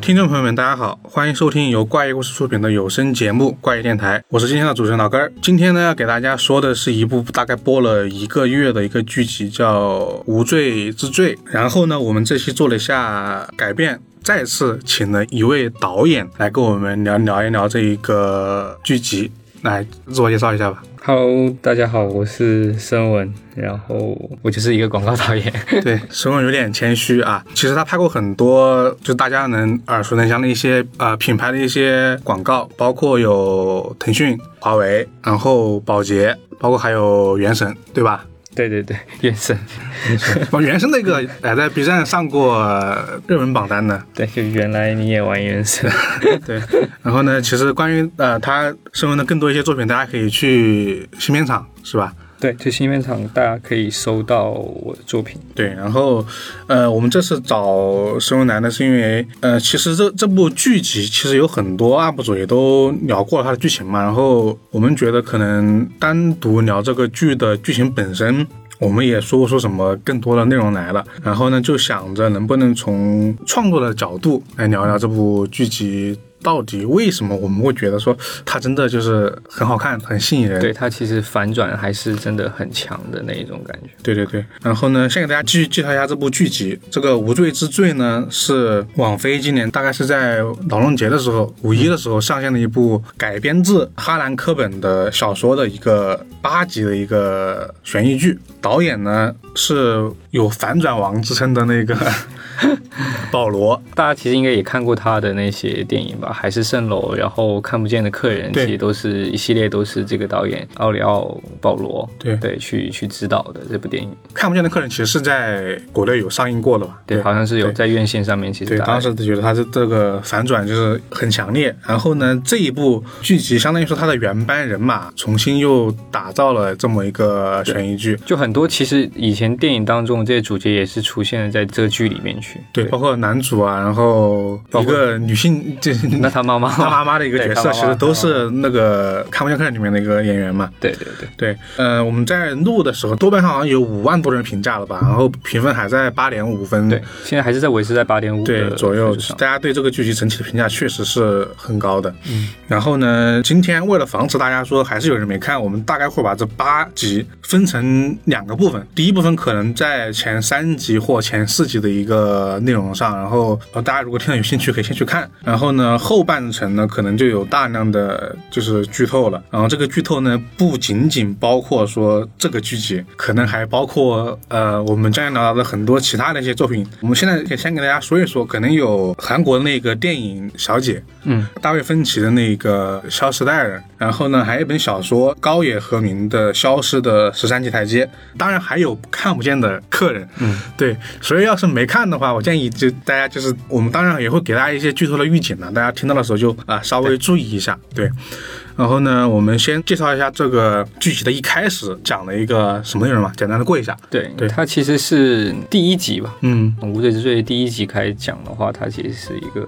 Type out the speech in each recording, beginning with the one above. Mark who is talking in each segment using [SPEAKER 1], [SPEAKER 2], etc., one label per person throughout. [SPEAKER 1] 听众朋友们，大家好，欢迎收听由怪异故事出品的有声节目《怪异电台》，我是今天的主持人老根儿。今天呢，要给大家说的是一部大概播了一个月的一个剧集，叫《无罪之罪》。然后呢，我们这期做了一下改变。再次请了一位导演来跟我们聊聊一聊这一个剧集，来自我介绍一下吧。
[SPEAKER 2] Hello，大家好，我是申文，然后我就是一个广告导演。
[SPEAKER 1] 对，沈文有点谦虚啊。其实他拍过很多，就是大家能耳熟能详的一些呃品牌的一些广告，包括有腾讯、华为，然后宝洁，包括还有原神，对吧？
[SPEAKER 2] 对对对，原神，
[SPEAKER 1] 哦，原神那个哎，在 B 站上过呃热门榜单的。
[SPEAKER 2] 对，就原来你也玩原神。
[SPEAKER 1] 对，然后呢，其实关于呃他申文的更多一些作品，大家可以去新片场，是吧？
[SPEAKER 2] 对，就新片场大家可以收到我的作品。
[SPEAKER 1] 对，然后，呃，我们这次找申文来呢，是因为，呃，其实这这部剧集其实有很多 UP 主也都聊过它的剧情嘛，然后我们觉得可能单独聊这个剧的剧情本身。我们也说不出什么更多的内容来了，然后呢，就想着能不能从创作的角度来聊聊这部剧集到底为什么我们会觉得说它真的就是很好看、很吸引人。
[SPEAKER 2] 对，它其实反转还是真的很强的那一种感觉。
[SPEAKER 1] 对对对，然后呢，先给大家继续介绍一下这部剧集。这个《无罪之罪》呢，是网飞今年大概是在劳动节的时候，五一的时候上线的一部改编自哈兰·科本的小说的一个八集的一个悬疑剧。导演呢是有“反转王”之称的那个保罗。
[SPEAKER 2] 大家其实应该也看过他的那些电影吧，《海市蜃楼》，然后《看不见的客人》，
[SPEAKER 1] 对
[SPEAKER 2] 其实都是一系列都是这个导演奥里奥·保罗
[SPEAKER 1] 对
[SPEAKER 2] 对去去指导的这部电影。
[SPEAKER 1] 看不见的客人其实是在国内有上映过的吧？
[SPEAKER 2] 对，好像是有
[SPEAKER 1] 对
[SPEAKER 2] 在院线上面，其实
[SPEAKER 1] 对，
[SPEAKER 2] 大家
[SPEAKER 1] 当时就觉得它是这个反转就是很强烈。然后呢，这一部剧集相当于说它的原班人马重新又打造了这么一个悬疑剧。
[SPEAKER 2] 就很多其实以前电影当中这些主角也是出现了在这剧里面去。
[SPEAKER 1] 对，包括男主啊，然后
[SPEAKER 2] 包
[SPEAKER 1] 一
[SPEAKER 2] 括
[SPEAKER 1] 个女 性，这
[SPEAKER 2] 那他妈妈，
[SPEAKER 1] 他妈妈的一个角
[SPEAKER 2] 对他妈
[SPEAKER 1] 色，
[SPEAKER 2] 妈
[SPEAKER 1] 其实都是那个《看不见客人》里面的一个演员嘛。
[SPEAKER 2] 对对对，
[SPEAKER 1] 对，呃，我们在录的时候，豆瓣上好像有五万多人评价了吧，然后评分还在八点五分，
[SPEAKER 2] 对，现在还是在维持在八点五
[SPEAKER 1] 嗯对左右，大家对这个剧集整体的评价确实是很高的。嗯，然后呢，今天为了防止大家说还是有人没看，我们大概会把这八集分成两个部分。第一部分可能在前三集或前四集的一个内容上，然后呃大家如果听了有兴趣，可以先去看。然后呢，后半程呢可能就有大量的就是剧透了。然后这个剧透呢不仅仅包括说这个剧集，可能还包括呃我们将要聊到的很多其他的一些作品。我们现在可以先给大家说一说，可能有韩国那个电影《小姐》，
[SPEAKER 2] 嗯，
[SPEAKER 1] 大卫芬奇的那个《消失的爱人》，然后呢，还有一本小说高野和明的《消失的十三级台阶》，当然还有看不见的客人。嗯，对，所以要是没看的话，我建议就大家就是我们当然也会给大家一些剧透的预警了，大家听到的时候就啊、稍微注意一下，对。然后呢，我们先介绍一下这个剧集的一开始讲了一个什么内容嘛，简单的过一下。
[SPEAKER 2] 对
[SPEAKER 1] 对
[SPEAKER 2] 它其实是第一集吧，
[SPEAKER 1] 嗯，
[SPEAKER 2] 《无罪之罪》第一集开始讲的话，它其实是一个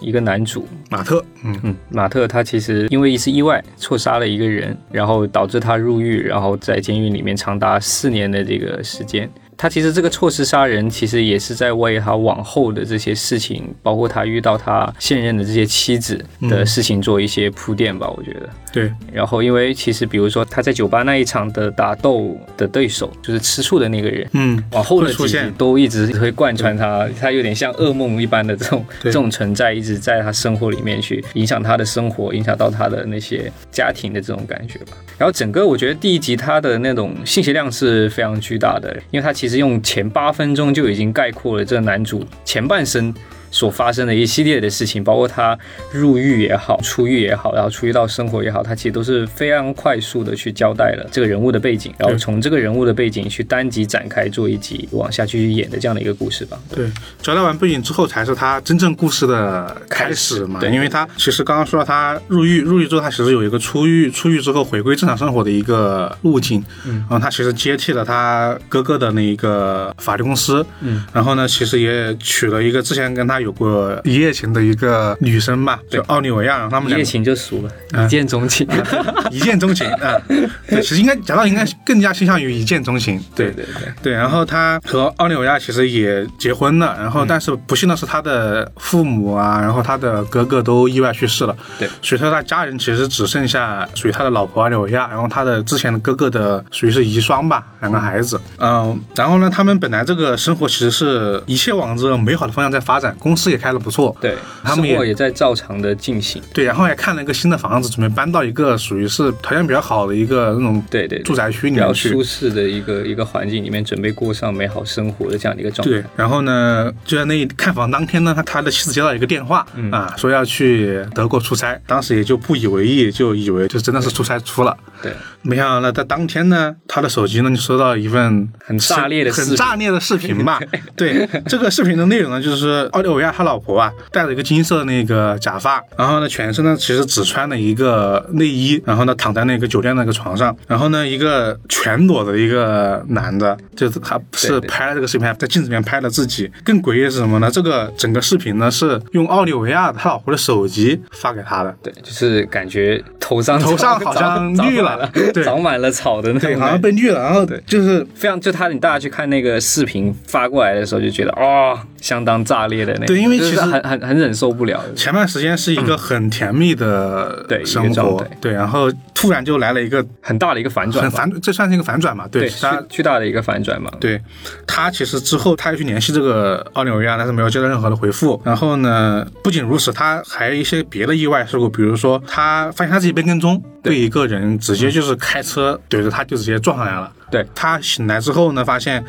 [SPEAKER 2] 一个男主，
[SPEAKER 1] 马特，嗯，
[SPEAKER 2] 嗯，马特他其实因为一次意外错杀了一个人，然后导致他入狱，然后在监狱里面长达四年的这个时间。他其实这个错失杀人，其实也是在为他往后的这些事情，包括他遇到他现任的这些妻子的事情做一些铺垫吧，我觉得。
[SPEAKER 1] 对，
[SPEAKER 2] 然后，因为其实比如说他在酒吧那一场的打斗的对手就是吃醋的那个人，
[SPEAKER 1] 嗯，
[SPEAKER 2] 往后的
[SPEAKER 1] 会出
[SPEAKER 2] 几集
[SPEAKER 1] 现
[SPEAKER 2] 都一直会贯穿他，他有点像噩梦一般的这种
[SPEAKER 1] 对
[SPEAKER 2] 这种存在，一直在他生活里面去影响他的生活，影响到他的那些家庭的这种感觉吧。然后整个我觉得第一集它的那种信息量是非常巨大的，因为它其实用前八分钟就已经概括了这个男主前半生。所发生的一系列的事情，包括他入狱也好，出狱也好，然后出狱到生活也好，他其实都是非常快速的去交代了这个人物的背景，然后
[SPEAKER 1] 对
[SPEAKER 2] 从这个人物的背景去单集展开做一集往下去演的这样的一个故事吧。
[SPEAKER 1] 对，交代完背景之后，才是他真正故事的开始嘛。
[SPEAKER 2] 开始对
[SPEAKER 1] 因为他其实刚刚说到他入狱，入狱之后他其实有一个出狱，出狱之后回归正常生活的一个路径。嗯，然后他其实接替了他哥哥的那一个法律公司。
[SPEAKER 2] 嗯，
[SPEAKER 1] 然后呢，其实也娶了一个之前跟他家有过一夜情的一个女生吧，就奥利维亚，然后他们
[SPEAKER 2] 一
[SPEAKER 1] 两
[SPEAKER 2] 夜
[SPEAKER 1] 个啊
[SPEAKER 2] 情就熟了，一见钟情。
[SPEAKER 1] 一见钟情啊、对，其实应该贾导应该更加倾向于一见钟情，
[SPEAKER 2] 对对对，
[SPEAKER 1] 对，然后他和奥利维亚其实也结婚了，然
[SPEAKER 2] 嗯
[SPEAKER 1] 后但是不幸的是他的父母啊，然后他的哥哥都意外去世了，
[SPEAKER 2] 对
[SPEAKER 1] 所以他的家人其实只剩下属于他的老婆奥利维亚，然后他的之前的哥哥的属于是遗孀吧，两个孩子，嗯，然后呢，他们本来这个生活其实是一切往着美好的方向在发展，公司也开得不错，
[SPEAKER 2] 对，
[SPEAKER 1] 他
[SPEAKER 2] 生
[SPEAKER 1] 们也
[SPEAKER 2] 活也在照常的进行。
[SPEAKER 1] 对，然后也看了一个新的房子，准备搬到一个属于是条件比较好的一个那种
[SPEAKER 2] 对对对
[SPEAKER 1] 住宅区里
[SPEAKER 2] 比
[SPEAKER 1] 面
[SPEAKER 2] 较
[SPEAKER 1] 去，
[SPEAKER 2] 舒适的一个一个环境里面，准备过上美好生活的这样的一个状态
[SPEAKER 1] 对。，然后呢，就在那一看房当天呢，他他的妻子接到一个电话、啊，说要去德国出差，当时也就不以为意，就以为就真的是出差出了。
[SPEAKER 2] 对，
[SPEAKER 1] 没想到呢，在当天呢，他的手机呢就收到一份
[SPEAKER 2] 很炸裂的视频
[SPEAKER 1] 很炸裂的视频 吧。对，这个视频的内容呢，就是奥利维亚他老婆啊，戴着一个金色的那个假发，然后呢，全身呢其实只穿了一个内衣，然后呢躺在那个酒店那个床上，然后呢一个全裸的一个男的，就是他是
[SPEAKER 2] 对对
[SPEAKER 1] 拍了这个视频，还在镜子里面拍了自己。更诡异的是什么呢？这个整个视频呢是用奥利维亚他老婆的手机发给他的。
[SPEAKER 2] 对，就是感觉头上
[SPEAKER 1] 头上
[SPEAKER 2] 长
[SPEAKER 1] 好像
[SPEAKER 2] 长
[SPEAKER 1] 绿
[SPEAKER 2] 长满
[SPEAKER 1] 了
[SPEAKER 2] 了
[SPEAKER 1] 对
[SPEAKER 2] 长满了草的那种
[SPEAKER 1] 对，好像
[SPEAKER 2] 感觉。
[SPEAKER 1] 被绿了，然后就是
[SPEAKER 2] 非常，就他，你大家去看那个视频发过来的时候，就觉得哦，相当炸裂的那种，
[SPEAKER 1] 对因为
[SPEAKER 2] 就
[SPEAKER 1] 其
[SPEAKER 2] 是
[SPEAKER 1] 实
[SPEAKER 2] 很很很忍受不了。
[SPEAKER 1] 前段时间是一个很甜蜜的
[SPEAKER 2] 嗯对一个
[SPEAKER 1] 生
[SPEAKER 2] 状
[SPEAKER 1] 活
[SPEAKER 2] 态，
[SPEAKER 1] 对，然后突然就来了一个
[SPEAKER 2] 很大的一个反转
[SPEAKER 1] 很
[SPEAKER 2] 吧，
[SPEAKER 1] 反，这算是一个反转嘛？
[SPEAKER 2] 对，
[SPEAKER 1] 对，
[SPEAKER 2] 巨
[SPEAKER 1] 他
[SPEAKER 2] 巨大的一个反转嘛。
[SPEAKER 1] 对他其实之后他又去联系这个奥利维亚，但是没有接到任何的回复。然后呢，不仅如此，他还有一些别的意外事故，比如说他发现他自己被跟踪，被一个人直接就是开车怼着他就直接撞上来了。
[SPEAKER 2] 嗯对
[SPEAKER 1] 他醒来之后呢，发现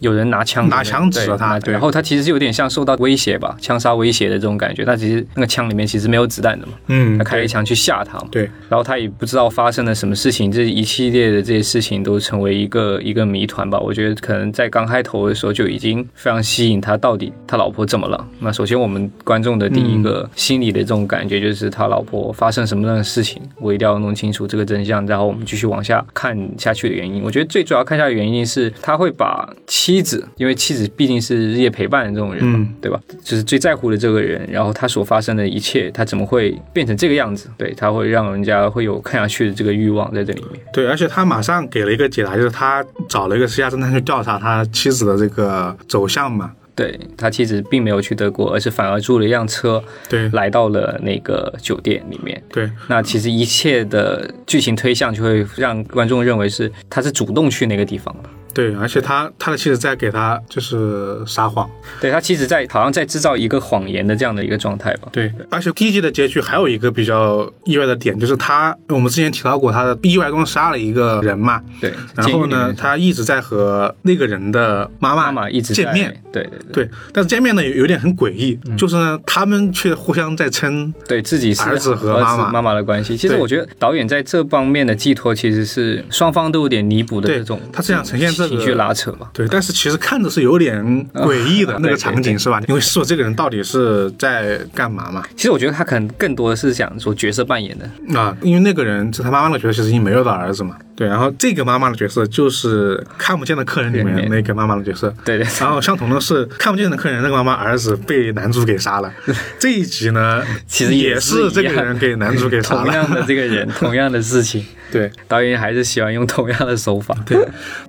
[SPEAKER 2] 有人拿枪，
[SPEAKER 1] 拿枪指着他
[SPEAKER 2] 对
[SPEAKER 1] 对
[SPEAKER 2] 拿然后他其实是有点像受到威胁吧，枪杀威胁的这种感觉。但其实那个枪里面其实没有子弹的嘛，
[SPEAKER 1] 嗯
[SPEAKER 2] 他开了一枪去吓他嘛。
[SPEAKER 1] 对，
[SPEAKER 2] 然后他也不知道发生了什么事情，这一系列的这些事情都成为一个一个谜团吧。我觉得可能在刚开头的时候就已经非常吸引他，到底他老婆怎么了？那首先我们观众的第一个心理的这种感觉就是他老婆发生什么样的事情，我一定要弄清楚这个真相，然后我们继续往下看下去的原因。我觉得最主要看下去的原因是他会把妻子，因为妻子毕竟是日夜陪伴的这种人嘛，
[SPEAKER 1] 嗯
[SPEAKER 2] 对吧？就是最在乎的这个人，然后他所发生的一切，他怎么会变成这个样子？对，他会让人家会有看下去的这个欲望在这里面。
[SPEAKER 1] 对，而且他马上给了一个解答，就是他找了一个私家侦探去调查他妻子的这个走向嘛。
[SPEAKER 2] 对他妻子并没有去德国，而是反而租了一辆车
[SPEAKER 1] 对
[SPEAKER 2] 来到了那个酒店里面。
[SPEAKER 1] 对，
[SPEAKER 2] 那其实一切的剧情推向就会让观众认为是他是主动去那个地方的。
[SPEAKER 1] 对，而且他他的妻子在给他就是撒谎，
[SPEAKER 2] 对他妻子在好像在制造一个谎言的这样的一个状态吧。
[SPEAKER 1] 对，而且第一季的结局还有一个比较意外的点，就是他我们之前提到过，他的意外中杀了一个人嘛，
[SPEAKER 2] 对，
[SPEAKER 1] 然后
[SPEAKER 2] 监狱里
[SPEAKER 1] 呢，
[SPEAKER 2] 面
[SPEAKER 1] 他一直在和那个人的妈妈
[SPEAKER 2] 妈妈一直在
[SPEAKER 1] 见面，，
[SPEAKER 2] 对对对嗯
[SPEAKER 1] 对，但是见面呢有有点很诡异，就是呢他们却互相在称，
[SPEAKER 2] 对自己是
[SPEAKER 1] 儿子和妈妈
[SPEAKER 2] 妈妈的关系。其实
[SPEAKER 1] 对
[SPEAKER 2] 我觉得导演在这方面的寄托其实是双方都有点弥补的
[SPEAKER 1] 对
[SPEAKER 2] 这种，
[SPEAKER 1] 他是想呈现这个
[SPEAKER 2] 情绪拉扯嘛。
[SPEAKER 1] 对，但是其实看着是有点诡异的
[SPEAKER 2] 啊
[SPEAKER 1] 那个
[SPEAKER 2] 对
[SPEAKER 1] 场
[SPEAKER 2] 对
[SPEAKER 1] 景
[SPEAKER 2] 对
[SPEAKER 1] 是吧？因为说这个人到底是在干嘛嘛？
[SPEAKER 2] 其实我觉得他可能更多的是想说角色扮演的，
[SPEAKER 1] 啊，因为那个人是他妈妈的角色，其实已经没有的儿子嘛。对，然后这个妈妈的角色就是看不见的客人里面
[SPEAKER 2] 里面
[SPEAKER 1] 那个妈妈的角色。
[SPEAKER 2] 对对
[SPEAKER 1] 然后相同的是，看不见的客人那个妈妈儿子被男主给杀了。这一集呢，
[SPEAKER 2] 其实
[SPEAKER 1] 也
[SPEAKER 2] 也是
[SPEAKER 1] 是这个
[SPEAKER 2] 一样
[SPEAKER 1] 人给男主给杀
[SPEAKER 2] 同样 的
[SPEAKER 1] 了。
[SPEAKER 2] 这个人，同样的事情，
[SPEAKER 1] 对
[SPEAKER 2] 导演还是喜欢用同样的手法。
[SPEAKER 1] 对，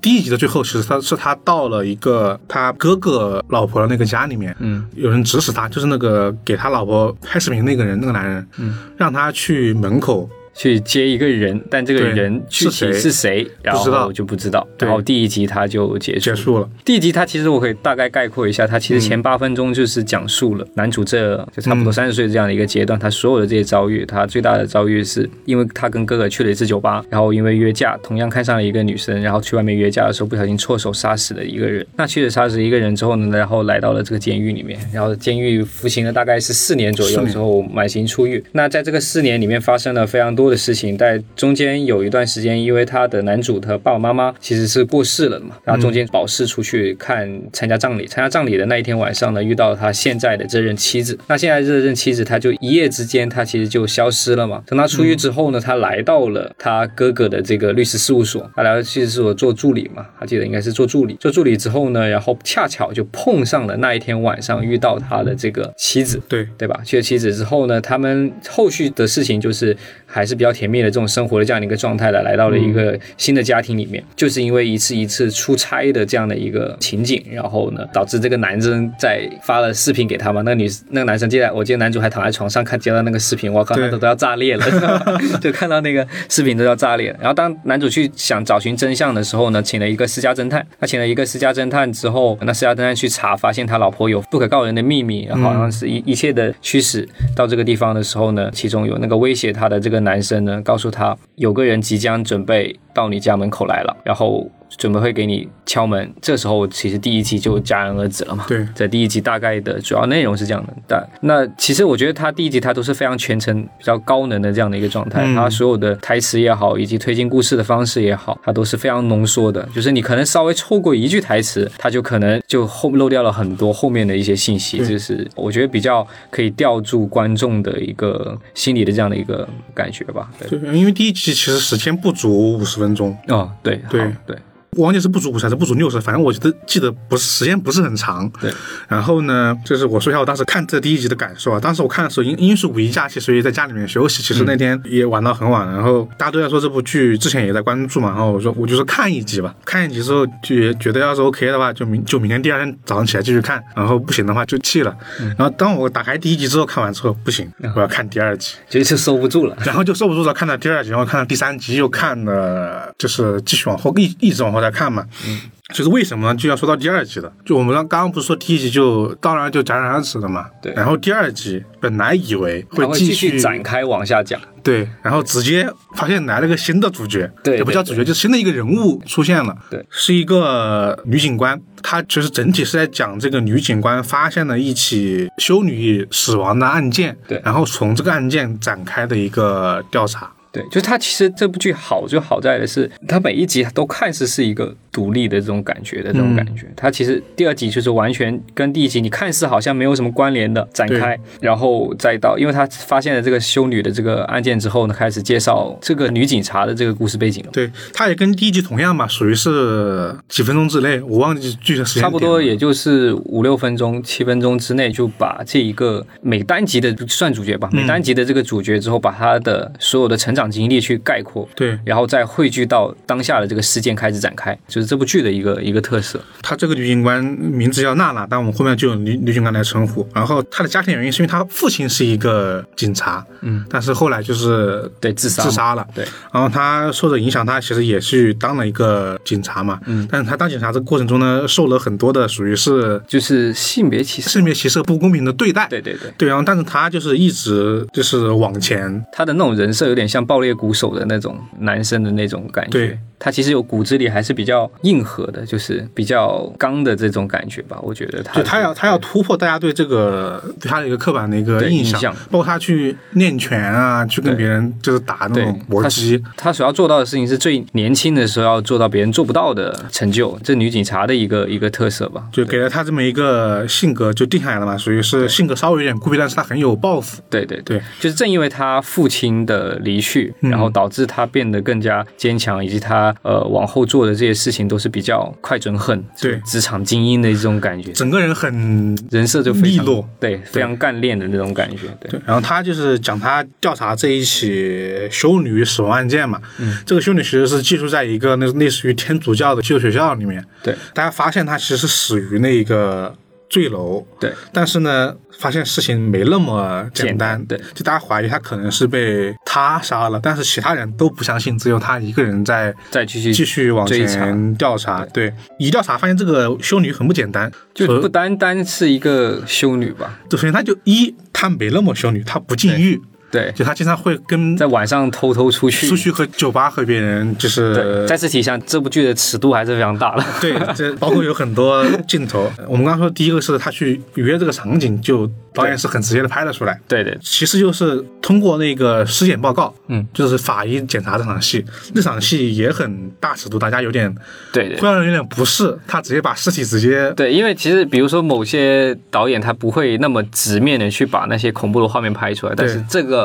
[SPEAKER 1] 第一集的最后，其实他是他到了一个他哥哥老婆的那个家里面，
[SPEAKER 2] 嗯，
[SPEAKER 1] 有人指使他，就是那个给他老婆拍视频那个人，那个男人，嗯，让他去门口
[SPEAKER 2] 去接一个人，但这个
[SPEAKER 1] 对
[SPEAKER 2] 人具
[SPEAKER 1] 是
[SPEAKER 2] 体
[SPEAKER 1] 谁
[SPEAKER 2] 是谁，然
[SPEAKER 1] 知道
[SPEAKER 2] 后就不知道。
[SPEAKER 1] 对
[SPEAKER 2] 然后第一集他就结束
[SPEAKER 1] 结
[SPEAKER 2] 了。
[SPEAKER 1] 束嗯了。
[SPEAKER 2] 第一集它其实我可以大概概括一下，它其实前八分钟就是讲述了男主这就差
[SPEAKER 1] 嗯
[SPEAKER 2] 不多三十岁这样的一个阶段，他所有的这些遭遇，他最大的遭遇是因为他跟哥哥去了一次酒吧，然后因为约架，同样看上了一个女生，然后去外面约架的时候不小心错手杀死了一个人。那去了杀死一个人之后呢，然后来到了这个监狱里面，然后监狱服刑了大概是四年左
[SPEAKER 1] 四
[SPEAKER 2] 右
[SPEAKER 1] 年
[SPEAKER 2] 之后满刑出狱。那在这个四年里面发生了非常多。多的事情，在中间有一段时间，因为他的男主他爸爸妈妈其实是过世了嘛，然后中间保释出去看参加葬礼，参加葬礼的那一天晚上呢，遇到他现在的这任妻子。那现在这任妻子，他就一夜之间，他其实就消失了嘛。等他出狱之后呢，他来到了他哥哥的这个律师事务所，他来到律师事务所做助理嘛，他记得应该是做助理。做助理之后呢，然后恰巧就碰上了那一天晚上遇到他的这个妻子，
[SPEAKER 1] 对，
[SPEAKER 2] 对吧？娶了妻子之后呢，他们后续的事情就是还是比较甜蜜的这种生活的这样的一个状态的，来到了一个新的家庭里面，就是因为一次一次出差的这样的一个情景，然后呢，导致这个男生在发了视频给他嘛，那个女那个男生接在我记得男主还躺在床上看接到那个视频，我靠，
[SPEAKER 1] 对
[SPEAKER 2] 他都都要炸裂了，知道吗就看到那个视频都要炸裂了。然后当男主去想找寻真相的时候呢，请了一个私家侦探，他请了一个私家侦探之后，那私家侦探去查，发现他老婆有不可告人的秘密，然后好像是一一切的驱使到这个地方的时候呢，其中有那个威胁他的这个男生呢，告诉他有个人即将准备到你家门口来了，然后准备会给你敲门。这时候其实第一集就戛然而止了嘛。
[SPEAKER 1] 对
[SPEAKER 2] 在第一集大概的主要内容是这样的，但那其实我觉得他第一集他都是非常全程比较高能的这样的一个状态，
[SPEAKER 1] 嗯
[SPEAKER 2] 他所有的台词也好，以及推进故事的方式也好，他都是非常浓缩的，就是你可能稍微错过一句台词，他就可能就后漏掉了很多后面的一些信息，
[SPEAKER 1] 对
[SPEAKER 2] 这是我觉得比较可以吊住观众的一个心理的这样的一个感觉吧。对，
[SPEAKER 1] 对，因为第一集其实时间不足五十分钟，
[SPEAKER 2] 哦，对，好
[SPEAKER 1] 对
[SPEAKER 2] 对，
[SPEAKER 1] 我忘记是不足五十还是不足六十，反正我觉得记得不是时间不是很长。
[SPEAKER 2] 对，
[SPEAKER 1] 然后呢，就是我说一下我当时看这第一集的感受啊。当时我看的时候，因因为是五一假期，所以在家里面休息。其实那天也玩到很晚，然后大家都在说这部剧，之前也在关注嘛。然后我说我就说看一集吧，看一集之后就也觉得要是 OK 的话，就明就明天第二天早上起来继续看，然后不行的话就弃了。然后当我打开第一集之后，看完之后不行，我要看第二集。
[SPEAKER 2] 觉得收不住了。
[SPEAKER 1] 然后就受不住了，看到第二集，然后看到第三集，又看了，就是继续往后一一直往后再看嘛。嗯。就是为什么呢？就要说到第二集了。就我们刚刚刚不是说第一集就当然就戛然而止了嘛。
[SPEAKER 2] 对
[SPEAKER 1] 然后第二集本来以为会
[SPEAKER 2] 然后
[SPEAKER 1] 继
[SPEAKER 2] 继续展开往下讲，
[SPEAKER 1] 对，然后直接发现来了个新的主角，
[SPEAKER 2] 对
[SPEAKER 1] 也不
[SPEAKER 2] 对
[SPEAKER 1] 叫主角，就是新的一个人物出现了，
[SPEAKER 2] 对
[SPEAKER 1] 是一个女警官，她其实整体是在讲这个女警官发现了一起修女死亡的案件，
[SPEAKER 2] 对
[SPEAKER 1] 然后从这个案件展开的一个调查，
[SPEAKER 2] 对，就它其实这部剧好就好在的是，它每一集都看似是一个独立的这种感觉的这种感觉，它其实第二集就是完全跟第一集你看似好像没有什么关联的展开，然后再到，因为他发现了这个修女的这个案件之后呢，开始介绍这个女警察的这个故事背景了。
[SPEAKER 1] 对，它也跟第一集同样嘛，属于是几分钟之内，我忘记具体时间
[SPEAKER 2] 差不多
[SPEAKER 1] 点了
[SPEAKER 2] 也就是五六分钟、七分钟之内，就把这一个每单集的算主角吧，每单集的这个主角之后，把他的所有的成长经历去概括，
[SPEAKER 1] 对
[SPEAKER 2] 然后再汇聚到当下的这个事件开始展开，就是这部剧的一个一个特色。
[SPEAKER 1] 她这个女警官名字叫娜娜，但我们后面就用女女警官来称呼。然后她的家庭原因是因为她父亲是一个警察，
[SPEAKER 2] 嗯，
[SPEAKER 1] 但是后来就是
[SPEAKER 2] 对，自杀嘛，
[SPEAKER 1] 自杀了。
[SPEAKER 2] 对，
[SPEAKER 1] 然后她受着影响，她其实也去当了一个警察嘛。嗯，但是她当警察这个过程中呢，受了很多的属于是
[SPEAKER 2] 就是性别歧视。
[SPEAKER 1] 性别歧视、不公平的对待。
[SPEAKER 2] 对对对，
[SPEAKER 1] 对，然后但是她就是一直就是往前，
[SPEAKER 2] 他的那种人设有点像爆裂鼓手的那种男生的那种感觉
[SPEAKER 1] 对。
[SPEAKER 2] 他其实有骨子里还是比较硬核的，就是比较刚的这种感觉吧。我觉得他
[SPEAKER 1] 就她要她要突破大家对这个对她的一个刻板的一个
[SPEAKER 2] 对
[SPEAKER 1] 印
[SPEAKER 2] 印象
[SPEAKER 1] 包括她去练拳啊，去跟
[SPEAKER 2] 对
[SPEAKER 1] 别人就是打那
[SPEAKER 2] 对
[SPEAKER 1] 种搏
[SPEAKER 2] 他
[SPEAKER 1] 击。
[SPEAKER 2] 他所要做到的事情是最年轻的时候要做到别人做不到的成就，这女警察的一个一个特色吧。
[SPEAKER 1] 就给了她这么一个性格，就定下来了嘛，属于是性格稍微有点孤僻，但是她很有抱负。
[SPEAKER 2] 对对
[SPEAKER 1] 对，
[SPEAKER 2] 就是正因为他父亲的离去，
[SPEAKER 1] 嗯
[SPEAKER 2] 然后导致他变得更加坚强，以及他呃往后做的这些事情都是比较快准狠，
[SPEAKER 1] 对
[SPEAKER 2] 就是职场精英的这种感觉，
[SPEAKER 1] 整个人很
[SPEAKER 2] 人设就非常
[SPEAKER 1] 利落，
[SPEAKER 2] 对，非常干练的那种感觉，对。
[SPEAKER 1] 对，然后他就是讲他调查这一起修女死亡案件嘛。嗯，这个修女其实是寄宿在一个那类似于天主教的寄宿学校里面。
[SPEAKER 2] 对，
[SPEAKER 1] 大家发现她其实是死于那个坠楼。
[SPEAKER 2] 对，
[SPEAKER 1] 但是呢，发现事情没那么简单。
[SPEAKER 2] 简单对，
[SPEAKER 1] 就大家怀疑她可能是被他杀了，但是其他人都不相信，只有她一个人在
[SPEAKER 2] 再继续
[SPEAKER 1] 继续往
[SPEAKER 2] 追查
[SPEAKER 1] 前调查。对，一调查发现这个修女很不简单，
[SPEAKER 2] 就
[SPEAKER 1] 首
[SPEAKER 2] 不单单是一个修女吧，
[SPEAKER 1] 首先她就一她没那么修女，她不禁欲。
[SPEAKER 2] 对，
[SPEAKER 1] 就他经常会跟
[SPEAKER 2] 在晚上偷偷出去。
[SPEAKER 1] 出去和酒吧和别人就
[SPEAKER 2] 对，
[SPEAKER 1] 是
[SPEAKER 2] 再次提醒，这部剧的尺度还是非常大的。
[SPEAKER 1] 对， 这包括有很多镜头。我们刚刚说第一个是他去约这个场景，就导演是很直接的拍了出来。
[SPEAKER 2] 对对，
[SPEAKER 1] 其次就是通过那个尸检报告，
[SPEAKER 2] 嗯，
[SPEAKER 1] 就是法医检查这场戏，那场戏也很大尺度，大家有点
[SPEAKER 2] 对对
[SPEAKER 1] 会让人有点不适。他直接把尸体直接
[SPEAKER 2] 对，因为其实比如说某些导演他不会那么直面的去把那些恐怖的画面拍出来，但是这个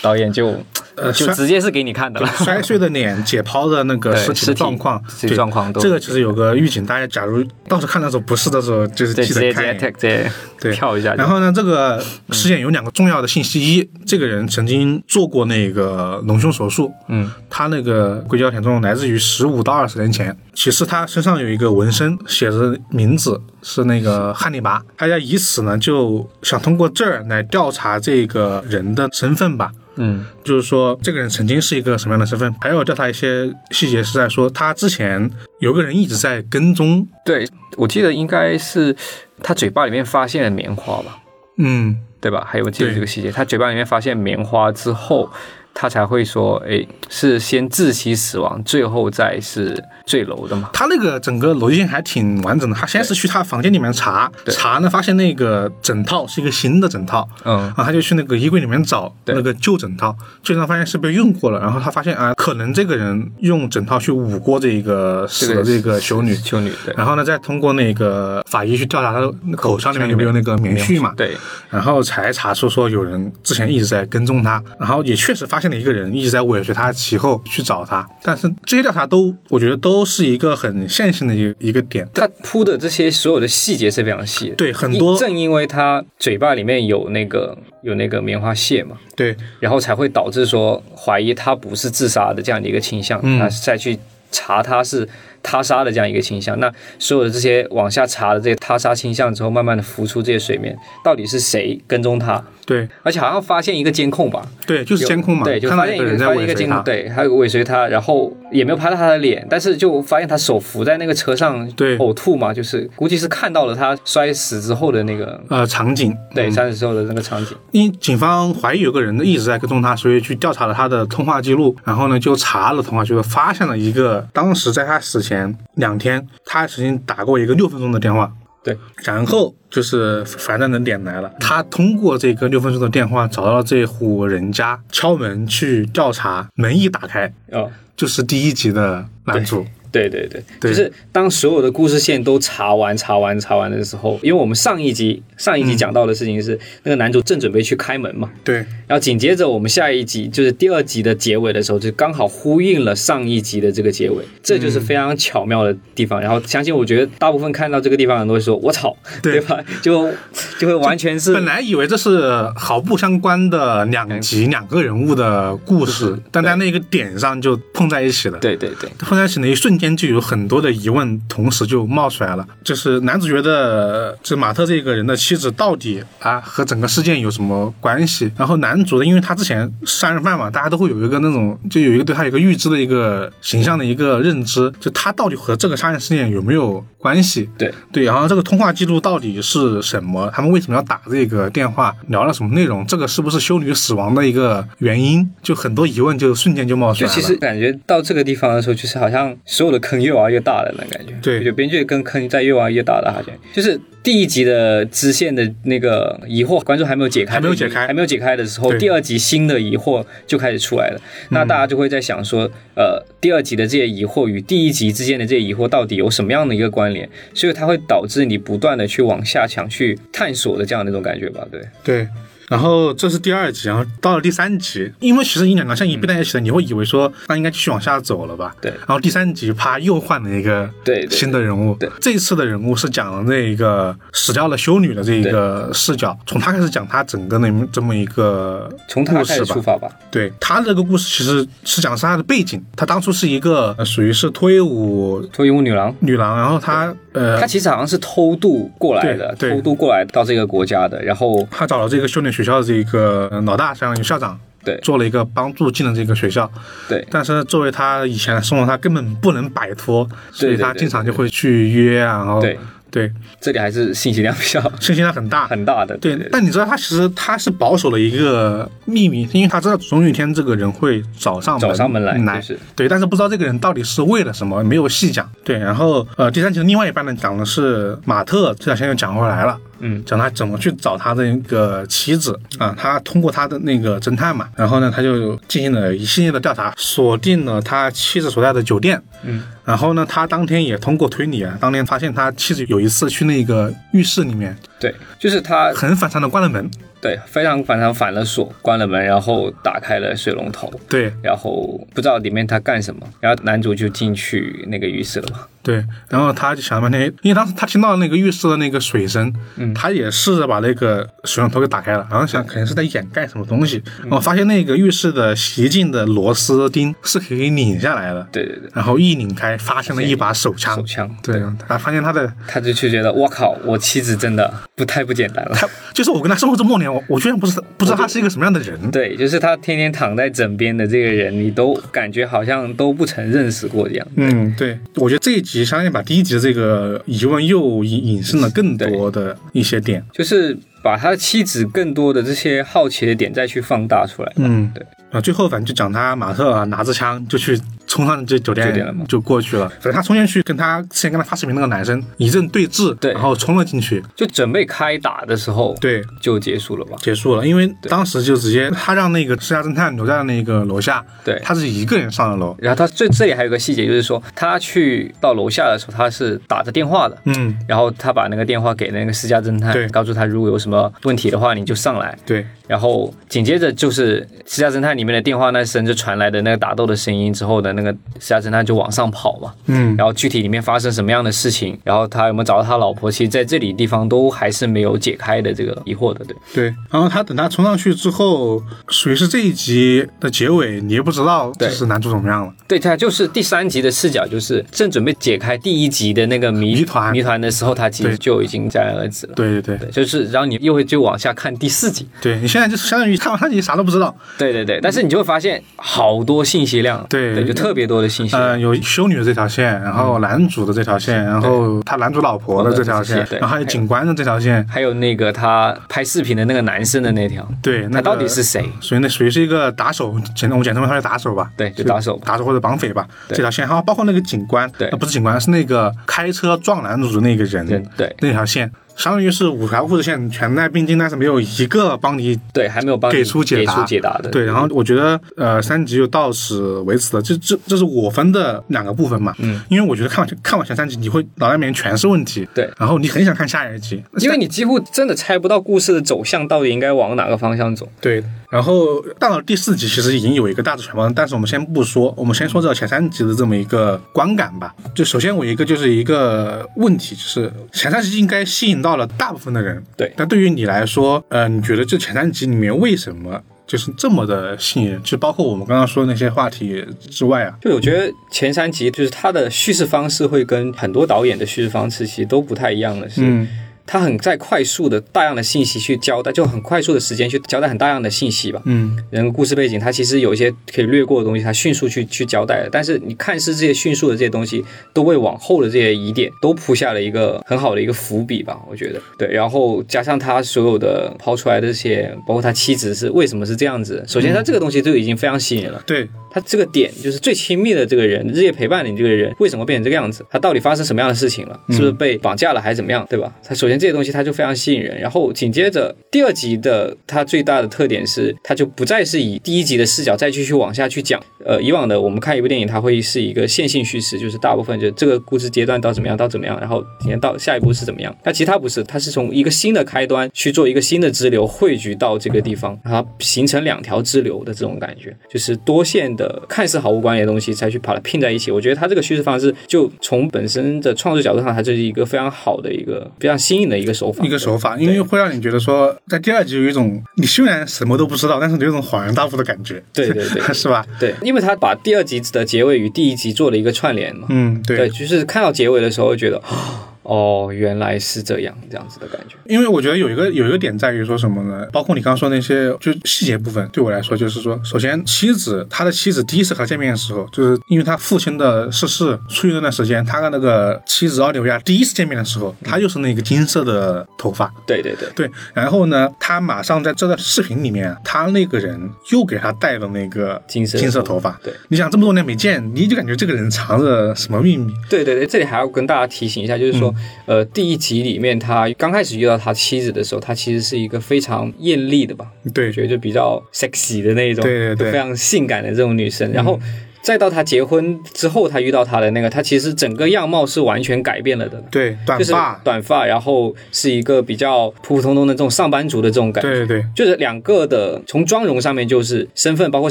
[SPEAKER 2] 导演就
[SPEAKER 1] 呃
[SPEAKER 2] 就
[SPEAKER 1] 摔
[SPEAKER 2] 直接是给你看的了。
[SPEAKER 1] 摔碎的脸、解剖的那个
[SPEAKER 2] 对
[SPEAKER 1] 尸体
[SPEAKER 2] 尸
[SPEAKER 1] 的
[SPEAKER 2] 体
[SPEAKER 1] 状况，
[SPEAKER 2] 尸体
[SPEAKER 1] 对
[SPEAKER 2] 状况都
[SPEAKER 1] 这个其实有个预警，大家假如到时候看的时候不是的时候，就是
[SPEAKER 2] 对，
[SPEAKER 1] 记
[SPEAKER 2] 直
[SPEAKER 1] 得看一
[SPEAKER 2] 接直接嗯
[SPEAKER 1] 眼。
[SPEAKER 2] tag 直接
[SPEAKER 1] 对
[SPEAKER 2] 跳一下就。
[SPEAKER 1] 然后呢，这个尸检有两个重要的信息：一，这个人曾经做过那个隆胸手术，
[SPEAKER 2] 嗯，
[SPEAKER 1] 他那个硅胶填充来自于十五到二十年前。其次，他身上有一个纹身，写着名字是那个汉尼拔。大家以此呢，就想通过这儿来调查这个人的身份吧。
[SPEAKER 2] 嗯，
[SPEAKER 1] 就是说这个人曾经是一个什么样的身份，还有调查一些细节是在说他之前有个人一直在跟踪，
[SPEAKER 2] 对，我记得应该是他嘴巴里面发现了棉花吧，
[SPEAKER 1] 嗯，
[SPEAKER 2] 对吧？还有我记得
[SPEAKER 1] 对
[SPEAKER 2] 这个细节，他嘴巴里面发现棉花之后，他才会说，哎，是先窒息死亡，最后再是坠楼的嘛。
[SPEAKER 1] 他那个整个逻辑线还挺完整的。他先是去他房间里面查，查呢发现那个枕套是一个新的枕套，
[SPEAKER 2] 嗯
[SPEAKER 1] 啊然后他就去那个衣柜里面找
[SPEAKER 2] 对
[SPEAKER 1] 那个旧枕套，旧枕套发现是被用过了，然后他发现啊，可能这个人用枕套去捂过这个死的这个修女。
[SPEAKER 2] 修女对
[SPEAKER 1] 然后呢，再通过那个法医去调查他的口腔里面有没有那个棉絮嘛？
[SPEAKER 2] 对，
[SPEAKER 1] 然后才查出说有人之前一直在跟踪他，然后也确实发现了一个人一直在尾随他，其后去找他。但是这些调查都，我觉得都是一个很线性的一个一个点。
[SPEAKER 2] 他铺的这些所有的细节是非常细的。
[SPEAKER 1] 对很
[SPEAKER 2] 因
[SPEAKER 1] 多
[SPEAKER 2] 正因为他嘴巴里面有那个有那个棉花屑嘛，
[SPEAKER 1] 对
[SPEAKER 2] 然后才会导致说怀疑他不是自杀的这样的一个倾向，
[SPEAKER 1] 嗯
[SPEAKER 2] 那再去查他是他杀的这样一个倾向。那所有的这些往下查的这些他杀倾向之后，慢慢的浮出这些水面，到底是谁跟踪他？
[SPEAKER 1] 对
[SPEAKER 2] 而且好像发现一个监控吧，
[SPEAKER 1] 对，就是
[SPEAKER 2] 有
[SPEAKER 1] 监控嘛，
[SPEAKER 2] 对，就
[SPEAKER 1] 看到
[SPEAKER 2] 发
[SPEAKER 1] 一
[SPEAKER 2] 现
[SPEAKER 1] 个人在
[SPEAKER 2] 发现一
[SPEAKER 1] 尾
[SPEAKER 2] 个
[SPEAKER 1] 随
[SPEAKER 2] 监控，
[SPEAKER 1] 他。
[SPEAKER 2] 对，还有尾随他，然后也没有拍到他的脸，但是就发现他手扶在那个车上，
[SPEAKER 1] 对
[SPEAKER 2] 呕吐嘛，就是估计是看到了他摔死之后的那个，
[SPEAKER 1] 呃，场景
[SPEAKER 2] 对，摔死之后的那个场景，
[SPEAKER 1] 因为警方怀疑有个人一直在哎跟踪他，所以去调查了他的通话记录，然后呢就查了通话记录，发现了一个当时在他死前两天，他曾经打过一个六分钟的电话，
[SPEAKER 2] 对，
[SPEAKER 1] 然后就是反正的点来了，他通过这个六分钟的电话找到这户人家，敲门去调查，门一打开
[SPEAKER 2] 哦，
[SPEAKER 1] 就是第一集的男主，
[SPEAKER 2] 对对对，
[SPEAKER 1] 对
[SPEAKER 2] 就是当所有的故事线都查完、查完、查完的时候，因为我们上一集上一
[SPEAKER 1] 嗯
[SPEAKER 2] 集讲到的事情是、那个男主正准备去开门嘛，
[SPEAKER 1] 对
[SPEAKER 2] 然后紧接着我们下一集就是第二集的结尾的时候，就刚好呼应了上一集的这个结尾，这就是非常巧妙的地方。然后相信我觉得大部分看到这个地方的人都会说“我操”，
[SPEAKER 1] 对
[SPEAKER 2] 对吧？就就会完全是
[SPEAKER 1] 本来以为这是毫不相关的两集两个人物的故事，但在那个点上就碰在一起了。
[SPEAKER 2] 对对对
[SPEAKER 1] 碰在一起那一瞬间，就有很多的疑问，同时就冒出来了。就是男主角的，这马特这个人的妻子到底啊和整个事件有什么关系？然后男主的，因为他之前杀人犯嘛，大家都会有一个那种，就有一个对他有一个预知的一个形象的一个认知，就他到底和这个杀人事件有没有关系？
[SPEAKER 2] 对
[SPEAKER 1] 对，然后这个通话记录到底是什么？他们为什么要打这个电话？聊了什么内容？这个是不是修女死亡的一个原因？就很多疑问就瞬间就冒出
[SPEAKER 2] 就
[SPEAKER 1] 来了。
[SPEAKER 2] 其实感觉到这个地方的时候，就是好像所有的坑越挖越大了那感觉。
[SPEAKER 1] 对
[SPEAKER 2] 就编剧跟坑在越挖越大的感觉。就是第一集的支线的那个疑惑，观众还没有解开，
[SPEAKER 1] 还没有解开
[SPEAKER 2] 还没有解开的时候，
[SPEAKER 1] 对嗯
[SPEAKER 2] 第二集新的疑惑就开始出来了。那大家就会在想说，呃，第二集的这些疑惑与第一集之间的这些疑惑到底有什么样的一个关联？所以它会导致你不断的去往下想去探索的这样的一种感觉吧？对，
[SPEAKER 1] 对，然后这是第二集，然后到了第三集，因为其实你两个像一并在一起的，你会以为说那应该继续往下走了吧？
[SPEAKER 2] 嗯对
[SPEAKER 1] 然后第三集啪又换了一个
[SPEAKER 2] 对对对
[SPEAKER 1] 新的人物，
[SPEAKER 2] 对
[SPEAKER 1] 这一次的人物是讲了那个死掉的修女的这一个视角，从她开始讲她整个那么这么一个
[SPEAKER 2] 从它
[SPEAKER 1] 故事
[SPEAKER 2] 开始
[SPEAKER 1] 吧
[SPEAKER 2] 出。发吧。
[SPEAKER 1] 对她这个故事其实是讲的是她的背景，她当初是一个呃属于是脱衣舞
[SPEAKER 2] 脱衣舞女郎。
[SPEAKER 1] 女郎，然后她呃
[SPEAKER 2] 他其实好像是偷渡过来的，
[SPEAKER 1] 对对
[SPEAKER 2] 偷渡过来到这个国家的，然后
[SPEAKER 1] 他找了这个修炼学校的这个呃老大，相当于校长，
[SPEAKER 2] 对
[SPEAKER 1] 做了一个帮助进了这个学校。
[SPEAKER 2] 对
[SPEAKER 1] 但是作为他以前的生活，他根本不能摆脱，所以
[SPEAKER 2] 对对
[SPEAKER 1] 他
[SPEAKER 2] 对
[SPEAKER 1] 经常就会去约啊，然后
[SPEAKER 2] 对
[SPEAKER 1] 对，
[SPEAKER 2] 这里还是信息量比较
[SPEAKER 1] 信息量很大。
[SPEAKER 2] 很大的。
[SPEAKER 1] 对，但你知道他其实他是保守了一个秘密，因为他知道总有一天这个人会找上
[SPEAKER 2] 找上门来
[SPEAKER 1] 来，
[SPEAKER 2] 就是
[SPEAKER 1] 对，但是不知道这个人到底是为了什么，没有细讲。对，然后呃，第三集的另外一半呢，讲的是马特这两天又讲回来了。
[SPEAKER 2] 嗯，
[SPEAKER 1] 讲他怎么去找他的一个妻子啊，他通过他的那个侦探嘛，然后呢，他就进行了一系列的调查，锁定了他妻子所在的酒店。
[SPEAKER 2] 嗯，
[SPEAKER 1] 然后呢，他当天也通过推理啊，当天发现他妻子有一次去那个浴室里面，
[SPEAKER 2] 对，就是他
[SPEAKER 1] 很反常的关了门。
[SPEAKER 2] 对非常反常反了锁，关了门，然后打开了水龙头，
[SPEAKER 1] 对
[SPEAKER 2] 然后不知道里面他干什么，然后男主就进去那个浴室了嘛。
[SPEAKER 1] 对，然后他就想了半天，因为当时他听到那个浴室的那个水声，他也试着把那个水龙头给打开了，然后想可能是在掩盖什么东西，然后发现那个浴室的洗衣镜的螺丝钉是可以拧下来的，
[SPEAKER 2] 对对对，
[SPEAKER 1] 然后一拧开，发现了一把手枪
[SPEAKER 2] 手。枪，
[SPEAKER 1] 对，他发现他的，
[SPEAKER 2] 他就去觉得我靠，我妻子真的不太不简单了。
[SPEAKER 1] 他就是我跟他生活这么多年，我我居然不知道不知道他是一个什么样的人。
[SPEAKER 2] 对，就是他天天躺在枕边的这个人，你都感觉好像都不曾认识过一样。
[SPEAKER 1] 嗯，对，我觉得这一集相当于把第一集的这个疑问又引引申了更多的一些点。
[SPEAKER 2] 就是把他的妻子更多的这些好奇的点再去放大出来。
[SPEAKER 1] 嗯，
[SPEAKER 2] 对。
[SPEAKER 1] 啊，最后反正就讲他马特啊拿着枪就去冲上这酒店，
[SPEAKER 2] 酒店了吗
[SPEAKER 1] 就过去了。反正他冲进去跟他之前跟他发视频那个男生一阵对峙，
[SPEAKER 2] 对
[SPEAKER 1] 然后冲了进去，
[SPEAKER 2] 就准备开打的时候，，
[SPEAKER 1] 对，
[SPEAKER 2] 就结束了吧？
[SPEAKER 1] 结束了。因为当时就直接他让那个私家侦探留在那个楼下，
[SPEAKER 2] 对。
[SPEAKER 1] 他是一个人上了楼。
[SPEAKER 2] 然后他这这里还有个细节，就是说他去到楼下的时候，他是打着电话的。
[SPEAKER 1] 嗯，
[SPEAKER 2] 然后他把那个电话给那个私家侦
[SPEAKER 1] 对
[SPEAKER 2] 探，告诉他如果有什么问题的话，你就上来。
[SPEAKER 1] 对，
[SPEAKER 2] 然后紧接着就是私家侦探里面的电话那声就传来的那个打斗的声音之后的那个私家侦探就往上跑嘛。
[SPEAKER 1] 嗯，
[SPEAKER 2] 然后具体里面发生什么样的事情，然后他有没有找到他老婆，其实在这里地方都还是没有解开的这个疑惑的，对，
[SPEAKER 1] 对。然后他等他冲上去之后，属于是这一集的结尾，你也不知道
[SPEAKER 2] 对
[SPEAKER 1] 就是男主怎么样了。
[SPEAKER 2] 对，他就是第三集的视角，就是正准备解开第一集的那个谜
[SPEAKER 1] 谜团
[SPEAKER 2] 谜团的时候，他其
[SPEAKER 1] 对
[SPEAKER 2] 实就已经戛然而止了。
[SPEAKER 1] 对对对
[SPEAKER 2] 对，就是然后你又会就往下看第四集，
[SPEAKER 1] 对，你现在就是相当于看完他你啥都不知道。
[SPEAKER 2] 对对对，但是你就会发现好多信息量，
[SPEAKER 1] 对
[SPEAKER 2] 就特别多的信息量。
[SPEAKER 1] 呃，有修女的这条线，然
[SPEAKER 2] 嗯
[SPEAKER 1] 后男主的这条线，然后他男主老婆的这条线
[SPEAKER 2] 对，对
[SPEAKER 1] 然后还有警官的这条线，
[SPEAKER 2] 还有那个他拍视频的那个男生的那条，
[SPEAKER 1] 对，那
[SPEAKER 2] 他
[SPEAKER 1] 个
[SPEAKER 2] 到底是谁？
[SPEAKER 1] 属于那属于是一个打手，简我们简称他是打手吧，
[SPEAKER 2] 对就打手吧
[SPEAKER 1] 打手或者绑匪吧，
[SPEAKER 2] 对
[SPEAKER 1] 这条线，还有包括那个警官，
[SPEAKER 2] 对
[SPEAKER 1] 呃不是警官，是那个开车撞男主的那个人，
[SPEAKER 2] 对对
[SPEAKER 1] 那条线。相当于是五条故事线全在并进，但是没有一个帮你
[SPEAKER 2] 对，还没有帮你
[SPEAKER 1] 给出解
[SPEAKER 2] 给
[SPEAKER 1] 答，
[SPEAKER 2] 出解答的。
[SPEAKER 1] 对，然后我觉得呃，三集就到此为止了。这这这是我分的两个部分嘛。嗯，因为我觉得看完看完前三集，你会脑袋里面全是问题。
[SPEAKER 2] 对
[SPEAKER 1] 然后你很想看下一集。
[SPEAKER 2] 因为你几乎真的猜不到故事的走向到底应该往哪个方向走。
[SPEAKER 1] 对，然后到了第四集，其实已经有一个大致全貌，但是我们先不说，我们先说这前三集的这么一个观感吧。就首先我一个就是一个问题，就是前三集应该吸引到了大部分的人，
[SPEAKER 2] 对
[SPEAKER 1] 但对于你来说，呃，你觉得这前三集里面为什么就是这么的吸引人？就包括我们刚刚说的那些话题之外啊，
[SPEAKER 2] 就我觉得前三集就是它的叙事方式会跟很多导演的叙事方式其实都不太一样的是，
[SPEAKER 1] 嗯，
[SPEAKER 2] 它很在快速的大量的信息去交代，就很快速的时间去交代很大量的信息吧。
[SPEAKER 1] 嗯，
[SPEAKER 2] 人故事背景，它其实有一些可以略过的东西，它迅速去去交代了。但是你看似这些迅速的这些东西，都为往后的这些疑点都铺下了一个很好的一个伏笔吧，我觉得。对，然后加上他所有的抛出来的这些，包括他妻子是为什么是这样子，首先他这个东西就已经非常吸引人了。
[SPEAKER 1] 对，
[SPEAKER 2] 他这个点就是最亲密的这个人，日夜陪伴你这个人，为什么变成这个样子？他到底发生什么样的事情了？是不是被绑架了还是怎么样？对吧？他首先这些东西他就非常吸引人，然后紧接着第二集的它最大的特点是，它就不再是以第一集的视角再继续往下去讲。呃，以往的我们看一部电影，它会是一个线性叙事，就是大部分就这个故事阶段到怎么样到怎么样，然后今天到下一步是怎么样。那其他不是，它是从一个新的开端去做一个新的支流汇聚到这个地方，然后形成两条支流的这种感觉，就是多线的看似毫无关联的东西才去把它拼在一起。我觉得它这个叙事方式，就从本身的创作角度上，它就是一个非常好的一个非常新颖的一个手法，
[SPEAKER 1] 一个手法，
[SPEAKER 2] 对
[SPEAKER 1] 因为会让你觉得说，在第二集有一种你虽然什么都不知道，但是有一种恍然大悟的感觉，
[SPEAKER 2] 对对对
[SPEAKER 1] 是吧？
[SPEAKER 2] 对，因为它把第二集的结尾与第一集做了一个串联嘛。
[SPEAKER 1] 嗯，对，
[SPEAKER 2] 对，就是看到结尾的时候觉得。啊哦，原来是这样，这样子的感觉。
[SPEAKER 1] 因为我觉得有一个有一个点在于说什么呢？包括你刚刚说那些就细节部分，对我来说就是说，首先妻子他的妻子第一次和他见面的时候，就是因为他父亲的逝世，出狱那段时间，他跟那个妻子奥利维亚第一次见面的时候，他就是那个金色的头发。
[SPEAKER 2] 对对对，
[SPEAKER 1] 对，然后呢，他马上在这段视频里面，他那个人又给他戴了那个
[SPEAKER 2] 金色
[SPEAKER 1] 金色头发。
[SPEAKER 2] 对
[SPEAKER 1] 你想这么多年没见，你就感觉这个人藏着什么秘密。
[SPEAKER 2] 对对对，这里还要跟大家提醒一下，就
[SPEAKER 1] 嗯
[SPEAKER 2] 是说，呃，第一集里面他刚开始遇到他妻子的时候，他其实是一个非常艳丽的吧，
[SPEAKER 1] 对
[SPEAKER 2] 我，觉得就比较 sexy 的那一种，
[SPEAKER 1] 对对对嗯
[SPEAKER 2] 就非常性感的这种女生。然后再到她结婚之后，她遇到她的那个，她其实整个样貌是完全改变了的。
[SPEAKER 1] 对，短
[SPEAKER 2] 就是
[SPEAKER 1] 发，
[SPEAKER 2] 短发，然后是一个比较普普通通的这种上班族的这种感觉，
[SPEAKER 1] 对对对
[SPEAKER 2] 就是两个的从妆容上面就是身份，包括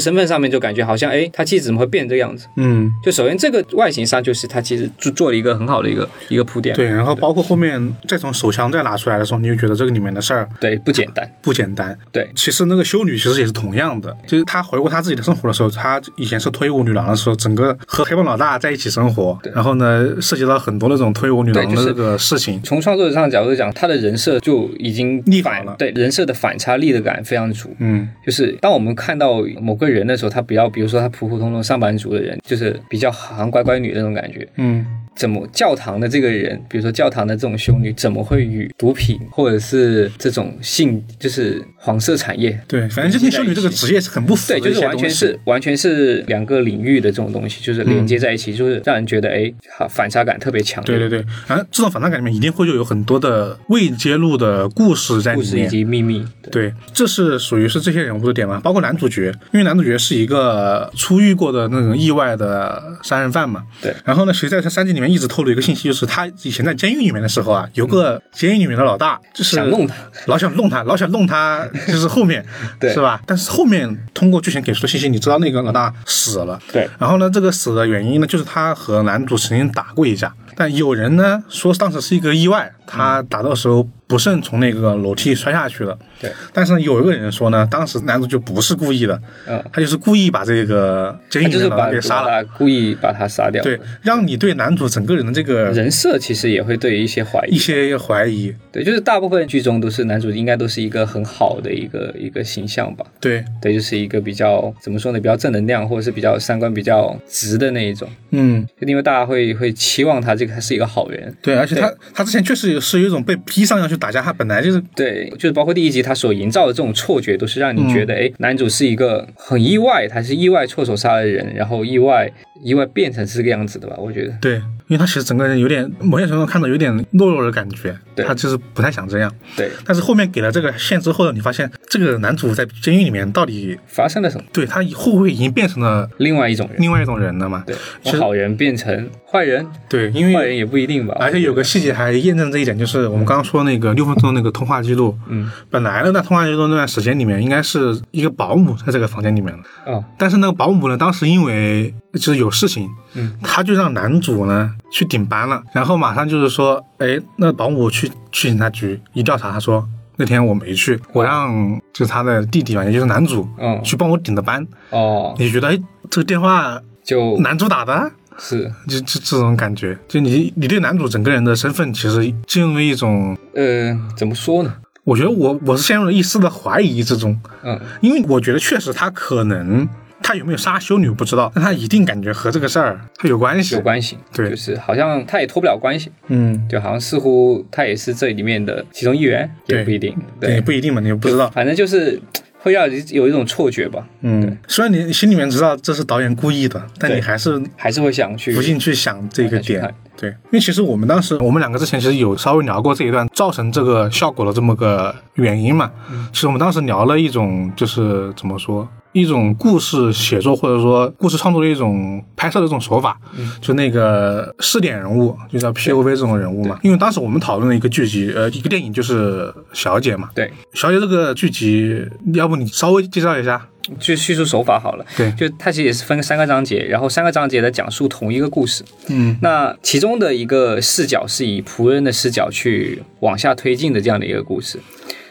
[SPEAKER 2] 身份上面就感觉好像，哎，他妻子怎么会变这个样子？
[SPEAKER 1] 嗯。
[SPEAKER 2] 就首先这个外形上，就是他其实就做了一个很好的一个一个铺垫，
[SPEAKER 1] 对，然后包括后面再从手枪再拿出来的时候，你就觉得这个里面的事儿
[SPEAKER 2] 对不简单，
[SPEAKER 1] 不简单。
[SPEAKER 2] 对
[SPEAKER 1] 其实那个修女其实也是同样的，就是她回顾她自己的生活的时候，她以前是脱衣舞女郎的时候，整个和黑帮老大在一起生活，然后呢，涉及到很多那种脱衣舞女郎的
[SPEAKER 2] 对就是
[SPEAKER 1] 这个事情。
[SPEAKER 2] 从创作者上的角度讲，他的人设就已经
[SPEAKER 1] 逆反了
[SPEAKER 2] 对人设的反差力的感非常足。
[SPEAKER 1] 嗯，
[SPEAKER 2] 就是当我们看到某个人的时候，他比较，比如说他普普通通上班族的人，就是比较好像乖乖女那种感觉。
[SPEAKER 1] 嗯，
[SPEAKER 2] 怎么教堂的这个人，比如说教堂的这种修女，怎么会与毒品或者是这种性，就是黄色产业？
[SPEAKER 1] 对，反正就跟修女这个职业是很不符的
[SPEAKER 2] 对，
[SPEAKER 1] 一些东
[SPEAKER 2] 就是完全是
[SPEAKER 1] 西
[SPEAKER 2] 完全是两个领域的这种东西，就是连接在一起，就是让人觉得哎，好反差感特别强
[SPEAKER 1] 嗯
[SPEAKER 2] 烈。
[SPEAKER 1] 对对对，反正这种反差感里面一定会就有很多的未揭露的故事在里
[SPEAKER 2] 故
[SPEAKER 1] 面，
[SPEAKER 2] 事以及秘密，
[SPEAKER 1] 对，这是属于是这些人物的点嘛，包括男主角，因为男主角是一个出狱过的那种意外的杀人犯嘛。
[SPEAKER 2] 对
[SPEAKER 1] 然后呢，其实在他三集里面一直透露一个信息，就是他以前在监狱里面的时候啊，有个监狱里面的老大，就是
[SPEAKER 2] 想弄他，
[SPEAKER 1] 老想弄他，老想弄 他，就是后面，
[SPEAKER 2] 对
[SPEAKER 1] 是吧？但是后面通过剧情给出的信息，你知道那个老大死了。
[SPEAKER 2] 对
[SPEAKER 1] 然后呢，这个死的原因呢，就是他和男主曾经打过一架，但有人呢说当时是一个意外，他
[SPEAKER 2] 嗯
[SPEAKER 1] 打到的时候不慎从那个楼梯摔下去了。
[SPEAKER 2] 对，
[SPEAKER 1] 但是呢，有一个人说呢，当时男主就不是故意的，
[SPEAKER 2] 嗯
[SPEAKER 1] 他就是故意把这个监狱
[SPEAKER 2] 他
[SPEAKER 1] 里
[SPEAKER 2] 就
[SPEAKER 1] 面
[SPEAKER 2] 是
[SPEAKER 1] 的
[SPEAKER 2] 把
[SPEAKER 1] 人给杀了，
[SPEAKER 2] 把他故意把他杀掉。
[SPEAKER 1] 对，，让你对男主整个人的这个
[SPEAKER 2] 人设其实也会对一些怀
[SPEAKER 1] 一
[SPEAKER 2] 疑。
[SPEAKER 1] 些怀疑。
[SPEAKER 2] 对，就是大部分剧中都是男主应该都是一个很好的一个一个形象吧。
[SPEAKER 1] 对，
[SPEAKER 2] 对，就是一个比较怎么说呢，比较正能量，或者是比较三观比较直的那一种。
[SPEAKER 1] 嗯，
[SPEAKER 2] 就因为大家会会期望他这个他是一个好人。
[SPEAKER 1] 对，而且他他之前确实是有一种被逼上要去打架，他本来就是
[SPEAKER 2] 对，就是包括第一集他所营造的这种错觉，都是让你
[SPEAKER 1] 嗯
[SPEAKER 2] 觉得，哎、男主是一个很意外，他是意外错手杀了人，然后意外意外变成是这个样子的吧？我觉得，
[SPEAKER 1] 对，因为他其实整个人有点某些程度看着有点懦弱的感觉，
[SPEAKER 2] 对
[SPEAKER 1] 他就是不太想这样。
[SPEAKER 2] 对，
[SPEAKER 1] 但是后面给了这个线之后，你发现这个男主在监狱里面到底
[SPEAKER 2] 发生了什么？
[SPEAKER 1] 对他会不会已经变成了
[SPEAKER 2] 另外一种人，
[SPEAKER 1] 另外一种人了嘛？
[SPEAKER 2] 对，
[SPEAKER 1] 其
[SPEAKER 2] 从
[SPEAKER 1] 实
[SPEAKER 2] 好人变成坏人，
[SPEAKER 1] 对，因
[SPEAKER 2] 坏
[SPEAKER 1] 为
[SPEAKER 2] 人也不一定吧？
[SPEAKER 1] 而且有个细节还验证这一点，就是我们刚刚说那个六分钟那个通话记录，
[SPEAKER 2] 嗯，
[SPEAKER 1] 本来呢，那通话记录那段时间里面应该是一个保姆在这个房间里面的，
[SPEAKER 2] 哦，
[SPEAKER 1] 但是那个保姆呢，当时因为就是有事情，
[SPEAKER 2] 嗯，
[SPEAKER 1] 他就让男主呢去顶班了，然后马上就是说，哎，那保姆去去警察局一调查，他说那天我没去，我让就是他的弟弟嘛，也就是男主，
[SPEAKER 2] 嗯
[SPEAKER 1] 去帮我顶的班，
[SPEAKER 2] 哦，
[SPEAKER 1] 你觉得哎，这个电话
[SPEAKER 2] 就
[SPEAKER 1] 男主打的？啊
[SPEAKER 2] 是
[SPEAKER 1] 就这这种感觉，就你你对男主整个人的身份其实进入一种，
[SPEAKER 2] 呃，怎么说呢？
[SPEAKER 1] 我觉得我我是陷入了一丝的怀疑之中，
[SPEAKER 2] 嗯，
[SPEAKER 1] 因为我觉得确实他可能他有没有杀修女不知道，但他一定感觉和这个事儿他有关系。
[SPEAKER 2] 有关系，
[SPEAKER 1] 对
[SPEAKER 2] 就是好像他也脱不了关系，
[SPEAKER 1] 嗯，
[SPEAKER 2] 就好像似乎他也是这里面的其中一员，也
[SPEAKER 1] 对
[SPEAKER 2] 不一定，
[SPEAKER 1] 对，不一定嘛，你也不知道。
[SPEAKER 2] 反正就是会让人有一种错觉吧，
[SPEAKER 1] 嗯，虽然你心里面知道这是导演故意的，但
[SPEAKER 2] 对
[SPEAKER 1] 你还是
[SPEAKER 2] 还是会想去
[SPEAKER 1] 不禁去想这个
[SPEAKER 2] 想去
[SPEAKER 1] 点
[SPEAKER 2] 看。
[SPEAKER 1] 对，因为其实我们当时我们两个之前其实有稍微聊过这一段造成这个效果的这么个原因嘛。
[SPEAKER 2] 嗯
[SPEAKER 1] 其实我们当时聊了一种就是怎么说。一种故事写作或者说故事创作的一种拍摄的一种手法，
[SPEAKER 2] 嗯
[SPEAKER 1] 就那个试点人物，就叫 POV 这种人物嘛。因为当时我们讨论了一个剧集，呃，一个电影就是《小姐》嘛。
[SPEAKER 2] 对，
[SPEAKER 1] 《小姐》这个剧集，要不你稍微介绍一下？
[SPEAKER 2] 就叙述手法好了。
[SPEAKER 1] 对
[SPEAKER 2] 就它其实也是分三个章节，然后三个章节在讲述同一个故事。
[SPEAKER 1] 嗯，
[SPEAKER 2] 那其中的一个视角是以仆人的视角去往下推进的这样的一个故事。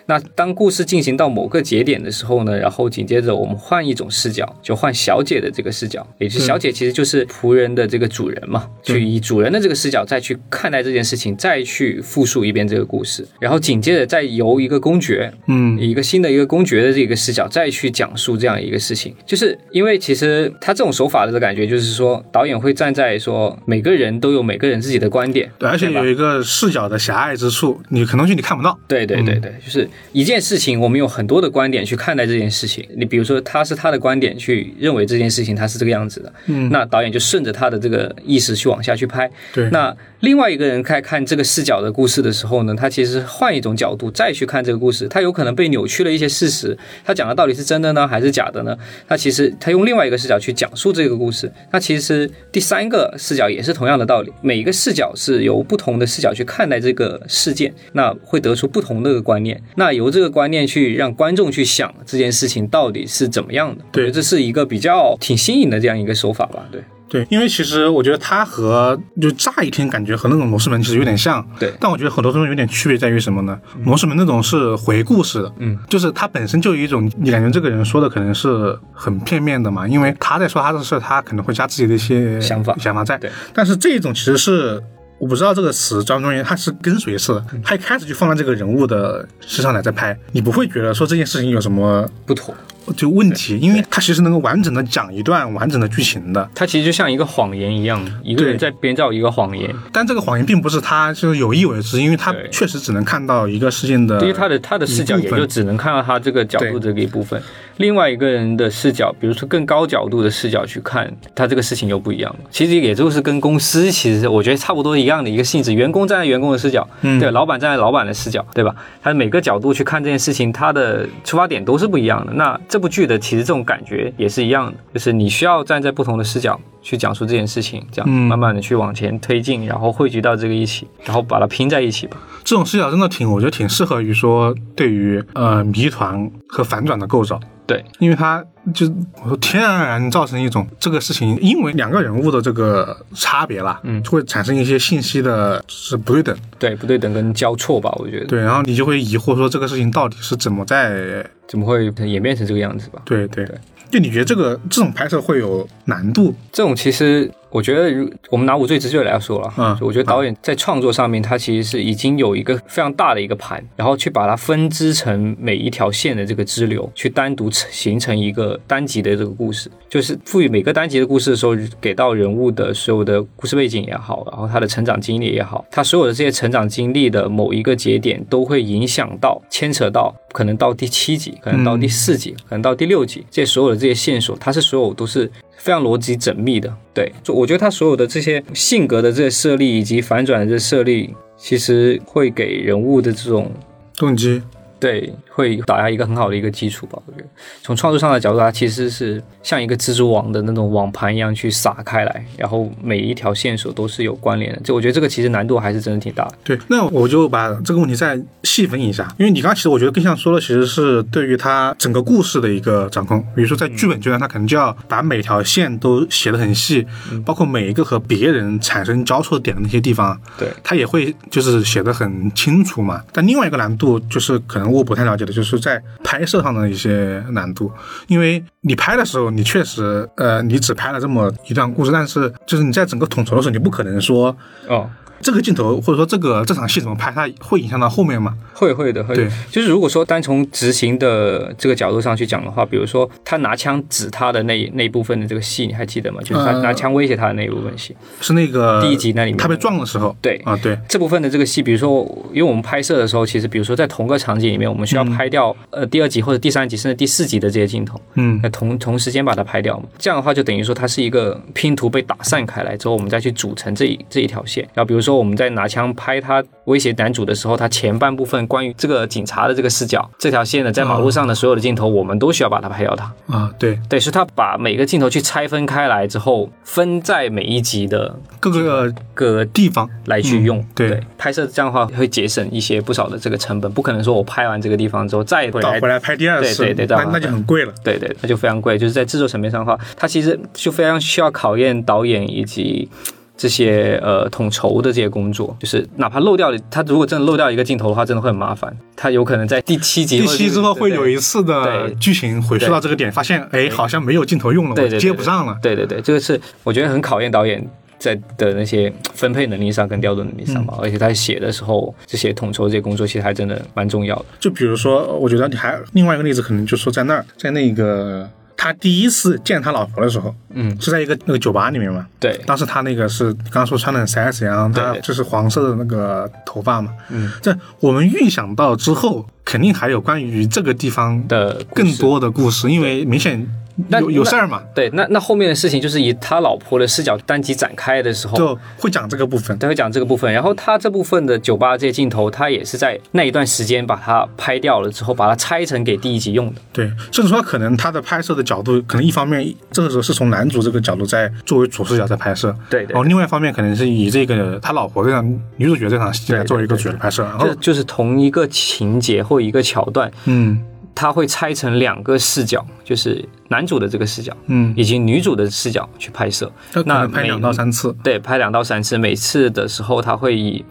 [SPEAKER 2] 那当故事进行到某个节点的时候呢，然后紧接着我们换一种视角，就换小姐的这个视角，也就是小姐其实就是仆人的这个主人嘛，去以主人的这个视角再去看待这件事情，再去复述一遍这个故事，然后紧接着再由一个公爵，
[SPEAKER 1] 嗯
[SPEAKER 2] 以一个新的一个公爵的这个视角再去讲述这样一个事情，就是因为其实他这种手法的感觉就是说，导演会站在说每个人都有每个人自己的观点，
[SPEAKER 1] 对，而且
[SPEAKER 2] 对吧
[SPEAKER 1] 有一个视角的狭隘之处，你很多东西你看不到。
[SPEAKER 2] 对对对对，就是一件事情，我们有很多的观点去看待这件事情。你比如说，他是他的观点去认为这件事情他是这个样子的，
[SPEAKER 1] 嗯
[SPEAKER 2] 那导演就顺着他的这个意识去往下去拍。
[SPEAKER 1] 对
[SPEAKER 2] 那另外一个人在看这个视角的故事的时候呢，他其实换一种角度再去看这个故事，他有可能被扭曲了一些事实，他讲的到底是真的呢还是假的呢？他其实他用另外一个视角去讲述这个故事。那其实第三个视角也是同样的道理，每一个视角是由不同的视角去看待这个事件，那会得出不同的观念。那由这个观念去让观众去想这件事情到底是怎么样的。
[SPEAKER 1] 对
[SPEAKER 2] 我觉得这是一个比较挺新颖的这样一个手法吧。对
[SPEAKER 1] 对，因为其实我觉得它和就乍一听感觉和那种罗士门其实有点像，
[SPEAKER 2] 对
[SPEAKER 1] 但我觉得很多东西有点区别在于什么呢？罗士门那种是回顾式的，
[SPEAKER 2] 嗯，
[SPEAKER 1] 就是它本身就有一种你感觉这个人说的可能是很片面的嘛，因为他在说他的事，他可能会加自己的一些
[SPEAKER 2] 想法
[SPEAKER 1] 想法在，
[SPEAKER 2] 对
[SPEAKER 1] 但是这种其实是。我不知道这个词张中原他是跟随式
[SPEAKER 2] 嗯
[SPEAKER 1] 的，他一开始就放在这个人物的身上来在拍，你不会觉得说这件事情有什么
[SPEAKER 2] 不同，
[SPEAKER 1] 就问题，因为他其实能够完整的讲一段完整的剧情的，
[SPEAKER 2] 它其实就像一个谎言一样，一个
[SPEAKER 1] 对
[SPEAKER 2] 人在编造一个谎言。
[SPEAKER 1] 但这个谎言并不是他就是有意为之，因为他
[SPEAKER 2] 对
[SPEAKER 1] 确实只能看到一个事件的，
[SPEAKER 2] 对于他的他的视角，
[SPEAKER 1] 呃一
[SPEAKER 2] 也
[SPEAKER 1] 部分
[SPEAKER 2] 就只能看到他这个角度这
[SPEAKER 1] 对
[SPEAKER 2] 个一部分。另外一个人的视角，比如说更高角度的视角去看他这个事情又不一样了。其实也就是跟公司其实我觉得差不多一样的一个性质，员工站在员工的视角，
[SPEAKER 1] 嗯
[SPEAKER 2] 对，老板站在老板的视角，对吧？他每个角度去看这件事情，他的出发点都是不一样的。那这部剧的其实这种感觉也是一样的，就是你需要站在不同的视角。去讲述这件事情，这样
[SPEAKER 1] 嗯
[SPEAKER 2] 慢慢的去往前推进，然后汇聚到这个一起，然后把它拼在一起吧。
[SPEAKER 1] 这种视角真的挺，我觉得挺适合于说对于呃谜团和反转的构造，
[SPEAKER 2] 对，
[SPEAKER 1] 因为它就我说天然而然造成一种这个事情，因为两个人物的这个差别啦，
[SPEAKER 2] 嗯
[SPEAKER 1] 就会产生一些信息的是不对等，
[SPEAKER 2] 对，不对等跟交错吧，我觉得。
[SPEAKER 1] 对，然后你就会疑惑说这个事情到底是怎么在，
[SPEAKER 2] 怎么会演变成这个样子吧？
[SPEAKER 1] 对对，就你觉得这个这种拍摄会有难度，
[SPEAKER 2] 这种其实我觉得如，我们拿《无罪之罪》来说了，
[SPEAKER 1] 嗯
[SPEAKER 2] 就我觉得导演在创作上面，他其实是已经有一个非常大的一个盘，然后去把它分支成每一条线的这个支流，去单独形成一个单集的这个故事，就是赋予每个单集的故事的时候，给到人物的所有的故事背景也好，然后他的成长经历也好，他所有的这些成长经历的某一个节点，都会影响到、牵扯到，可能到第七集，可能到第
[SPEAKER 1] 嗯
[SPEAKER 2] 四集，可能到第六集，这些所有的这些线索，它是所有都是非常逻辑缜密的。对，就我觉得它所有的这些性格的这些设立以及反转的这些设立，其实会给人物的这种
[SPEAKER 1] 动机，
[SPEAKER 2] 对，会打下一个很好的一个基础吧。我觉得从创作上的角度，它其实是像一个蜘蛛网的那种网盘一样去撒开来，然后每一条线索都是有关联的。就我觉得这个其实难度还是真的挺大的。
[SPEAKER 1] 对，那我就把这个问题再细分一下，因为你刚刚其实我觉得更像说的其实是对于它整个故事的一个掌控，比如说在剧本阶段，它可能就要把每条线都写得很细，包括每一个和别人产生交错点的那些地方，
[SPEAKER 2] 对，
[SPEAKER 1] 它也会就是写得很清楚嘛。但另外一个难度就是可能我不太了解的，就是在拍摄上的一些难度，因为你拍的时候，你确实呃，你只拍了这么一段故事，但是就是你在整个统筹的时候，你不可能说
[SPEAKER 2] 哦，
[SPEAKER 1] 这个镜头或者说这个这场戏怎么拍，它会影响到后面嘛？
[SPEAKER 2] 会会的，会的
[SPEAKER 1] 对。
[SPEAKER 2] 就是如果说单从执行的这个角度上去讲的话，比如说他拿枪指他的那那一部分的这个戏，你还记得吗？就是他
[SPEAKER 1] 呃
[SPEAKER 2] 拿枪威胁他的那一部分戏。
[SPEAKER 1] 是那个
[SPEAKER 2] 第一集那里面
[SPEAKER 1] 他被撞的时候，
[SPEAKER 2] 对
[SPEAKER 1] 啊，对，
[SPEAKER 2] 这部分的这个戏，比如说，因为我们拍摄的时候，其实比如说在同个场景里面，我们需要拍掉、呃第二集或者第三集甚至第四集的这些镜头，
[SPEAKER 1] 嗯
[SPEAKER 2] 那同同时间把它拍掉嘛。这样的话，就等于说它是一个拼图被打散开来之后，我们再去组成这一这一条线。然后比如说我们在拿枪拍他威胁男主的时候，他前半部分关于这个警察的这个视角，这条线呢在马路上的所有的镜头，我们都需要把它拍掉它。
[SPEAKER 1] 啊，对，
[SPEAKER 2] 对，是他把每个镜头去拆分开来之后，分在每一集的
[SPEAKER 1] 各个
[SPEAKER 2] 各
[SPEAKER 1] 地方，
[SPEAKER 2] 来去用。
[SPEAKER 1] 嗯对
[SPEAKER 2] 拍摄这样的话会节省一些不少的这个成本，不可能说我拍完这个地方之后再回
[SPEAKER 1] 倒
[SPEAKER 2] 来
[SPEAKER 1] 回。来拍第二次，
[SPEAKER 2] 对对对
[SPEAKER 1] 那
[SPEAKER 2] 倒
[SPEAKER 1] 那就很贵了。
[SPEAKER 2] 对对，那就非常贵。就是在制作层面上的话，它其实就非常需要考验导演以及这些呃统筹的这些工作，就是哪怕漏掉了，他如果真的漏掉一个镜头的话，真的会很麻烦。他有可能在第七集
[SPEAKER 1] 第
[SPEAKER 2] 或者
[SPEAKER 1] 七之后会有一次的
[SPEAKER 2] 对
[SPEAKER 1] 剧情回溯到这个点，发现哎好像没有镜头用了，
[SPEAKER 2] 对
[SPEAKER 1] 我
[SPEAKER 2] 对对
[SPEAKER 1] 接不上了。
[SPEAKER 2] 对对对，这个是我觉得很考验导演在的那些分配能力上跟调度能力上
[SPEAKER 1] 嗯
[SPEAKER 2] 吧，而且他写的时候这些统筹这些工作其实还真的蛮重要的。
[SPEAKER 1] 就比如说，我觉得你还另外一个例子，可能就说在那儿，在那个他第一次见他老婆的时候，
[SPEAKER 2] 嗯，
[SPEAKER 1] 是在一个那个酒吧里面嘛。
[SPEAKER 2] 对
[SPEAKER 1] 当时他那个是刚刚说穿的很 sexy，然后他
[SPEAKER 2] 对
[SPEAKER 1] 就是黄色的那个头发嘛。
[SPEAKER 2] 嗯，
[SPEAKER 1] 这我们预想到之后，肯定还有关于这个地方
[SPEAKER 2] 的故
[SPEAKER 1] 更
[SPEAKER 2] 事
[SPEAKER 1] 多的故事，因为明显
[SPEAKER 2] 那
[SPEAKER 1] 有有
[SPEAKER 2] 那
[SPEAKER 1] 事儿嘛，
[SPEAKER 2] 对，那那后面的事情就是以他老婆的视角单集展开的时候，
[SPEAKER 1] 就会讲这个部分。
[SPEAKER 2] 他会讲这个部分，然后他这部分的酒吧这些镜头，他也是在那一段时间把它拍掉了之后，把它拆成给第一集用的。
[SPEAKER 1] 对，甚至说可能他的拍摄的角度，可能一方面这个时候是从男主这个角度在作为主视角在拍摄，
[SPEAKER 2] 对
[SPEAKER 1] 然后另外一方面可能是以这个他老婆这场女主角这场戏来作为一个主角拍摄，然后
[SPEAKER 2] 就就是同一个情节或一个桥段，
[SPEAKER 1] 哦嗯
[SPEAKER 2] 它会拆成两个视角，就是男主的这个视角，
[SPEAKER 1] 嗯，
[SPEAKER 2] 以及女主的视角去拍摄。
[SPEAKER 1] 他可
[SPEAKER 2] 那
[SPEAKER 1] 能拍
[SPEAKER 2] 每
[SPEAKER 1] 两到三次，
[SPEAKER 2] 对，拍两到三次，每次的时候他会以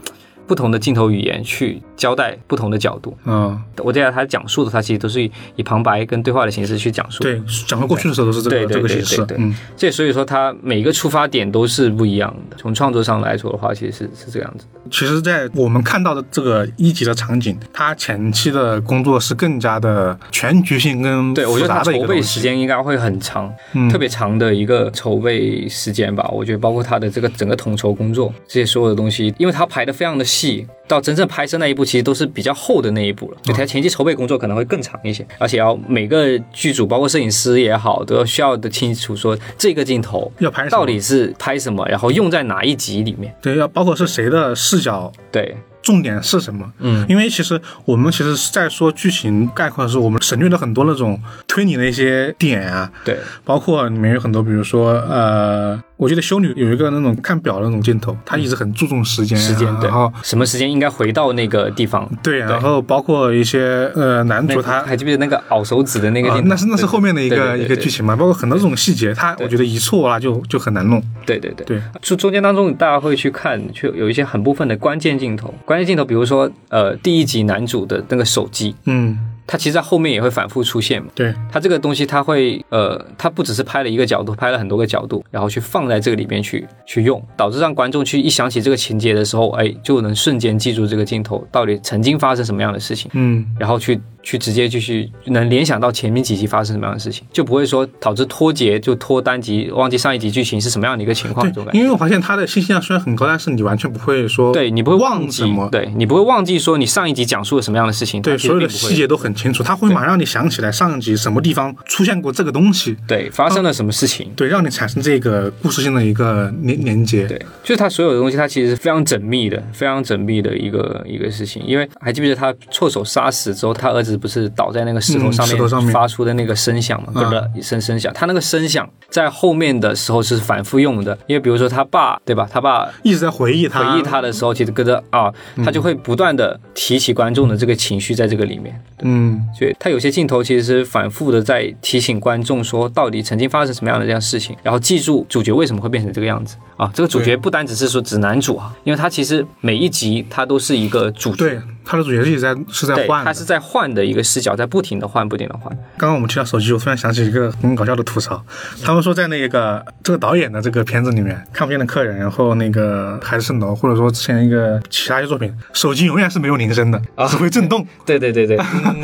[SPEAKER 2] 不同的镜头语言去交代不同的角度。
[SPEAKER 1] 嗯，
[SPEAKER 2] 我记得他讲述的，他其实都是以以旁白跟对话的形式去讲述。
[SPEAKER 1] 对，讲到过去的时候都是这
[SPEAKER 2] 对
[SPEAKER 1] 个
[SPEAKER 2] 对
[SPEAKER 1] 这个
[SPEAKER 2] 对
[SPEAKER 1] 形式
[SPEAKER 2] 对，对
[SPEAKER 1] 嗯，
[SPEAKER 2] 这所以说，它每一个出发点都是不一样的。从创作上来说的话，其实是是这个样子。
[SPEAKER 1] 其实，在我们看到的这个一级的场景，它前期的工作是更加的全局性跟
[SPEAKER 2] 对，我
[SPEAKER 1] 复
[SPEAKER 2] 觉得它
[SPEAKER 1] 杂的一
[SPEAKER 2] 筹
[SPEAKER 1] 个东
[SPEAKER 2] 备
[SPEAKER 1] 西
[SPEAKER 2] 时，间应该会很长，
[SPEAKER 1] 嗯
[SPEAKER 2] 特别长的一个筹备时间吧。我觉得包括它的这个整个统筹工作，这些所有的东西，因为它排的非常的细，到真正拍摄那一步，其实都是比较厚的那一步了。就它前期筹备工作可能会更长一些，而且要每个剧组，包括摄影师也好，都要需要的清楚说这个镜头
[SPEAKER 1] 要拍什么
[SPEAKER 2] 到底是拍什么，然后用在哪一集里面。
[SPEAKER 1] 对，要包括是谁的视角
[SPEAKER 2] 对，
[SPEAKER 1] 重点是什么？
[SPEAKER 2] 嗯，
[SPEAKER 1] 因为其实我们其实是在说剧情概括的时候，我们省略了很多那种推理的一些点啊，
[SPEAKER 2] 对，
[SPEAKER 1] 包括里面有很多，比如说呃，我记得修女有一个那种看表的那种镜头，她一直很注重时间啊、
[SPEAKER 2] 时间对
[SPEAKER 1] 然后。，
[SPEAKER 2] 什么时间应该回到那个地方？
[SPEAKER 1] 对，然后包括一些呃，男
[SPEAKER 2] 那
[SPEAKER 1] 主
[SPEAKER 2] 个
[SPEAKER 1] 他
[SPEAKER 2] 还记不记得那个拗手指的那个
[SPEAKER 1] 啊
[SPEAKER 2] 镜头、，
[SPEAKER 1] 那是那是后面的一
[SPEAKER 2] 对
[SPEAKER 1] 个
[SPEAKER 2] 对对
[SPEAKER 1] 一个
[SPEAKER 2] 对
[SPEAKER 1] 剧情嘛，包括很多这种细节，它我觉得一错啊就就很难弄。
[SPEAKER 2] 对对对
[SPEAKER 1] 对，
[SPEAKER 2] 就中间当中大家会去看，就有一些很部分的关键镜头，关键镜头，比如说呃第一集男主的那个手机，
[SPEAKER 1] 嗯，
[SPEAKER 2] 它其实在后面也会反复出现嘛。
[SPEAKER 1] 对，
[SPEAKER 2] 它这个东西，它会呃，它不只是拍了一个角度，拍了很多个角度，然后去放在这个里面去去用，导致让观众去一想起这个情节的时候，哎，就能瞬间记住这个镜头到底曾经发生什么样的事情。
[SPEAKER 1] 嗯，
[SPEAKER 2] 然后去去直接就去能联想到前面几集发生什么样的事情，就不会说导致脱节，就脱单集，忘记上一集剧情是什么样的一个情况，这种
[SPEAKER 1] 对，
[SPEAKER 2] 感觉。
[SPEAKER 1] 因为我发现它的信息量虽然很高，但是你完全不会说
[SPEAKER 2] 对你不会
[SPEAKER 1] 忘
[SPEAKER 2] 记
[SPEAKER 1] 什么，
[SPEAKER 2] 对你不会忘记说你上一集讲述了什么样的事情，
[SPEAKER 1] 对，
[SPEAKER 2] 它其实
[SPEAKER 1] 所有的
[SPEAKER 2] 并不会
[SPEAKER 1] 细节都很清楚，它会马上让你想起来上一集什么地方出现过这个东西，
[SPEAKER 2] 对发生
[SPEAKER 1] 嗯
[SPEAKER 2] 了什么事情，
[SPEAKER 1] 对，让你产生这个故事性的一个连连接。
[SPEAKER 2] 对，就是它所有的东西，它其实是非常缜密的，非常缜密的一个一个事情。因为还记不记得他错手杀死之后，他儿子不是倒在那个石头
[SPEAKER 1] 嗯
[SPEAKER 2] 上
[SPEAKER 1] 石头上面
[SPEAKER 2] 面发出的那个声响嘛，咯
[SPEAKER 1] 啊
[SPEAKER 2] 咯一声声响。他那个声响在后面的时候是反复用的，因为比如说他爸对吧，他爸
[SPEAKER 1] 一直在回忆它，
[SPEAKER 2] 回忆他的时候，其实跟着啊，
[SPEAKER 1] 嗯
[SPEAKER 2] 他就会不断的提起观众的这个情绪在这个里面。
[SPEAKER 1] 嗯，
[SPEAKER 2] 所以他有些镜头其实是反复的在提醒观众说，到底曾经发生什么样的这样的事情，然后记住主角为什么会变成这个样子啊。这个主角不单只是说指男主啊，因为他其实每一集他都是一个主角。
[SPEAKER 1] 对，它的主角是一直在是在
[SPEAKER 2] 对，
[SPEAKER 1] 换
[SPEAKER 2] 他
[SPEAKER 1] 的。
[SPEAKER 2] 是在换的一个视角，在不停的换，不停的换。
[SPEAKER 1] 刚刚我们提到手机，我突然想起一个很搞笑的吐槽，他们说在那个这个导演的这个片子里面，《看不见的客人》，然后那个《海市蜃楼》，或者说之前一个其他一些作品，手机永远是没有铃声的，
[SPEAKER 2] 啊
[SPEAKER 1] 只会震动，
[SPEAKER 2] 对对对对，嗯，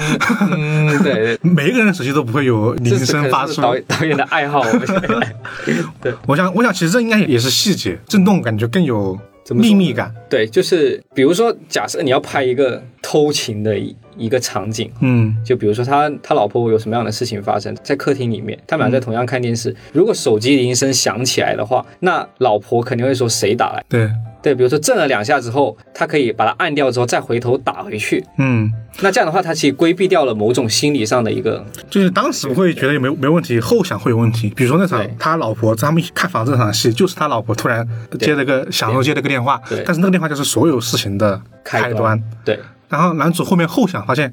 [SPEAKER 2] 嗯对对，
[SPEAKER 1] 每一个人手机都不会有铃
[SPEAKER 2] 这是可
[SPEAKER 1] 声
[SPEAKER 2] 能
[SPEAKER 1] 发
[SPEAKER 2] 是
[SPEAKER 1] 出。
[SPEAKER 2] 导演导演的爱好。我觉得
[SPEAKER 1] 我想，我想其实这应该也是细节，震动感觉更有
[SPEAKER 2] 怎么说
[SPEAKER 1] 秘
[SPEAKER 2] 呢
[SPEAKER 1] 密感。
[SPEAKER 2] 对，就是比如说，假设你要拍一个偷情的一一个场景，
[SPEAKER 1] 嗯，
[SPEAKER 2] 就比如说他他老婆有什么样的事情发生在客厅里面，他们俩
[SPEAKER 1] 嗯
[SPEAKER 2] 在同样看电视。如果手机铃声响起来的话，那老婆肯定会说谁打来？
[SPEAKER 1] 对，
[SPEAKER 2] 对，比如说震了两下之后，他可以把它按掉之后再回头打回去。
[SPEAKER 1] 嗯，
[SPEAKER 2] 那这样的话，他其实规避掉了某种心理上的一个
[SPEAKER 1] 就是当时会觉得没没问题，后想会有问题。比如说那场
[SPEAKER 2] 对
[SPEAKER 1] 他老婆他们看房子那场戏，就是他老婆突然接了个想又接了个电话
[SPEAKER 2] 对，
[SPEAKER 1] 但是那个电话就是所有事情的
[SPEAKER 2] 开
[SPEAKER 1] 开
[SPEAKER 2] 端
[SPEAKER 1] 端。
[SPEAKER 2] 对
[SPEAKER 1] 然后男主后面后想发现，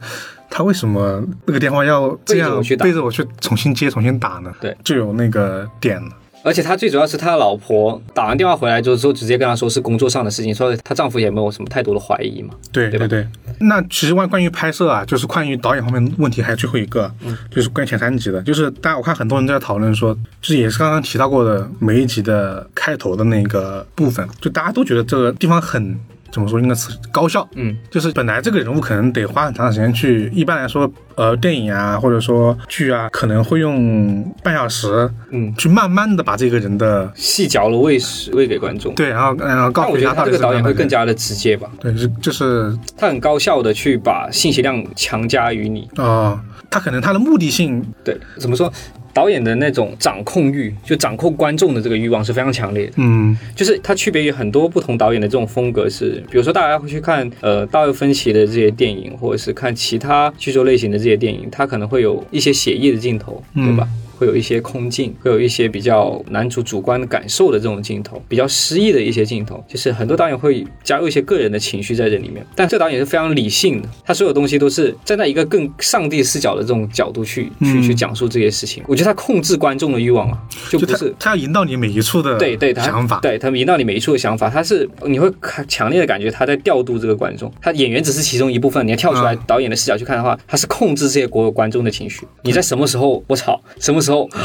[SPEAKER 1] 他为什么那个电话要这
[SPEAKER 2] 背着
[SPEAKER 1] 样
[SPEAKER 2] 我去打
[SPEAKER 1] 背着我去重新接重新打呢？
[SPEAKER 2] 对，
[SPEAKER 1] 就有那个点了。
[SPEAKER 2] 而且他最主要是他老婆打完电话回来之后，之后直接跟他说是工作上的事情，所以她丈夫也没有什么太多的怀疑嘛。
[SPEAKER 1] 对
[SPEAKER 2] 对吧
[SPEAKER 1] 对对，那其实关关于拍摄啊，就是关于导演方面的问题，还有最后一个，
[SPEAKER 2] 嗯
[SPEAKER 1] 就是关于前三集的，就是大家我看很多人在讨论说，就是也是刚刚提到过的每一集的开头的那个部分，就大家都觉得这个地方很。怎么说？应该是高效，
[SPEAKER 2] 嗯，
[SPEAKER 1] 就是本来这个人物可能得花很长时间去，一般来说，呃，电影啊，或者说剧啊，可能会用半小时，
[SPEAKER 2] 嗯，
[SPEAKER 1] 去慢慢的把这个人的
[SPEAKER 2] 细嚼了喂食喂给观众。
[SPEAKER 1] 对，然后然后告
[SPEAKER 2] 但
[SPEAKER 1] 诉
[SPEAKER 2] 我觉
[SPEAKER 1] 他到底
[SPEAKER 2] 得他这
[SPEAKER 1] 是
[SPEAKER 2] 个导演
[SPEAKER 1] 怎么
[SPEAKER 2] 会
[SPEAKER 1] 样的
[SPEAKER 2] 更加的直接吧，
[SPEAKER 1] 对，是就是
[SPEAKER 2] 他很高效的去把信息量强加于你。
[SPEAKER 1] 啊、他可能他的目的性
[SPEAKER 2] 对，怎么说？导演的那种掌控欲，就掌控观众的这个欲望是非常强烈的。
[SPEAKER 1] 嗯
[SPEAKER 2] 就是它区别于很多不同导演的这种风格是，比如说大家会去看呃大卫芬奇的这些电影，或者是看其他剧作类型的这些电影，它可能会有一些写意的镜头，
[SPEAKER 1] 嗯
[SPEAKER 2] 对吧？会有一些空镜，会有一些比较男主主观感受的这种镜头，比较诗意的一些镜头，就是很多导演会加入一些个人的情绪在这里面。但这导演是非常理性的，他所有东西都是站在一个更上帝视角的这种角度去去
[SPEAKER 1] 嗯
[SPEAKER 2] 去讲述这些事情。我觉得他控制观众的欲望啊，就
[SPEAKER 1] 就
[SPEAKER 2] 不
[SPEAKER 1] 他
[SPEAKER 2] 是
[SPEAKER 1] 他要引导你每一处的
[SPEAKER 2] 对对，他
[SPEAKER 1] 想法，
[SPEAKER 2] 对他们引导你每一处的想法，他是你会看强烈的感觉他在调度这个观众，他演员只是其中一部分，你要跳出来
[SPEAKER 1] 嗯
[SPEAKER 2] 导演的视角去看的话，他是控制这些国有观众的情绪，你在什么时候我操，什么时候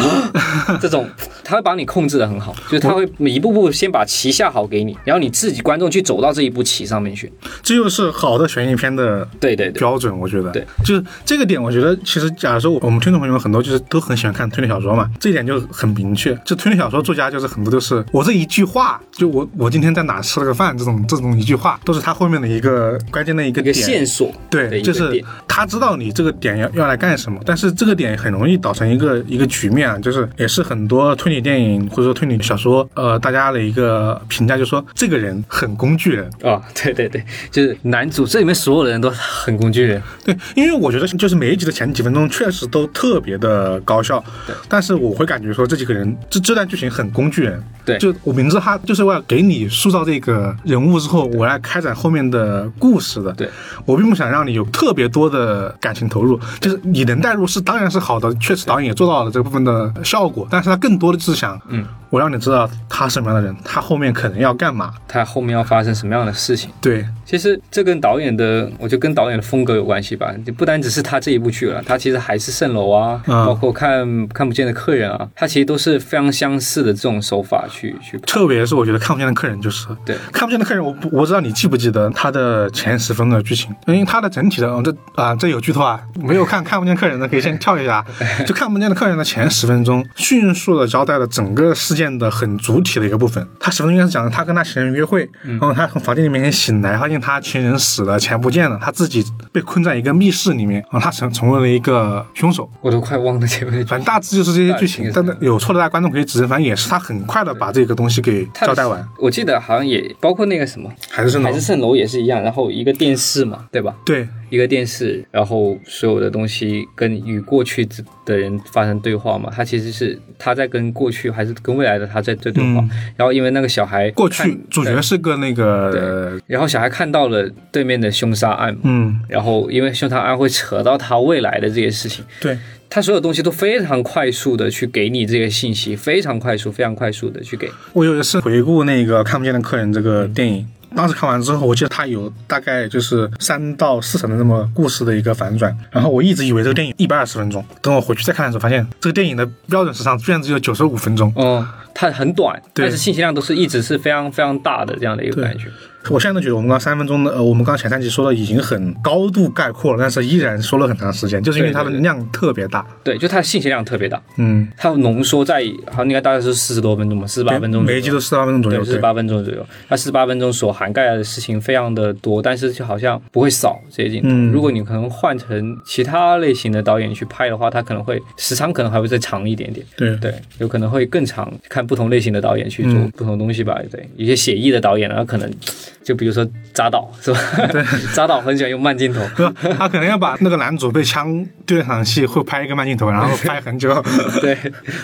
[SPEAKER 2] 这种， 他会把你控制的很好，就是他会每一步步先把棋下好给你，然后你自己观众去走到这一步棋上面去，
[SPEAKER 1] 这就是好的悬疑片的
[SPEAKER 2] 对对对，
[SPEAKER 1] 标准，我觉得
[SPEAKER 2] 对，
[SPEAKER 1] 就是这个点，我觉得其实假如说我们听众朋友们很多就是都很喜欢看推理小说嘛，这一点就很明确，就推理小说作家就是很多都是我这一句话，就我我今天在哪吃了个饭这种这种一句话，都是他后面的一个关键的一个
[SPEAKER 2] 一个
[SPEAKER 1] 点。
[SPEAKER 2] 线索，的
[SPEAKER 1] 对，
[SPEAKER 2] 一
[SPEAKER 1] 就
[SPEAKER 2] 个
[SPEAKER 1] 是
[SPEAKER 2] 点
[SPEAKER 1] 他知道你这个点要要来干什么，但是这个点很容易导成一个一个局面啊，就是也是很多推理电影或者说推理小说，呃，大家的一个评价，就说这个人很工具人。
[SPEAKER 2] 啊，对对对，就是男主这里面所有的人都很工具人，
[SPEAKER 1] 对，因为我觉得就是每一集的前几分钟确实都特别的高效，但是我会感觉说这几个人这这段剧情很工具人。
[SPEAKER 2] 对
[SPEAKER 1] 就我明知他就是为了给你塑造这个人物之后，我来开展后面的故事的。
[SPEAKER 2] 对，
[SPEAKER 1] 我并不想让你有特别多的感情投入，就是你能带入是当然是好的，确实导演也做到了这部分的效果，但是他更多的是想，嗯，我让你知道他什么样的人，他后面可能要干嘛。
[SPEAKER 2] 他后面要发生什么样的事情。
[SPEAKER 1] 对，
[SPEAKER 2] 其实这跟导演的，我觉得跟导演的风格有关系吧。就不单只是他这一部剧了，他其实还是蜃楼啊，
[SPEAKER 1] 嗯
[SPEAKER 2] 包括看看不见的客人啊，他其实都是非常相似的这种手法去去拍。
[SPEAKER 1] 特别是我觉得看不见的客人就是
[SPEAKER 2] 对
[SPEAKER 1] 看不见的客人我不，我知道你记不记得他的前十分钟的剧情，因为他的整体的，哦、这啊、这有剧透啊，没有看看不见客人的可以先跳一 下，就看不见的客人的前十分钟，迅速的交代了整个事件的很主体的一个部分。他十分钟应该是讲的他跟他情人约会，
[SPEAKER 2] 嗯
[SPEAKER 1] 然后他从房间里面先醒来，发现他情人死了，钱不见了，他自己被困在一个密室里面，然后他成成为了一个凶手。
[SPEAKER 2] 我都快忘了前面 的剧
[SPEAKER 1] 反正大致就是这些剧情，
[SPEAKER 2] 大致
[SPEAKER 1] 但是有错的大家观众可以指正。反正也是他很快的把这个东西给
[SPEAKER 2] 他
[SPEAKER 1] 交代完，
[SPEAKER 2] 我记得好像也包括那个什么
[SPEAKER 1] 还是
[SPEAKER 2] 海市蜃楼也是一样，然后一个电视嘛，对吧？
[SPEAKER 1] 对，
[SPEAKER 2] 一个电视，然后所有的东西跟与过去的人发生对话嘛，他其实是他在跟过去还是跟未来的他在在对话。
[SPEAKER 1] 嗯
[SPEAKER 2] 然后因为那个小孩
[SPEAKER 1] 过
[SPEAKER 2] 看
[SPEAKER 1] 去主角是个那个，
[SPEAKER 2] 然后小孩看到了对面的凶杀案嘛，
[SPEAKER 1] 嗯，
[SPEAKER 2] 然后因为凶杀案会扯到他未来的这些事情，
[SPEAKER 1] 对，
[SPEAKER 2] 他所有东西都非常快速的去给你这些信息，非常快速、非常快速的去给。
[SPEAKER 1] 我有一次回顾那个《看不见的客人》这个
[SPEAKER 2] 嗯
[SPEAKER 1] 电影，当时看完之后，我记得它有大概就是三到四层的这么故事的一个反转。然后我一直以为这个电影一百二十分钟，等我回去再看的时候，发现这个电影的标准时长居然只有九十五分钟。
[SPEAKER 2] 哦，它很短，
[SPEAKER 1] 对
[SPEAKER 2] 但是信息量都是一直是非常非常大的这样的一个
[SPEAKER 1] 对
[SPEAKER 2] 感觉。
[SPEAKER 1] 我现在都觉得我们刚三分钟的，呃，我们刚前三集说的已经很高度概括了，但是依然说了很长时间，就是因为它的
[SPEAKER 2] 对对对
[SPEAKER 1] 量特别大。
[SPEAKER 2] 对，就它的信息量特别大，
[SPEAKER 1] 嗯，
[SPEAKER 2] 它浓缩在好像应该大概是四十多分钟吧，四十八分钟左右。
[SPEAKER 1] 每一集都四十八分钟左右，
[SPEAKER 2] 对，四十八分钟左右。那四十八分钟所涵盖的事情非常的多，但是就好像不会少这些镜头。
[SPEAKER 1] 嗯
[SPEAKER 2] 如果你可能换成其他类型的导演去拍的话，他可能会时长可能还会再长一点点。
[SPEAKER 1] 对
[SPEAKER 2] 对，有可能会更长，看不同类型的导演去做
[SPEAKER 1] 嗯
[SPEAKER 2] 不同东西吧。对，一些写意的导演呢，他可能就比如说扎导是吧？对， 扎导很喜欢用 慢镜头，
[SPEAKER 1] 对吧？ 他可能要把那个男主被枪对那场戏会拍一个慢镜头，然后拍很久。
[SPEAKER 2] 对，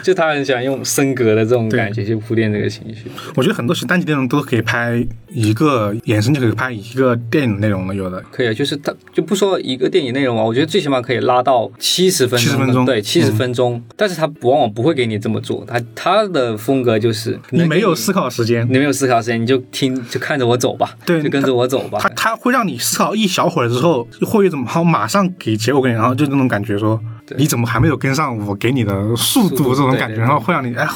[SPEAKER 2] 就他很喜欢用升格的这种感觉去铺垫这个情绪。
[SPEAKER 1] 我觉得很多其实单集内容都可以拍一个衍生，就可以拍一个电影内容了，有的。
[SPEAKER 2] 可以，啊就是他就不说一个电影内容啊，我觉得最起码可以拉到七十分钟
[SPEAKER 1] 70
[SPEAKER 2] 的，
[SPEAKER 1] 分钟嗯
[SPEAKER 2] 对，七十分钟。但是他往往不会给你这么做，他他的风格就是
[SPEAKER 1] 你没有
[SPEAKER 2] 思
[SPEAKER 1] 思考时间，
[SPEAKER 2] 你没有思考时间，你就听就看着我走吧，
[SPEAKER 1] 对
[SPEAKER 2] 就跟着我走吧
[SPEAKER 1] 他。他会让你思考一小会儿之后，会有一种好马上给结果给你，然后就那种感觉说，你怎么还没有跟上我给你的速
[SPEAKER 2] 速度
[SPEAKER 1] 度这种感
[SPEAKER 2] 对
[SPEAKER 1] 觉，
[SPEAKER 2] 对
[SPEAKER 1] 然后会让你哎呀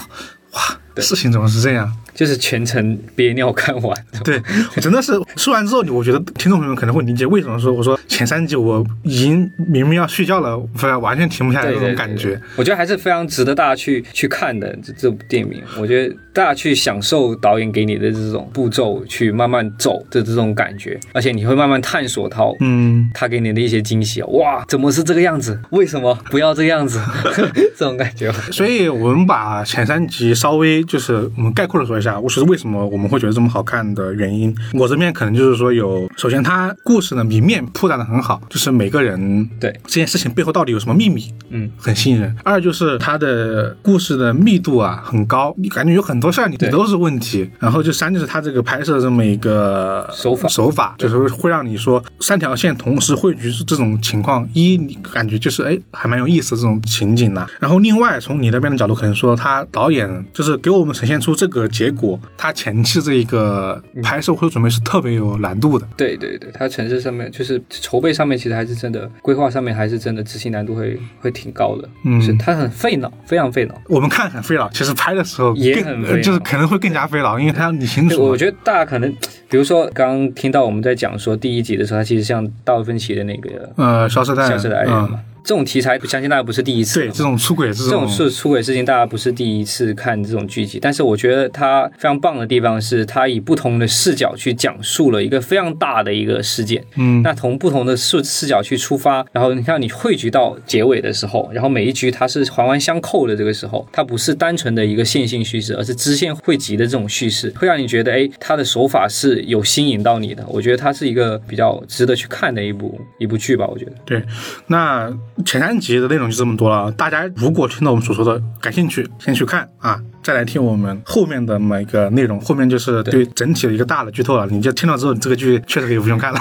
[SPEAKER 1] 哇，事情怎么是这样？
[SPEAKER 2] 就是全程憋尿看完。
[SPEAKER 1] 对，我真的是说完之后，你我觉得听众朋友们可能会理解为什么说我说前三集我已经明明要睡觉了，反正完全停不下来
[SPEAKER 2] 对
[SPEAKER 1] 那
[SPEAKER 2] 对对
[SPEAKER 1] 种感
[SPEAKER 2] 对
[SPEAKER 1] 觉。
[SPEAKER 2] 我觉得还是非常值得大家去去看的这这部电影。我觉得大家去享受导演给你的这种步骤，去慢慢走的这种感觉，而且你会慢慢探索到
[SPEAKER 1] 嗯，
[SPEAKER 2] 他给你的一些惊喜。啊哇，怎么是这个样子？为什么不要这个样子？ 这种感觉。
[SPEAKER 1] 所以我们把前三集稍微就是我们概括的说一下，我是为什么我们会觉得这么好看的原因。我这边可能就是说有，首先它故事呢明面铺展的很好，就是每个人
[SPEAKER 2] 对
[SPEAKER 1] 这件事情背后到底有什么秘密，
[SPEAKER 2] 嗯，
[SPEAKER 1] 很吸引人。二就是它的故事的密度啊很高，你感觉有很多事儿你
[SPEAKER 2] 对
[SPEAKER 1] 都是问题。然后就三就是它这个拍摄的这么一个
[SPEAKER 2] 手法
[SPEAKER 1] 手法就是会让你说三条线同时汇聚这种情况，一你感觉就是哎还蛮有意思的这种情景呐、然后另外从你那边的角度，可能说他导演就是给我们呈现出这个结果，他前期这一个拍摄或者准备是特别有难度的。
[SPEAKER 2] 对对对，它城市上面就是筹备上面，其实还是真的规划上面还是真的执行难度会会挺高的。
[SPEAKER 1] 嗯
[SPEAKER 2] 是它很费脑，非常费脑。
[SPEAKER 1] 我们看很费脑，其实拍的时候
[SPEAKER 2] 也
[SPEAKER 1] 更
[SPEAKER 2] 很费脑
[SPEAKER 1] 就是可能会更加费脑，因为他要理清
[SPEAKER 2] 对，
[SPEAKER 1] 楚嘛。
[SPEAKER 2] 我觉得大家可能，比如说刚刚听到我们在讲说第一集的时候，它其实像大卫芬奇的那个
[SPEAKER 1] 呃，消失
[SPEAKER 2] 《
[SPEAKER 1] 蛋，
[SPEAKER 2] 消失的爱人》
[SPEAKER 1] 嗯
[SPEAKER 2] 嘛，这种题材，相信大家不是第一次
[SPEAKER 1] 对，
[SPEAKER 2] 了。
[SPEAKER 1] 这种出轨，这
[SPEAKER 2] 这
[SPEAKER 1] 种
[SPEAKER 2] 种是出轨事情，大家不是第一次看这种剧集，但是我觉得它非常棒的地方是，它以不同的视角去讲述了一个非常大的一个事件。
[SPEAKER 1] 嗯，
[SPEAKER 2] 那从不同的视视角去出发，然后你看你汇聚到结尾的时候，然后每一局它是环环相扣的，这个时候它不是单纯的一个线性叙事，而是支线汇集的这种叙事，会让你觉得哎，它的手法是有新颖到你的。我觉得它是一个比较值得去看的一部一部剧吧，我觉得。
[SPEAKER 1] 对。那前三集的内容就这么多了，啊大家如果听到我们所说的感兴趣，先去看啊，再来听我们后面的每个内容。后面就是对整体的一个大的剧透了，你就听到之后，你这个剧确实可以不用 看了。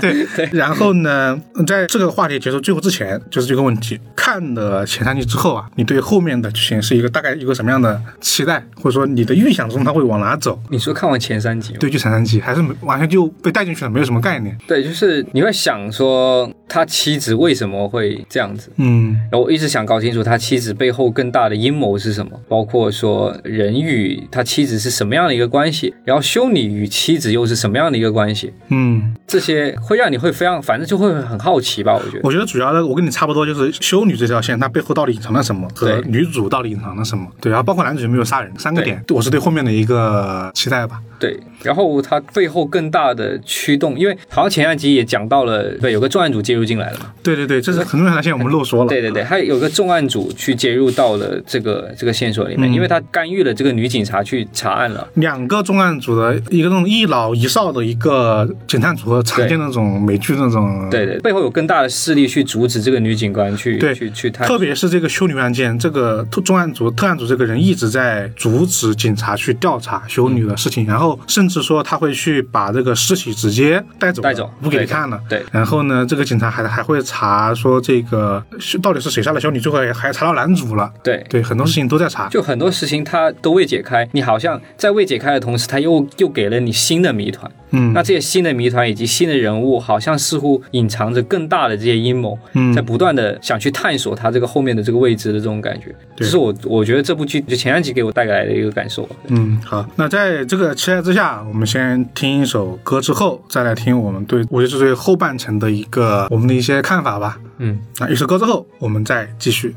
[SPEAKER 1] 对。然后呢，在这个话题结束最后之前，就是这个问题：看了前三集之后啊，你对后面的剧情是一个大概一个什么样的期待，或者说你的预想中它会往哪走？
[SPEAKER 2] 你说看完前三集吗，
[SPEAKER 1] 对，就前三集还是没完全就被带进去了，没有什么概念。
[SPEAKER 2] 对，就是你会想说他妻子为什么会这样子，
[SPEAKER 1] 嗯，
[SPEAKER 2] 然后我一直想搞清楚他妻子背后更大的阴谋是什么，包括说人与他妻子是什么样的一个关系，然后修女与妻子又是什么样的一个关系，
[SPEAKER 1] 嗯，
[SPEAKER 2] 这些会让你会非常，反正就会很好奇吧，我觉得。
[SPEAKER 1] 我觉得主要的我跟你差不多，就是修女这条线，它背后到底隐藏了什么，和
[SPEAKER 2] 对
[SPEAKER 1] 女主到底隐藏了什么，对，然后包括男主有没有杀人，三个点，我是对后面的一个期待吧。
[SPEAKER 2] 对，然后他背后更大的驱动，因为好像前两集也讲到了，对，有个重案组介入进来了嘛。
[SPEAKER 1] 对对对，这是很重要的线，我们漏说了。
[SPEAKER 2] 对对对，还有个重案组去介入到了这个这个线索里面，
[SPEAKER 1] 嗯
[SPEAKER 2] 因为他干预了这个女警察去查案了。
[SPEAKER 1] 两个重案组的一个那种一老一少的一个警探组合，常见那种美剧那种，
[SPEAKER 2] 对对，背后有更大的势力去阻止这个女警官去
[SPEAKER 1] 对
[SPEAKER 2] 去去探
[SPEAKER 1] 特别是这个修女案件，这个特重案组、特案组这个人一直在阻止警察去调查修女的事
[SPEAKER 2] 嗯
[SPEAKER 1] 情，然后甚至说他会去把这个尸体直接带走了，
[SPEAKER 2] 带走
[SPEAKER 1] 不给
[SPEAKER 2] 对
[SPEAKER 1] 你看了。
[SPEAKER 2] 对
[SPEAKER 1] 然后呢，这个警察还还会查说这个是到底是谁杀了修女，最后还还查到男主了。
[SPEAKER 2] 对，
[SPEAKER 1] 对，很多事情都在查。
[SPEAKER 2] 就很多事情它都未解开，你好像在未解开的同时，它又又给了你新的谜团。
[SPEAKER 1] 嗯
[SPEAKER 2] 那这些新的谜团以及新的人物，好像似乎隐藏着更大的这些阴谋，
[SPEAKER 1] 嗯
[SPEAKER 2] 在不断的想去探索它这个后面的这个未知的这种感觉。这
[SPEAKER 1] 对
[SPEAKER 2] 是我我觉得这部剧就前三集给我带来的一个感受吧。
[SPEAKER 1] 嗯，好，那在这个期待之下，我们先听一首歌，之后再来听我们对，我觉得是对后半程的一个我们的一些看法吧。
[SPEAKER 2] 嗯，
[SPEAKER 1] 那一首歌之后，我们再继续。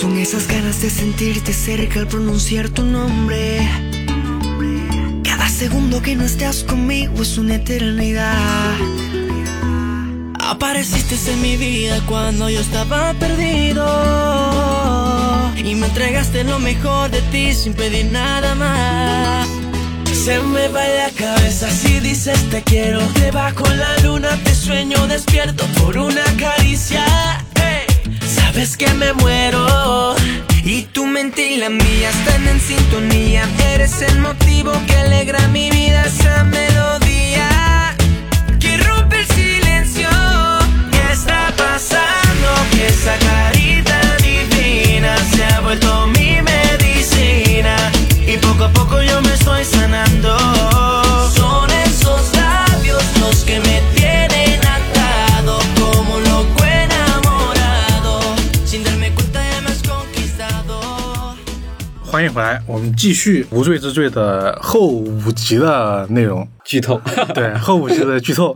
[SPEAKER 3] Son esas ganas de sentirte cerca al pronunciar tu nombre. Cada segundo que no estás conmigo es una eternidad. Apareciste en mi vida cuando yo estaba perdido y me entregaste lo mejor de ti sin pedir nada más. Se me va la cabeza si dices te quiero. Debajo la luna te sueño despierto por una caricia. Hey, Sabes que me muero. Y tu mente y la mía están en sintonía. Eres el motivo que alegra mi vida esa melodía. Que rompe el silencio. ¿Qué está pasando? Que esa carita divina se ha vuelto mi medicina. Y poco a poco yo me estoy sanando. Son esos labios los que me tienen atado. Como un loco enamorado. Sin darme cuenta ya me has conquistado.
[SPEAKER 1] 欢迎回来，我们继续《无罪之罪》的后五集的内容。
[SPEAKER 2] 剧透。
[SPEAKER 1] 对后五集的剧透，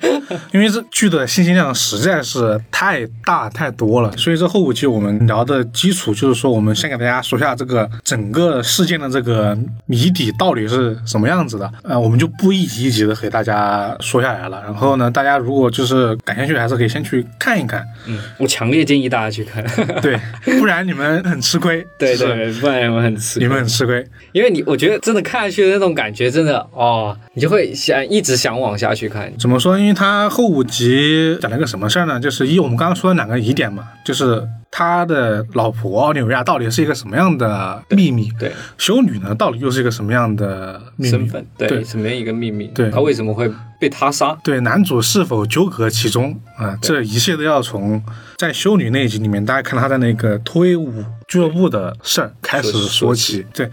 [SPEAKER 1] 因为这剧的信息量实在是太大太多了，所以这后五集我们聊的基础就是说，我们先给大家说一下这个整个事件的这个谜底到底是什么样子的。呃，我们就不一集一集的给大家说下来了。然后呢，大家如果就是感兴趣，还是可以先去看一看，
[SPEAKER 2] 嗯，我强烈建议大家去看。
[SPEAKER 1] 对，不然你们很吃亏。
[SPEAKER 2] 对
[SPEAKER 1] 就是
[SPEAKER 2] 对，不然我很吃
[SPEAKER 1] 你们很吃亏。
[SPEAKER 2] 因为你我觉得真的看下去的那种感觉，真的哦，你就会想一直想往下去看。
[SPEAKER 1] 怎么说？因为它后五集讲了个什么事儿呢？就是一我们刚刚说的两个疑点嘛，就是他的老婆奥利维亚到底是一个什么样的秘密？
[SPEAKER 2] 对，
[SPEAKER 1] 修女呢到底又是一个什么样的秘密？
[SPEAKER 2] 身份对
[SPEAKER 1] 对
[SPEAKER 2] 什么样一个秘密？
[SPEAKER 1] 对
[SPEAKER 2] 他为什么会被他杀？
[SPEAKER 1] 对男主是否纠葛其中啊、这一切都要从在修女那一集里面，大家看他的那个脱衣舞俱乐部的事儿开始说
[SPEAKER 2] 说
[SPEAKER 1] 起。对，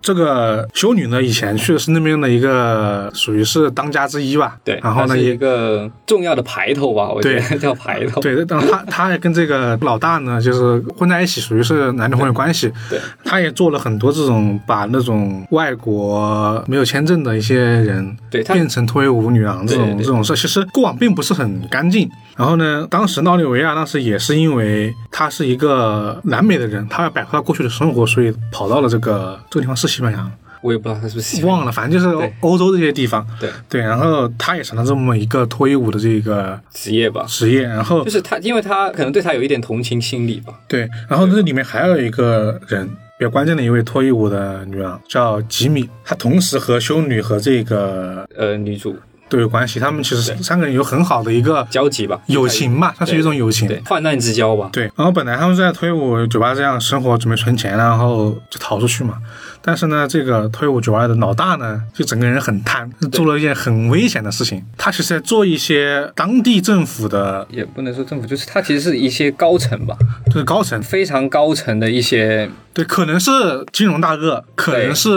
[SPEAKER 1] 这个修女呢以前去的是那边的一个属于是当家之一吧，
[SPEAKER 2] 对，
[SPEAKER 1] 然后
[SPEAKER 2] 他
[SPEAKER 1] 呢
[SPEAKER 2] 是
[SPEAKER 1] 也
[SPEAKER 2] 一个重要的排头吧，我觉
[SPEAKER 1] 对
[SPEAKER 2] 得 叫排头。
[SPEAKER 1] 对，但他他也跟这个老大呢，就是混在一起，属于是男女朋友关系。
[SPEAKER 2] 对对
[SPEAKER 1] 他也做了很多这种把那种外国没有签证的一些人，
[SPEAKER 2] 对他
[SPEAKER 1] 变成脱衣舞女郎这种
[SPEAKER 2] 对对对
[SPEAKER 1] 这种事，其实过往并不是很干净。然后呢，当时奥利维亚当时也是因为他是一个南美的人，他要摆脱他过去的生活，所以跑到了这个这个地方是西班牙，
[SPEAKER 2] 我也不知道他是不是喜欢
[SPEAKER 1] 忘了，反正就是欧
[SPEAKER 2] 对
[SPEAKER 1] 欧洲这些地方。
[SPEAKER 2] 对
[SPEAKER 1] 对，然后他也成了这么一个脱衣舞的这个
[SPEAKER 2] 职业吧，
[SPEAKER 1] 职业，然后
[SPEAKER 2] 就是他，因为他可能对他有一点同情心理吧。
[SPEAKER 1] 对，然后这里面还有一个人比较关键的一位脱衣舞的女郎叫吉米，她同时和修女和这个
[SPEAKER 2] 呃，女主
[SPEAKER 1] 都有关系，他们其实三个人有很好的一个
[SPEAKER 2] 交集吧，
[SPEAKER 1] 友情嘛，它是一种友情。
[SPEAKER 2] 对患难之交吧。
[SPEAKER 1] 对，然后本来他们是在脱衣舞酒吧这样生活，准备存钱，然后就逃出去嘛。但是呢，这个脱衣舞酒吧的老大呢，就整个人很贪，做了一件很危险的事情。他其实在做一些当地政府的，
[SPEAKER 2] 也不能说政府，就是他其实是一些高层吧，
[SPEAKER 1] 就是高层，
[SPEAKER 2] 非常高层的一些
[SPEAKER 1] 对，可能是金融大鳄，可能
[SPEAKER 2] 对
[SPEAKER 1] 是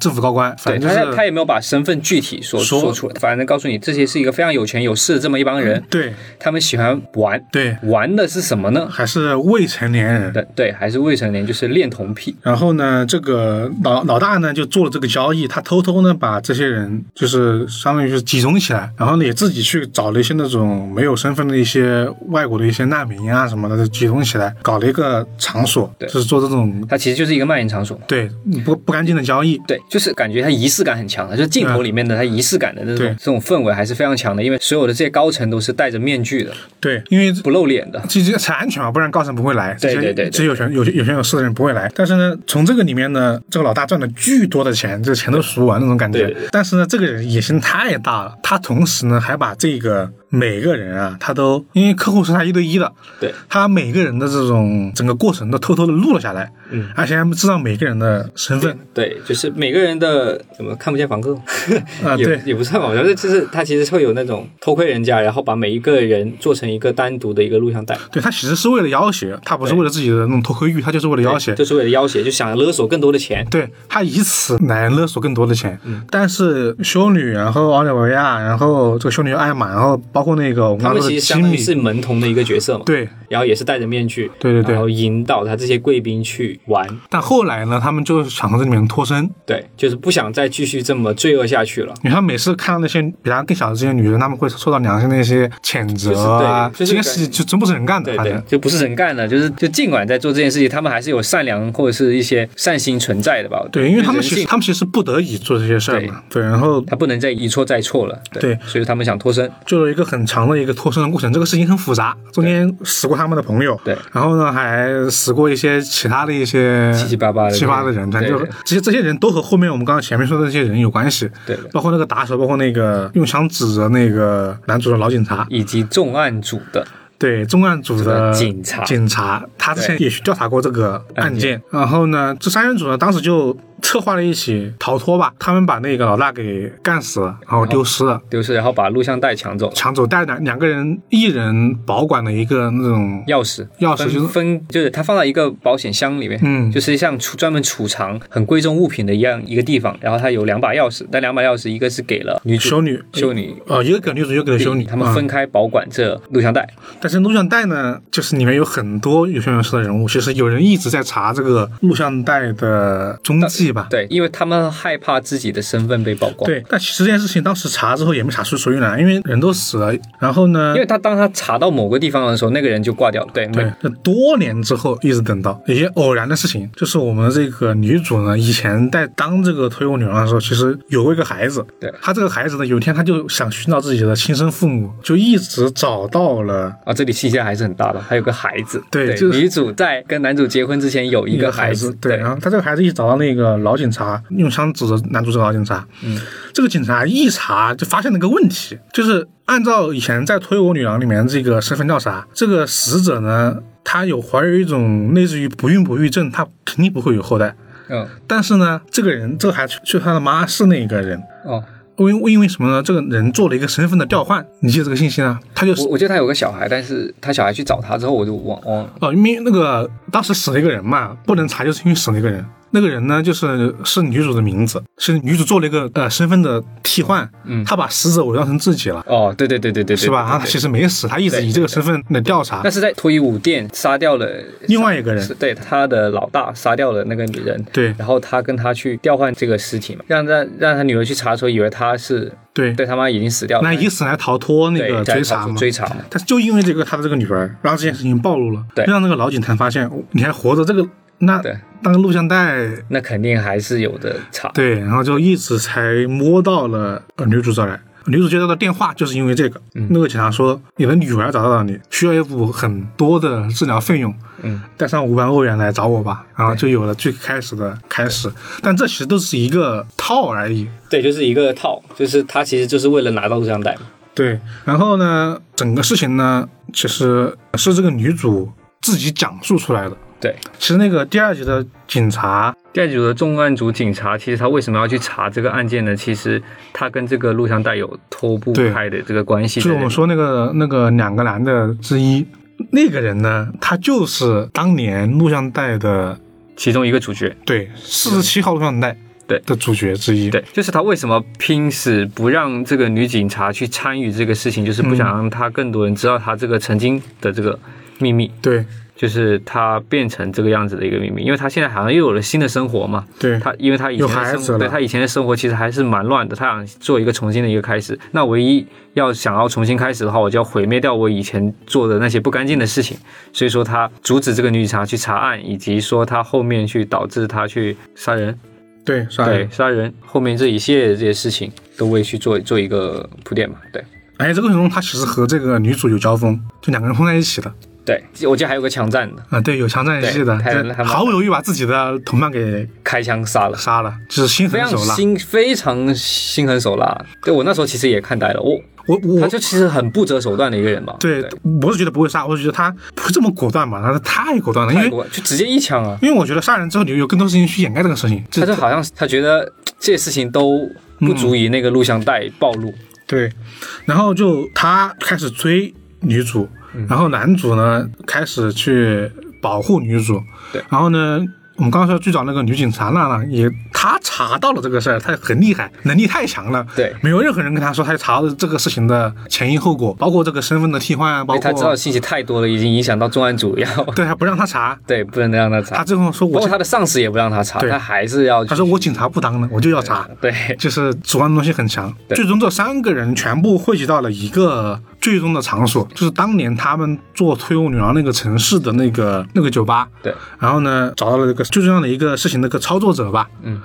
[SPEAKER 1] 政府高官，
[SPEAKER 2] 对
[SPEAKER 1] 反正
[SPEAKER 2] 他
[SPEAKER 1] 就是
[SPEAKER 2] 他也没有把身份具体说
[SPEAKER 1] 说
[SPEAKER 2] 说出来，反正告诉你这些是一个非常有钱有势的这么一帮人，
[SPEAKER 1] 嗯对
[SPEAKER 2] 他们喜欢玩，
[SPEAKER 1] 对，
[SPEAKER 2] 玩的是什么呢？
[SPEAKER 1] 还是未成年人。
[SPEAKER 2] 对对，还是未成年，就是恋童癖。
[SPEAKER 1] 然后呢，这个老老大呢就做了这个交易，他偷偷呢把这些人就是相当于是集中起来，然后呢也自己去找了一些那种没有身份的一些外国的一些难民啊什么的，就集中起来搞了一个场所，
[SPEAKER 2] 对
[SPEAKER 1] 就是做这种
[SPEAKER 2] 它其实就是一个卖淫场所嘛。
[SPEAKER 1] 对不不干净的交易。
[SPEAKER 2] 对，就是感觉它仪式感很强的，就是镜头里面的它仪式感的那种
[SPEAKER 1] 嗯对
[SPEAKER 2] 这种氛围还是非常强的，因为所有的这些高层都是戴着面具的，
[SPEAKER 1] 对，因为
[SPEAKER 2] 不露脸的。
[SPEAKER 1] 这这才安全啊嘛，不然高层不会来。
[SPEAKER 2] 对
[SPEAKER 1] 这些
[SPEAKER 2] 对对对
[SPEAKER 1] 这些有权有有权有势的人不会来。但是呢，从这个里面呢，这个老大赚了巨多的钱，这钱都赎完那种感觉。
[SPEAKER 2] 对对对
[SPEAKER 1] 但是呢，这个人野心太大了，他同时呢还把这个每个人啊，他都因为客户是他一对一的，
[SPEAKER 2] 对，
[SPEAKER 1] 他每个人的这种整个过程都偷偷的录了下来，
[SPEAKER 2] 嗯，
[SPEAKER 1] 而且还知道每个人的身份。
[SPEAKER 2] 对，就是每个人的怎么看不见房 客
[SPEAKER 1] 啊
[SPEAKER 2] 也
[SPEAKER 1] 对
[SPEAKER 2] 也不算吧，我觉得就是他其实会有那种偷窥人家，然后把每一个人做成一个单独的一个录像带，
[SPEAKER 1] 对他其实是为了要挟，他不是为了自己的那种偷窥欲，他就是为了要挟。
[SPEAKER 2] 就是为了要挟，就想勒索更多的钱。
[SPEAKER 1] 对他以此来勒索更多的钱。
[SPEAKER 2] 嗯
[SPEAKER 1] 但是修女，然后奥利维亚，然后这个修女艾玛，然后包括那个我们
[SPEAKER 2] 他
[SPEAKER 1] 刚
[SPEAKER 2] 们
[SPEAKER 1] 说
[SPEAKER 2] 其
[SPEAKER 1] 的
[SPEAKER 2] 实
[SPEAKER 1] 吉
[SPEAKER 2] 相当于
[SPEAKER 1] 米，
[SPEAKER 2] 是门童的一个角色嘛，，
[SPEAKER 1] 对。
[SPEAKER 2] 然后也是戴着面具，
[SPEAKER 1] 对对对
[SPEAKER 2] 然后引导他这些贵宾去玩，
[SPEAKER 1] 但后来呢，他们就想从这里面脱身，
[SPEAKER 2] 对，就是不想再继续这么罪恶下去了。
[SPEAKER 1] 因为他每次看到那些比他更小的这些女人，他们会受到良心的一些谴责啊，
[SPEAKER 2] 就是对
[SPEAKER 1] 这些
[SPEAKER 2] 就是
[SPEAKER 1] 事情就真不是人干的，
[SPEAKER 2] 对
[SPEAKER 1] 反
[SPEAKER 2] 对
[SPEAKER 1] 正，。
[SPEAKER 2] 就不是人干的，就是就尽管在做这件事情，他们还是有善良或者是一些善心存在的吧。我觉得
[SPEAKER 1] 对，因为他们
[SPEAKER 2] 就
[SPEAKER 1] 其
[SPEAKER 2] 人
[SPEAKER 1] 实
[SPEAKER 2] 性
[SPEAKER 1] 他们其实是不得已做这些事儿嘛，对，然后
[SPEAKER 2] 他不不能再一错再错了，
[SPEAKER 1] 对
[SPEAKER 2] 所以他们想脱身。
[SPEAKER 1] 做了一个很很长的一个脱身的过程，这个事情很复杂，中间死过他们的朋友，
[SPEAKER 2] 对
[SPEAKER 1] 然后呢还死过一些其他的一些
[SPEAKER 2] 七七八八的
[SPEAKER 1] 七八的人，
[SPEAKER 2] 对
[SPEAKER 1] 反正就是
[SPEAKER 2] 对
[SPEAKER 1] 其实这些人都和后面我们刚刚前面说的那些人有关系，
[SPEAKER 2] 对的
[SPEAKER 1] 包括那个打手，包括那个用枪指着那个男主的老警察，
[SPEAKER 2] 以及重案组的，
[SPEAKER 1] 对重案组
[SPEAKER 2] 这
[SPEAKER 1] 的
[SPEAKER 2] 个警察
[SPEAKER 1] 警察，他之前
[SPEAKER 2] 对
[SPEAKER 1] 也去调查过这个案
[SPEAKER 2] 案
[SPEAKER 1] 件。然后呢，这三人组呢，当时就策划了一起逃脱吧。他们把那个老大给干死了，然后丢失了，
[SPEAKER 2] 就是然后把录像带抢走了，
[SPEAKER 1] 抢走带两两个人，一人保管的一个那种
[SPEAKER 2] 钥匙，
[SPEAKER 1] 钥匙
[SPEAKER 2] 分
[SPEAKER 1] 就是
[SPEAKER 2] 分，就是它放到一个保险箱里面，
[SPEAKER 1] 嗯
[SPEAKER 2] 就是像储专门储藏很贵重物品的一样一个地方。然后它有两把钥匙，但两把钥匙一个是给了女主
[SPEAKER 1] 修女，
[SPEAKER 2] 修女
[SPEAKER 1] 呃，一个给女主，一个给修女，
[SPEAKER 2] 他们
[SPEAKER 1] 嗯
[SPEAKER 2] 分开保管这录像带，
[SPEAKER 1] 但是录像带呢，就是里面有很多有权有势的人物，其实有人一直在查这个录像带的踪迹吧。
[SPEAKER 2] 对，因为他们害怕自己的身份被曝光。。
[SPEAKER 1] 对，但其实这件事情当时查之后也没查出所以然，因为人都死了。然后呢
[SPEAKER 2] 因，为他当他查到某个地方的时候，那个人就挂掉了。对，
[SPEAKER 1] 对
[SPEAKER 2] 没，
[SPEAKER 1] 那多年之后一直等到一些偶然的事情，就是我们这个女主呢，以前在当这个推油女郎的时候，其实有过一个孩子。
[SPEAKER 2] 对
[SPEAKER 1] 她这个孩子呢，有一天她就想寻找自己的亲生父母，就一直找到了。
[SPEAKER 2] 啊，这里信息量还是很大的，还有个孩子。
[SPEAKER 1] 对就是
[SPEAKER 2] 女主在跟男主结婚之前有一
[SPEAKER 1] 一
[SPEAKER 2] 个
[SPEAKER 1] 孩
[SPEAKER 2] 子。
[SPEAKER 1] 对，然后她这个孩子一直找到那个老警察，用枪指着男主这个老警察，嗯，这个警察一查就发现了个问题，就是按照以前在《推我女郎》里面这个身份调查，这个死者呢，她有怀有一种类似于不孕不育症，她肯定不会有后代，
[SPEAKER 2] 嗯，
[SPEAKER 1] 但是呢，这个人，这个孩子，就他的妈是那个人，
[SPEAKER 2] 哦，
[SPEAKER 1] 因为因为什么呢？这个人做了一个身份的调换，你记得这个信息呢？他就是
[SPEAKER 2] 我我记得他有个小孩，但是他小孩去找他之后，我就忘忘了。
[SPEAKER 1] 哦，因为那个当时死了一个人嘛，不能查，就是因为死了一个人。那个人呢，就是是女主的名字，是女主做了一个呃身份的替换，嗯，她把死者伪装成自己了，
[SPEAKER 2] 哦，对对对对对对，
[SPEAKER 1] 是吧？
[SPEAKER 2] 对对
[SPEAKER 1] 她
[SPEAKER 2] 对
[SPEAKER 1] 其实没死，她一直以这个身份来调查
[SPEAKER 2] 那是在脱衣舞店杀掉了
[SPEAKER 1] 另外一个
[SPEAKER 2] 是
[SPEAKER 1] 人。
[SPEAKER 2] 对他的老大杀掉了那个女人，
[SPEAKER 1] 对
[SPEAKER 2] 然后他跟他去调换这个尸体嘛，让让让他女儿去查的时候，以为他是
[SPEAKER 1] 对，
[SPEAKER 2] 对他妈已经死掉了，
[SPEAKER 1] 那以此来逃脱那个
[SPEAKER 2] 对在
[SPEAKER 1] 追查
[SPEAKER 2] 逃出
[SPEAKER 1] 嘛。
[SPEAKER 2] 追查嘛，
[SPEAKER 1] 但是就因为这个他的这个女儿，让这件事情暴露了，
[SPEAKER 2] 对
[SPEAKER 1] 让那个老警察发现哦你还活着，这个那
[SPEAKER 2] 对
[SPEAKER 1] 那个录像带，
[SPEAKER 2] 那肯定还是有的查，
[SPEAKER 1] 对，然后就一直才摸到了呃女主这儿来。女主接到的电话就是因为这个，
[SPEAKER 2] 嗯
[SPEAKER 1] 那个警察说你的女儿找到了你，需要一笔很多的治疗费用，
[SPEAKER 2] 嗯，
[SPEAKER 1] 带上五万欧元来找我吧，然后就有了最开始的开始。但这其实都是一个套而已，
[SPEAKER 2] 对，就是一个套，就是他其实就是为了拿到录像带嘛，
[SPEAKER 1] 对，然后呢，整个事情呢，其实是这个女主自己讲述出来的。
[SPEAKER 2] 对。
[SPEAKER 1] 其实那个第二集的警察，
[SPEAKER 2] 第二组的重案组警察，其实他为什么要去查这个案件呢？其实他跟这个录像带有脱不
[SPEAKER 1] 对
[SPEAKER 2] 开的这个关系
[SPEAKER 1] 就是
[SPEAKER 2] 在里
[SPEAKER 1] 我
[SPEAKER 2] 面。
[SPEAKER 1] 们说那个那个两个男的之一，那个人呢，他就是当年录像带的
[SPEAKER 2] 其中一个主角，
[SPEAKER 1] 对四十七号录像带
[SPEAKER 2] 对
[SPEAKER 1] 的主角之一。
[SPEAKER 2] 对，就是他为什么拼死不让这个女警察去参与这个事情，就是不想让她更多人知道她这个曾经的这个秘密，
[SPEAKER 1] 对
[SPEAKER 2] 就是她变成这个样子的一个秘密，因为她现在好像又有了新的生活嘛。
[SPEAKER 1] 对，
[SPEAKER 2] 她因为她以前
[SPEAKER 1] 有孩
[SPEAKER 2] 的
[SPEAKER 1] 子
[SPEAKER 2] 生
[SPEAKER 1] 了
[SPEAKER 2] 活，对她以前的生活其实还是蛮乱的，她想做一个重新的一个开始。那唯一要想要重新开始的话，我就要毁灭掉我以前做的那些不干净的事情。所以说，她阻止这个女警察去查案，以及说她后面去导致她去杀人。
[SPEAKER 1] 对是吧？
[SPEAKER 2] 对，杀人后面这一系列的这些事情都会去做做一个铺垫嘛。对
[SPEAKER 1] 而且哎这个过程中，他其实和这个女主有交锋，就两个人碰在一起的。
[SPEAKER 2] 对，我记得还有个枪战的，
[SPEAKER 1] 啊，对，有枪战戏的，
[SPEAKER 2] 对他
[SPEAKER 1] 这
[SPEAKER 2] 他
[SPEAKER 1] 毫不犹豫把自己的同伴给
[SPEAKER 2] 开枪杀了，
[SPEAKER 1] 杀了，就是心
[SPEAKER 2] 非
[SPEAKER 1] 狠
[SPEAKER 2] 常
[SPEAKER 1] 手辣。
[SPEAKER 2] 心非常心狠手辣。对我那时候其实也看呆了，我、
[SPEAKER 1] 我
[SPEAKER 2] 他
[SPEAKER 1] 我
[SPEAKER 2] 就其实很不择手段的一个人嘛。
[SPEAKER 1] 对，我是觉得不会杀，我是觉得他不会这么果断吧，他太果断了，因
[SPEAKER 2] 泰
[SPEAKER 1] 为
[SPEAKER 2] 国就直接一枪啊，
[SPEAKER 1] 因为我觉得杀人之后你有更多事情去掩盖这个事情，
[SPEAKER 2] 他
[SPEAKER 1] 这
[SPEAKER 2] 就好像他觉得这些事情都不足以那个录像带暴露。
[SPEAKER 1] 对，然后就他开始追女主，然后男主呢开始去保护女主，
[SPEAKER 2] 对
[SPEAKER 1] 然后呢。我们刚刚说最早那个女警察娜娜也，她查到了这个事儿，她很厉害，能力太强了。
[SPEAKER 2] 对
[SPEAKER 1] 没有任何人跟她说，她查到这个事情的前因后果，包括这个身份的替换啊，包
[SPEAKER 2] 因为
[SPEAKER 1] 括
[SPEAKER 2] 他知道信息太多了，已经影响到重案组要
[SPEAKER 1] 对，还不让他查，
[SPEAKER 2] 对，不能让他查。
[SPEAKER 1] 他最后说
[SPEAKER 2] 包
[SPEAKER 1] 我
[SPEAKER 2] 括他的上司也不让他查，
[SPEAKER 1] 对
[SPEAKER 2] 他还是要去
[SPEAKER 1] 他说我警察不当呢，我就要查，
[SPEAKER 2] 对
[SPEAKER 1] 就是主观东西很强。
[SPEAKER 2] 对
[SPEAKER 1] 最终这三个人全部汇集到了一个最终的场所，就是当年他们做推物女郎那个城市的那个那个酒吧。
[SPEAKER 2] 对。
[SPEAKER 1] 然后呢，找到了这个最重要的一个事情的一个操作者吧。
[SPEAKER 2] 嗯。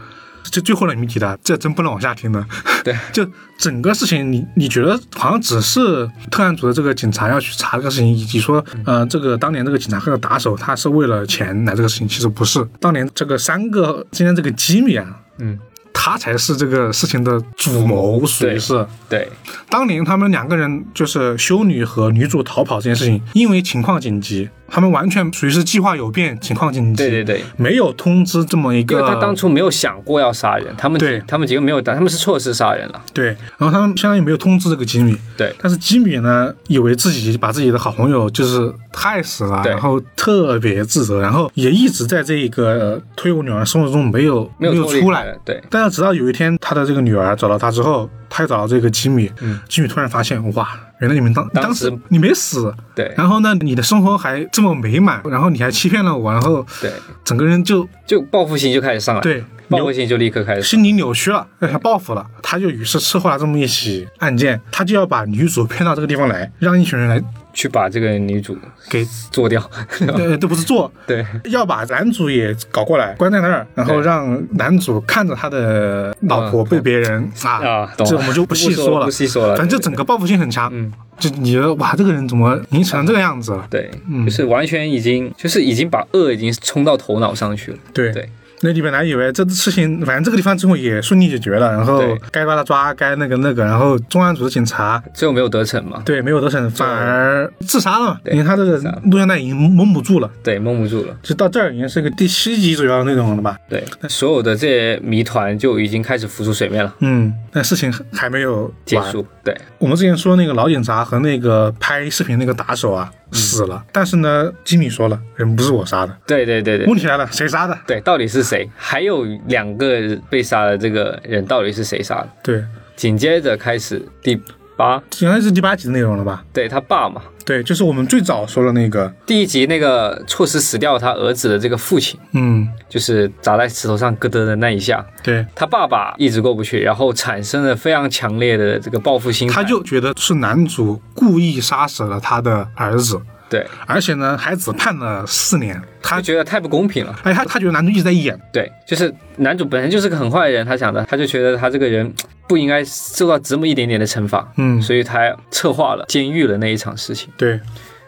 [SPEAKER 1] 这最后那一谜题的，这真不能往下听的。
[SPEAKER 2] 对，
[SPEAKER 1] 就整个事情，你你觉得好像只是特案组的这个警察要去查这个事情，以及说，
[SPEAKER 2] 嗯
[SPEAKER 1] 呃，这个当年这个警察课的打手他是为了钱来这个事情，其实不是。当年这个三个今天这个吉米啊，
[SPEAKER 2] 嗯，
[SPEAKER 1] 他才是这个事情的主谋，属于
[SPEAKER 2] 对
[SPEAKER 1] 是。
[SPEAKER 2] 对，
[SPEAKER 1] 当年他们两个人就是修女和女主逃跑这件事情，因为情况紧急，他们完全属于是计划有变，情况紧急，
[SPEAKER 2] 对对对
[SPEAKER 1] 没有通知这么一
[SPEAKER 2] 因
[SPEAKER 1] 个。
[SPEAKER 2] 为他当初没有想过要杀人，他们
[SPEAKER 1] 对
[SPEAKER 2] 他们几个没有打，他们是错失杀人了。
[SPEAKER 1] 对，然后他们相当于没有通知这个吉米，
[SPEAKER 2] 对
[SPEAKER 1] 但是吉米呢，以为自己把自己的好朋友就是害死了，
[SPEAKER 2] 对
[SPEAKER 1] 然后特别自责，然后也一直在这个呃推我女儿的生活中没有
[SPEAKER 2] 没有脱离
[SPEAKER 1] 出来。
[SPEAKER 2] 对
[SPEAKER 1] 但是直到有一天，他的这个女儿找到他之后，他又找到这个吉米，
[SPEAKER 2] 嗯
[SPEAKER 1] 吉米突然发现，哇，原来你们当
[SPEAKER 2] 当
[SPEAKER 1] 当
[SPEAKER 2] 时
[SPEAKER 1] 时你没死，
[SPEAKER 2] 对
[SPEAKER 1] 然后呢，你的生活还这么美满，然后你还欺骗了我，然后
[SPEAKER 2] 对，
[SPEAKER 1] 整个人就
[SPEAKER 2] 就报复心就开始上来，
[SPEAKER 1] 对
[SPEAKER 2] 报复心就立刻开始。
[SPEAKER 1] 心理扭曲了，哎让他报复了，他就于是策划了这么一起案件，他就要把女主骗到这个地方来，让一群人来
[SPEAKER 2] 去把这个女主
[SPEAKER 1] 给，
[SPEAKER 2] 做掉。嗯
[SPEAKER 1] 呃，都不是做，
[SPEAKER 2] 对
[SPEAKER 1] 要把男主也搞过来，关在那儿，然后
[SPEAKER 2] 对
[SPEAKER 1] 让男主看着他的老婆被别人啊
[SPEAKER 2] 嗯啊，，懂了
[SPEAKER 1] 这我们就不细
[SPEAKER 2] 说
[SPEAKER 1] 说了
[SPEAKER 2] 不，细说了。
[SPEAKER 1] 反正就整个报复性很强，就你觉得哇，这个人怎么拧成这个样子了？
[SPEAKER 2] 对，就是完全已经就是已经把恶已经冲到头脑上去了。
[SPEAKER 1] 对
[SPEAKER 2] 对
[SPEAKER 1] 那你本来以为这事情，反正这个地方最后也顺利解决了，然后
[SPEAKER 2] 对
[SPEAKER 1] 该抓的抓，该那个那个，然后重案组的警察
[SPEAKER 2] 最后没有得逞嘛？
[SPEAKER 1] 对，没有得逞，反而自杀了嘛。
[SPEAKER 2] 对
[SPEAKER 1] 因为他这个
[SPEAKER 2] 自杀了
[SPEAKER 1] 录像带已经蒙不住了，
[SPEAKER 2] 对，蒙不住了。
[SPEAKER 1] 就到这儿已经是个第七集左右的那种了吧？
[SPEAKER 2] 对，所有的这些谜团就已经开始浮出水面了，
[SPEAKER 1] 嗯，但事情还没有
[SPEAKER 2] 结
[SPEAKER 1] 完。
[SPEAKER 2] 束。对，
[SPEAKER 1] 我们之前说那个老警察和那个拍视频那个打手啊、
[SPEAKER 2] 嗯
[SPEAKER 1] 死了，但是呢，吉米说了，人不是我杀的。
[SPEAKER 2] 对对对对。
[SPEAKER 1] 问题来了，谁杀的？
[SPEAKER 2] 对，到底是谁？还有两个被杀的这个人到底是谁杀的？
[SPEAKER 1] 对，
[SPEAKER 2] 紧接着开始第八，
[SPEAKER 1] 应该是第八集的内容了吧？
[SPEAKER 2] 对他爸嘛，
[SPEAKER 1] 对，就是我们最早说的那个，
[SPEAKER 2] 第一集那个错失死掉他儿子的这个父亲，
[SPEAKER 1] 嗯，
[SPEAKER 2] 就是砸在石头上咯噔的那一下，
[SPEAKER 1] 对，
[SPEAKER 2] 他爸爸一直过不去，然后产生了非常强烈的这个报复心态。
[SPEAKER 1] 他就觉得是男主故意杀死了他的儿子，
[SPEAKER 2] 对，
[SPEAKER 1] 而且呢，还只判了四年。他
[SPEAKER 2] 就觉得太不公平了。
[SPEAKER 1] 哎，他他觉得男主一直在演，
[SPEAKER 2] 对，就是男主本身就是个很坏的人，他想的，他就觉得他这个人不应该受到这么一点点的惩罚，
[SPEAKER 1] 嗯
[SPEAKER 2] 所以他策划了监狱的那一场事情。
[SPEAKER 1] 对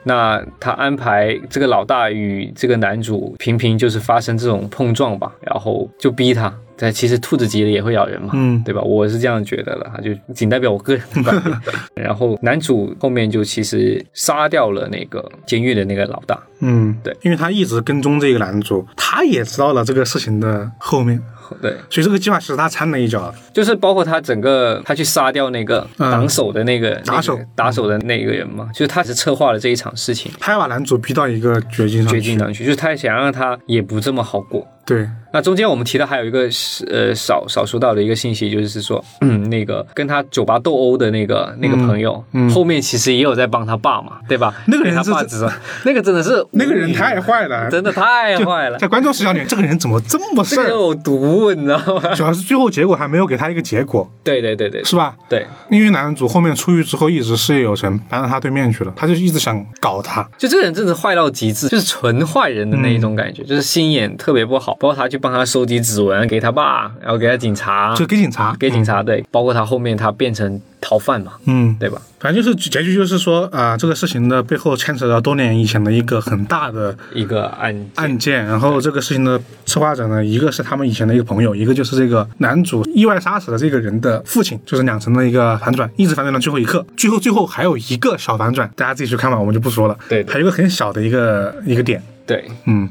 [SPEAKER 2] 那他安排这个老大与这个男主频频就是发生这种碰撞吧，然后就逼他。但其实兔子急了也会咬人嘛，
[SPEAKER 1] 嗯
[SPEAKER 2] 对吧？我是这样觉得的，就仅代表我个人 的观点。然后男主后面就其实杀掉了那个监狱的那个老大，
[SPEAKER 1] 嗯，
[SPEAKER 2] 对，
[SPEAKER 1] 因为他一直跟踪这个男主，他也知道了这个事情的后面，
[SPEAKER 2] 对，
[SPEAKER 1] 所以这个计划其实他掺了一脚。
[SPEAKER 2] 就是包括他整个他去杀掉那个
[SPEAKER 1] 嗯
[SPEAKER 2] 挡手的那个、
[SPEAKER 1] 打手
[SPEAKER 2] 那个打手的那个人嘛，就是他只策划了这一场事情，
[SPEAKER 1] 他要把男主逼到一个绝境上
[SPEAKER 2] 绝
[SPEAKER 1] 去，
[SPEAKER 2] 境上去，就是他想让他也不这么好过。
[SPEAKER 1] 对，
[SPEAKER 2] 那中间我们提到还有一个是呃少少说到的一个信息，就是说， 嗯，那个跟他酒吧斗殴的那个那个朋友，
[SPEAKER 1] 嗯
[SPEAKER 2] 后面其实也有在帮他爸嘛，对吧？
[SPEAKER 1] 那个人
[SPEAKER 2] 给他爸
[SPEAKER 1] 是
[SPEAKER 2] 指责，那个真的是
[SPEAKER 1] 那个人太坏了，
[SPEAKER 2] 真的太
[SPEAKER 1] 就
[SPEAKER 2] 坏了，
[SPEAKER 1] 在观众视角里，这个人怎么 这么事
[SPEAKER 2] 这个人
[SPEAKER 1] 儿？
[SPEAKER 2] 有毒，你知道吗？
[SPEAKER 1] 主要是最后结果还没有给他一个结果，
[SPEAKER 2] 对对对对
[SPEAKER 1] 是吧？
[SPEAKER 2] 对，
[SPEAKER 1] 因为男主后面出狱之后，一直是有人搬到他对面去了，他就一直想搞他。
[SPEAKER 2] 就这个人真的坏到极致，就是纯坏人的那一种
[SPEAKER 1] 嗯
[SPEAKER 2] 感觉，就是心眼特别不好。包括他去帮他收集指纹，给他爸，然后给他警察，
[SPEAKER 1] 就给警察，
[SPEAKER 2] 啊给警察对，包括他后面他变成逃犯嘛，
[SPEAKER 1] 嗯，
[SPEAKER 2] 对吧？
[SPEAKER 1] 反正就是结局就是说，啊、这个事情的背后牵扯到多年以前的一个很大的
[SPEAKER 2] 一个案
[SPEAKER 1] 案件，然后这个事情的策划者呢，一个是他们以前的一个朋友，一个就是这个男主意外杀死了这个人的父亲，就是两层的一个反转，一直反转到最后一刻，最后最后还有一个小反转，大家自己去看吧，我们就不说了。
[SPEAKER 2] 对对
[SPEAKER 1] 还有一个很小的一个一个点，
[SPEAKER 2] 对，
[SPEAKER 1] 嗯，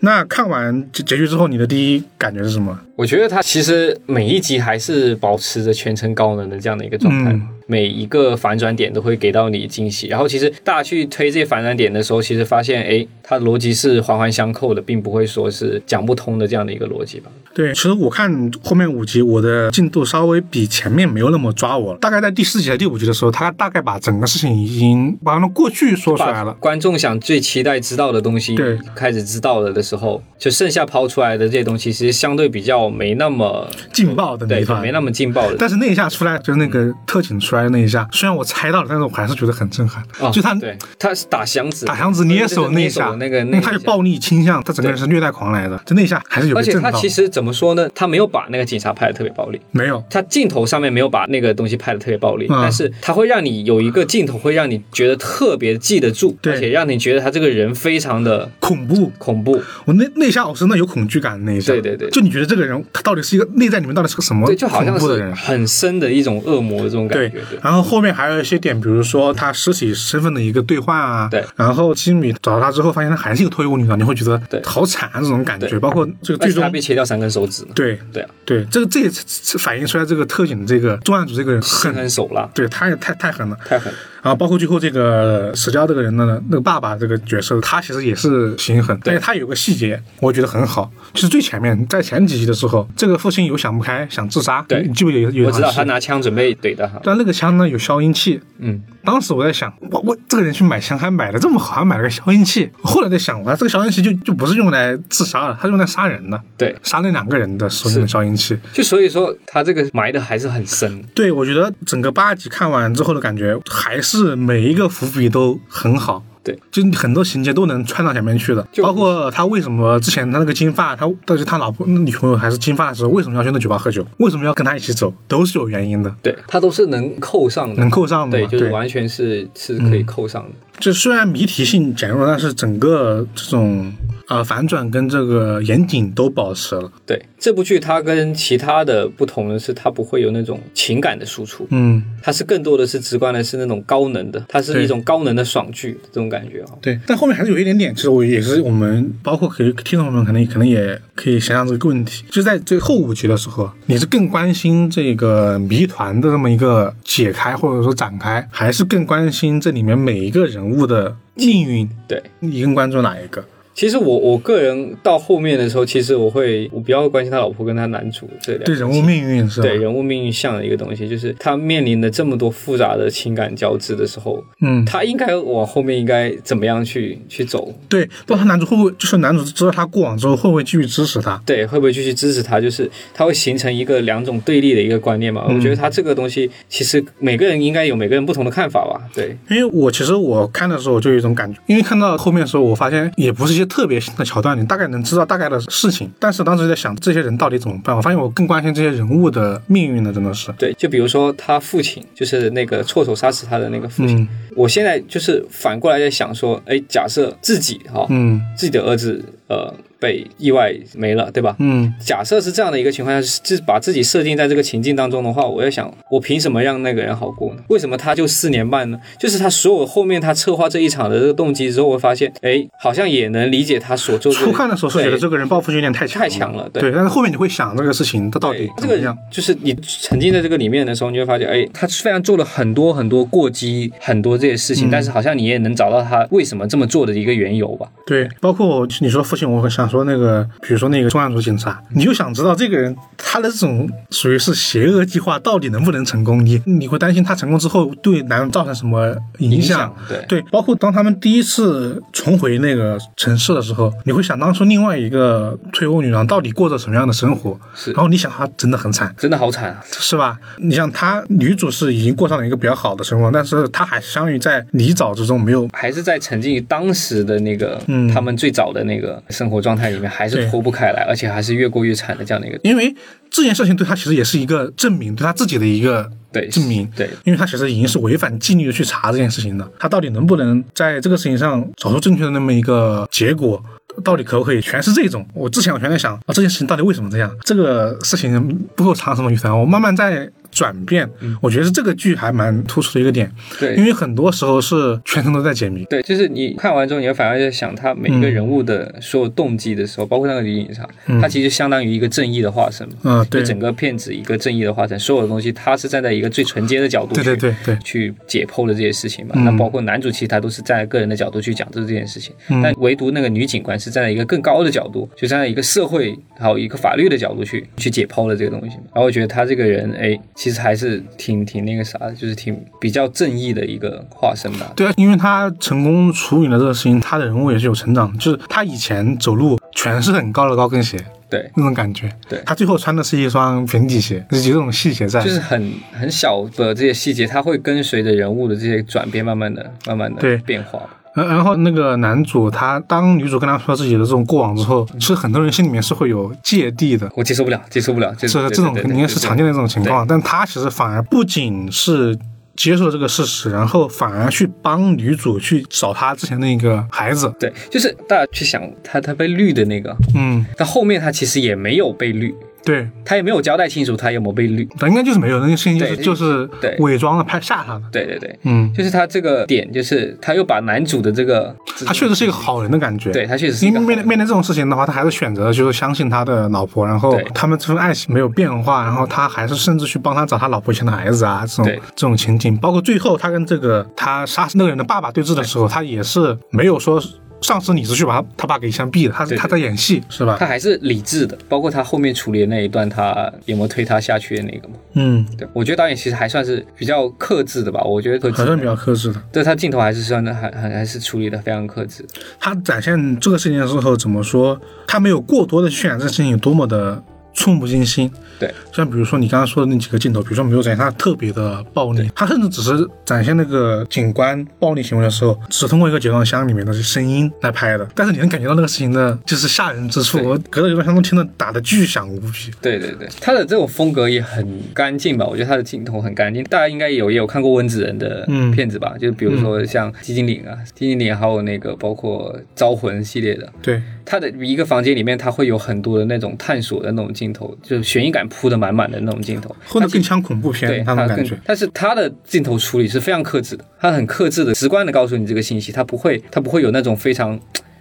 [SPEAKER 1] 那看完结结局之后，你的第一感觉是什么？
[SPEAKER 2] 我觉得他其实每一集还是保持着全程高能的这样的一个状态嘛。
[SPEAKER 1] 嗯
[SPEAKER 2] 每一个反转点都会给到你惊喜，然后其实大家去推这些反转点的时候，其实发现，哎，它的逻辑是环环相扣的，并不会说是讲不通的这样的一个逻辑吧。
[SPEAKER 1] 对，其实我看后面五集，我的进度稍微比前面没有那么抓我了。大概在第四集、第五集的时候，他大概把整个事情已经把他们过去说出来
[SPEAKER 2] 把
[SPEAKER 1] 了。
[SPEAKER 2] 观众想最期待知道的东西
[SPEAKER 1] 对
[SPEAKER 2] 开始知道了的时候，就剩下抛出来的这些东西，其实相对比较没那么
[SPEAKER 1] 劲爆的那
[SPEAKER 2] 对
[SPEAKER 1] 一，段，
[SPEAKER 2] 没那么劲爆的。
[SPEAKER 1] 但是那一下出来，就是那个特警出摔的那一下，虽然我猜到了，但是我还是觉得很震撼。
[SPEAKER 2] 哦
[SPEAKER 1] 就他
[SPEAKER 2] 对，他是打响指，
[SPEAKER 1] 打响指捏手那
[SPEAKER 2] 那
[SPEAKER 1] 一下，
[SPEAKER 2] 那个，
[SPEAKER 1] 因
[SPEAKER 2] 那
[SPEAKER 1] 为
[SPEAKER 2] 一
[SPEAKER 1] 他有
[SPEAKER 2] 下
[SPEAKER 1] 暴力倾向，他整个人是虐待狂来的，就那一下还是有
[SPEAKER 2] 而
[SPEAKER 1] 被
[SPEAKER 2] 且
[SPEAKER 1] 震
[SPEAKER 2] 他
[SPEAKER 1] 到。
[SPEAKER 2] 其实怎么说呢？他没有把那个警察拍的特别暴力，
[SPEAKER 1] 没有，
[SPEAKER 2] 他镜头上面没有把那个东西拍的特别暴力，
[SPEAKER 1] 嗯
[SPEAKER 2] 但是他会让你有一个镜头会让你觉得特别记得住，
[SPEAKER 1] 对
[SPEAKER 2] 而且让你觉得他这个人非常的
[SPEAKER 1] 恐怖。
[SPEAKER 2] 恐怖。
[SPEAKER 1] 我那那一下我真的有恐惧感的那一下。
[SPEAKER 2] 对对对
[SPEAKER 1] 就你觉得这个人他到底是一个内在里面到底是个什么
[SPEAKER 2] 对，就好
[SPEAKER 1] 恐
[SPEAKER 2] 像
[SPEAKER 1] 怖的
[SPEAKER 2] 是
[SPEAKER 1] 人？
[SPEAKER 2] 很深的一种恶魔的这种感
[SPEAKER 1] 对啊
[SPEAKER 2] 觉，对，
[SPEAKER 1] 然后后面还有一些点，比如说他尸体身份的一个兑换啊，
[SPEAKER 2] 对
[SPEAKER 1] 然后吉米找到他之后，发现他还是一个脱衣舞女郎，你会觉得
[SPEAKER 2] 对
[SPEAKER 1] 好惨啊这种感觉，
[SPEAKER 2] 对
[SPEAKER 1] 包括这个
[SPEAKER 2] 而
[SPEAKER 1] 最
[SPEAKER 2] 且他
[SPEAKER 1] 终
[SPEAKER 2] 被切掉三根手指呢，
[SPEAKER 1] 对
[SPEAKER 2] 对啊，
[SPEAKER 1] 对，这个这也反映出来这个特警这个重案组这个人
[SPEAKER 2] 心
[SPEAKER 1] 狠，
[SPEAKER 2] 狠手辣，
[SPEAKER 1] 对，他也太太狠了。
[SPEAKER 2] 太狠了。
[SPEAKER 1] 然后包括最后这个死掉这个人呢，那个爸爸这个角色，他其实也是心狠，但是他有个细节，我觉得很好，就是最前面在前几集的时候，这个父亲有想不开想自杀，
[SPEAKER 2] 对
[SPEAKER 1] 你记不记得有有
[SPEAKER 2] 我知道
[SPEAKER 1] 场戏
[SPEAKER 2] 他拿枪准备怼的哈，
[SPEAKER 1] 但那个枪呢有消音器，
[SPEAKER 2] 嗯，
[SPEAKER 1] 当时我在想，我我这个人去买枪还买的这么好，还买了个消音器。后来在想，哇，这个消音器就就不是用来自杀了，它是用来杀人的，
[SPEAKER 2] 对，
[SPEAKER 1] 杀那两个人的时候用的消音器。
[SPEAKER 2] 就所以说他这个埋的还是很深，
[SPEAKER 1] 对，我觉得整个八集看完之后的感觉，还是每一个伏笔都很好。
[SPEAKER 2] 对，
[SPEAKER 1] 就很多情节都能串到前面去的，
[SPEAKER 2] 就
[SPEAKER 1] 包括他为什么之前他那个金发，他到底是他老婆女朋友还是金发的时候，为什么要去那酒吧喝酒，为什么要跟他一起走，都是有原因的，
[SPEAKER 2] 对他都是能扣上的，
[SPEAKER 1] 能扣上的
[SPEAKER 2] 对，
[SPEAKER 1] 嘛。嗯
[SPEAKER 2] 就是完全是是可以扣上的。
[SPEAKER 1] 这虽然谜题性减弱，但是整个这种呃反转跟这个严谨都保持了。
[SPEAKER 2] 对这部剧，它跟其他的不同的是，它不会有那种情感的输出，
[SPEAKER 1] 嗯，
[SPEAKER 2] 它是更多的是直观的，是那种高能的，它是
[SPEAKER 1] 对
[SPEAKER 2] 一种高能的爽剧这种感觉啊哈。
[SPEAKER 1] 对。但后面还是有一点点，其实我也是我们包括可以听众朋友们可能可能也可以想想这个问题，就在这后五集的时候，你是更关心这个谜团的这么一个解开或者说展开，还是更关心这里面每一个人物的命运？
[SPEAKER 2] 嗯对，
[SPEAKER 1] 你更关注哪一个？
[SPEAKER 2] 其实我我个人到后面的时候，其实我会我比较关心他老婆跟他男主这两个
[SPEAKER 1] 对人物
[SPEAKER 2] 情
[SPEAKER 1] 命运是吧？
[SPEAKER 2] 对人物命运像的一个东西，就是他面临的这么多复杂的情感交织的时候，
[SPEAKER 1] 嗯，
[SPEAKER 2] 他应该往后面应该怎么样去去走？
[SPEAKER 1] 对，不知道男主会不会就是男主知道他过往之后会不会继续支持他？
[SPEAKER 2] 对，会不会继续支持他？就是他会形成一个两种对立的一个观念嘛？我觉得他这个东西，其实每个人应该有每个人不同的看法吧？对，
[SPEAKER 1] 因为我其实我看的时候我就有一种感觉，因为看到后面的时候，我发现也不是一些特别新的桥段，你大概能知道大概的事情。但是当时在想这些人到底怎么办，我发现我更关心这些人物的命运了，真的是。
[SPEAKER 2] 对，就比如说他父亲，就是那个错手杀死他的那个父亲。
[SPEAKER 1] 嗯
[SPEAKER 2] 我现在就是反过来在想说，哎，假设自己哈、
[SPEAKER 1] 嗯
[SPEAKER 2] 自己的儿子呃被意外没了，对吧？
[SPEAKER 1] 嗯，
[SPEAKER 2] 假设是这样的一个情况下，就是把自己设定在这个情境当中的话，我在想，我凭什么让那个人好过呢？为什么他就四年半呢？就是他所有后面他策划这一场的这个动机之后，我发现，哎，好像也能理解他所做的。
[SPEAKER 1] 初看的时候是觉得这个人报复心有点太强
[SPEAKER 2] 太强了对
[SPEAKER 1] 对。但是后面你会想这个事情他到底怎
[SPEAKER 2] 对啊这
[SPEAKER 1] 么
[SPEAKER 2] 个
[SPEAKER 1] 样？
[SPEAKER 2] 就是你沉浸在这个里面的时候，你就会发现，哎，他虽然做了很多很多过激很多这些事
[SPEAKER 1] 嗯
[SPEAKER 2] 情，但是好像你也能找到他为什么这么做的一个缘由吧？
[SPEAKER 1] 对，包括你说父亲，我想说那个，比如说那个重案组警察，你就想知道这个人他的这种属于是邪恶计划到底能不能成功？你你会担心他成功之后对男人造成什么影
[SPEAKER 2] 影
[SPEAKER 1] 响
[SPEAKER 2] 响？对
[SPEAKER 1] 对，包括当他们第一次重回那个城市的时候，你会想当初另外一个退欧女郎到底过着什么样的生活？
[SPEAKER 2] 是
[SPEAKER 1] 然后你想她真的很惨，
[SPEAKER 2] 真的好惨啊！
[SPEAKER 1] 是吧？你像她女主是已经过上了一个比较好的生活，但是她还相当于在泥沼之中没有
[SPEAKER 2] 还是在沉浸于当时的那个、
[SPEAKER 1] 嗯
[SPEAKER 2] 他们最早的那个生活状态里面，还
[SPEAKER 1] 对嗯
[SPEAKER 2] 是脱不开来，而且还是越过越惨的这样的一个
[SPEAKER 1] 因为这件事情对他其实也是一个证明，对他自己的一个
[SPEAKER 2] 对
[SPEAKER 1] 证明。
[SPEAKER 2] 对
[SPEAKER 1] 因为他其实已经是违反纪律去查这件事情的，他到底能不能在这个事情上找出正确的那么一个结果？到底可不可以？全是这种。我之前我全在想啊，这件事情到底为什么这样？这个事情不够长什么鱼啊团，我慢慢在转变。我觉得是这个剧还蛮突出的一个点，
[SPEAKER 2] 嗯对
[SPEAKER 1] 因为很多时候是全程都在解谜。
[SPEAKER 2] 对，就是你看完之后，你会反而在想他每一个人物的所有动机的时候，包括那个李警察，他其实相当于一个正义的化身嘛。
[SPEAKER 1] 嗯对
[SPEAKER 2] 就整个片子一个正义的化身，所有的东西他是站在一个最纯洁的角度去，
[SPEAKER 1] 对对对嗯对
[SPEAKER 2] 去解剖的这些事情嘛。那包括男主其实他都是站在个人的角度去讲这件事情，
[SPEAKER 1] 嗯
[SPEAKER 2] 但唯独那个女警官是站在一个更高的角度，就站在一个社会还有一个法律的角度去去解剖了这个东西嘛。然后我觉得他这个人，哎，其实还是挺挺那个啥的，就是挺比较正义的一个化身吧。
[SPEAKER 1] 对啊，因为他成功处理了这个事情，他的人物也是有成长的。就是他以前走路全是很高的高跟鞋，
[SPEAKER 2] 对，
[SPEAKER 1] 那种感觉。
[SPEAKER 2] 对
[SPEAKER 1] 他最后穿的是一双平底鞋，有这种细鞋在。
[SPEAKER 2] 就是很很小的这些细节，它会跟随着人物的这些转变，慢慢的、慢慢
[SPEAKER 1] 对
[SPEAKER 2] 的变化。
[SPEAKER 1] 然呃然后那个男主他当女主跟他说自己的这种过往之后，
[SPEAKER 2] 嗯
[SPEAKER 1] 其实很多人心里面是会有芥蒂的。
[SPEAKER 2] 我接受不了，接受不了，这
[SPEAKER 1] 啊这这种应该是常见的这种情况，但他其实反而不仅是接受这个事实，然后反而去帮女主去找她之前那个孩子。
[SPEAKER 2] 对，就是大家去想他他被绿的那个，
[SPEAKER 1] 嗯，
[SPEAKER 2] 但后面他其实也没有被绿，
[SPEAKER 1] 对，
[SPEAKER 2] 他也没有交代清楚他有没有被绿。
[SPEAKER 1] 但应该就是没有那个事情，就是
[SPEAKER 2] 对
[SPEAKER 1] 就是
[SPEAKER 2] 对
[SPEAKER 1] 伪装了拍吓他的。
[SPEAKER 2] 对对对，
[SPEAKER 1] 嗯，
[SPEAKER 2] 就是他这个点，就是他又把男主的这个，
[SPEAKER 1] 他确实嗯是一个好人的感觉。
[SPEAKER 2] 嗯对他确实是一
[SPEAKER 1] 因
[SPEAKER 2] 个
[SPEAKER 1] 为
[SPEAKER 2] 好
[SPEAKER 1] 面对
[SPEAKER 2] 人
[SPEAKER 1] 面对这种事情的话，他还是选择就是相信他的老婆，然后
[SPEAKER 2] 对
[SPEAKER 1] 他们这份爱情没有变化，然后他还是甚至去帮他找他老婆以前的孩子啊，这种
[SPEAKER 2] 对
[SPEAKER 1] 这种情景，包括最后他跟这个他杀死那个人的爸爸对峙的时候，他也是没有说上次你是去把他他爸给枪毙的，他是
[SPEAKER 2] 对对
[SPEAKER 1] 他在演戏是吧
[SPEAKER 2] 他？还是理智的，包括他后面处理的那一段，他有没有推他下去的那个嘛？
[SPEAKER 1] 嗯，
[SPEAKER 2] 对，我觉得导演其实还算是比较克制的吧，我觉得克
[SPEAKER 1] 还
[SPEAKER 2] 制
[SPEAKER 1] 算比较克制的。
[SPEAKER 2] 对他镜头还是算的还还还是处理的非常克制。
[SPEAKER 1] 他展现这个事情的时候，怎么说？他没有过多的去渲染这个事情有多么的触目惊心。
[SPEAKER 2] 对，
[SPEAKER 1] 像比如说你刚刚说的那几个镜头，比如说没有展现他特别的暴力，他甚至只是展现那个警官暴力行为的时候，只通过一个解放箱里面的声音来拍的。但是你能感觉到那个事情的就是吓人之处，
[SPEAKER 2] 对
[SPEAKER 1] 我隔着解放箱都听得打的巨响无比。
[SPEAKER 2] 对对对，他的这种风格也很干净吧？我觉得他的镜头很干净，大家应该有也有看过温子仁的
[SPEAKER 1] 嗯
[SPEAKER 2] 片子吧？就比如说像《寂静岭》啊，《寂静岭》还有那个包括《招魂》系列的，
[SPEAKER 1] 对，
[SPEAKER 2] 他的一个房间里面，他会有很多的那种探索的那种镜头，就是悬疑感铺的满满的那种镜头。
[SPEAKER 1] 或者
[SPEAKER 2] 他其
[SPEAKER 1] 更像恐怖
[SPEAKER 2] 对
[SPEAKER 1] 片
[SPEAKER 2] 他
[SPEAKER 1] 那种感
[SPEAKER 2] 更
[SPEAKER 1] 觉。，
[SPEAKER 2] 但是他的镜头处理是非常克制的，他很克制的、直观的告诉你这个信息，他不会，他不会有那种非常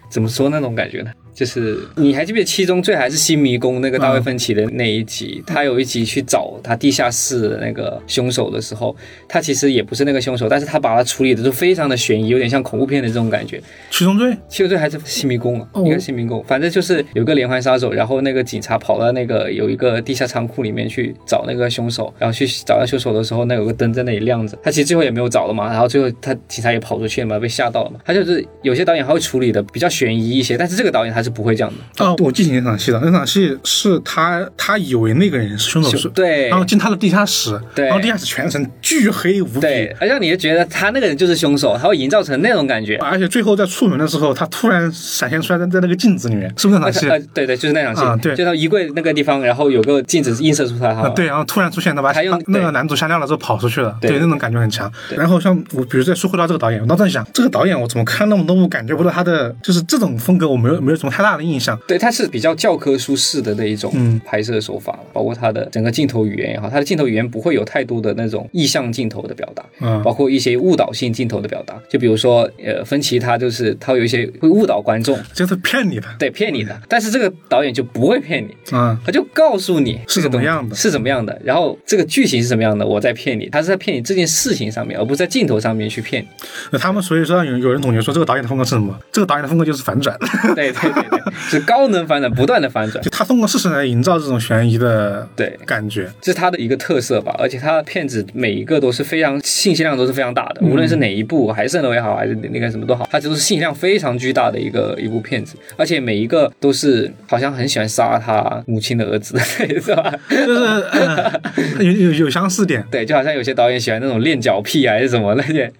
[SPEAKER 2] 怎么说那种感觉呢？就是嗯你还记不记得七宗罪还是新迷宫那个大卫芬奇的那一集？他有一集去找他地下室的那个凶手的时候，他其实也不是那个凶手，但是他把他处理的就非常的悬疑，有点像恐怖片的这种感觉。
[SPEAKER 1] 七宗罪
[SPEAKER 2] 七宗罪还是新迷宫啊，
[SPEAKER 1] 哦
[SPEAKER 2] 应该是新迷宫，反正就是有个连环杀手，然后那个警察跑到那个有一个地下仓库里面去找那个凶手，然后去找到凶手的时候，那有个灯在那里亮着，他其实最后也没有找到嘛，然后最后他警察也跑出去了嘛，被吓到了嘛，他就是有些导演还会处理的比较悬疑一些，但是这个导演他是不会这样的，
[SPEAKER 1] 啊、我记起那场戏了，那场戏是他他以为那个人是凶手，
[SPEAKER 2] 就是对
[SPEAKER 1] 然后进他的地下室，
[SPEAKER 2] 对
[SPEAKER 1] 然后地下室全程巨黑无比
[SPEAKER 2] 对，，而让你就觉得他那个人就是凶手，他会营造成那种感觉。
[SPEAKER 1] 而且最后在出门的时候，他突然闪现出来在在那个镜子里面，是不是那
[SPEAKER 2] 而
[SPEAKER 1] 场戏
[SPEAKER 2] 且？呃，对对，就是那场戏，
[SPEAKER 1] 啊对
[SPEAKER 2] 就到衣柜那个地方，然后有个镜子映射出他，
[SPEAKER 1] 啊
[SPEAKER 2] 哈，，
[SPEAKER 1] 对，然后突然出现的把
[SPEAKER 2] 还用
[SPEAKER 1] 把那个
[SPEAKER 2] 对
[SPEAKER 1] 男主吓尿了之后跑出去了，
[SPEAKER 2] 对
[SPEAKER 1] 对，那种感觉很强。
[SPEAKER 2] 对
[SPEAKER 1] 然后像我，比如再说回到这个导演，我当时想，这个导演我怎么看那么多，我感觉不到他的就是这种风格，我没有没有什么太大的印象。
[SPEAKER 2] 对，它是比较教科书式的那一
[SPEAKER 1] 嗯
[SPEAKER 2] 种拍摄手法，包括它的整个镜头语言也好，它的镜头语言不会有太多的那种意向镜头的表达，
[SPEAKER 1] 嗯
[SPEAKER 2] 包括一些误导性镜头的表达，就比如说呃，芬奇他就是他有一些会误导观众，
[SPEAKER 1] 就是骗你的，
[SPEAKER 2] 对，骗你的，但是这个导演就不会骗你。
[SPEAKER 1] 啊、
[SPEAKER 2] 他就告诉你
[SPEAKER 1] 是怎么样的
[SPEAKER 2] 是怎么样的，然后这个剧情是怎么样的，我在骗你，他是在骗你这件事情上面，而不是在镜头上面去 骗你。
[SPEAKER 1] 那他们所以说有有人总结说这个导演的风格是什么？这个导演的风格就是反转，
[SPEAKER 2] 对对对对，是高能反转，不断的反转
[SPEAKER 1] 就，他通过事实来营造这种悬疑的
[SPEAKER 2] 对。
[SPEAKER 1] 感觉。
[SPEAKER 2] 这是它的一个特色吧，而且它的片子每一个都是非常信息量都是非常大
[SPEAKER 1] 嗯
[SPEAKER 2] 的，无论是哪一部，还是《圣斗》也好，还是那个什么都好，它就是信息量非常巨大的一个一部片子，而且每一个都是好像很喜欢杀他母亲的儿子， 是吧？
[SPEAKER 1] 就是、呃、有有有相似点，
[SPEAKER 2] 对，就好像有些导演喜欢那种练脚癖啊还是什么那些，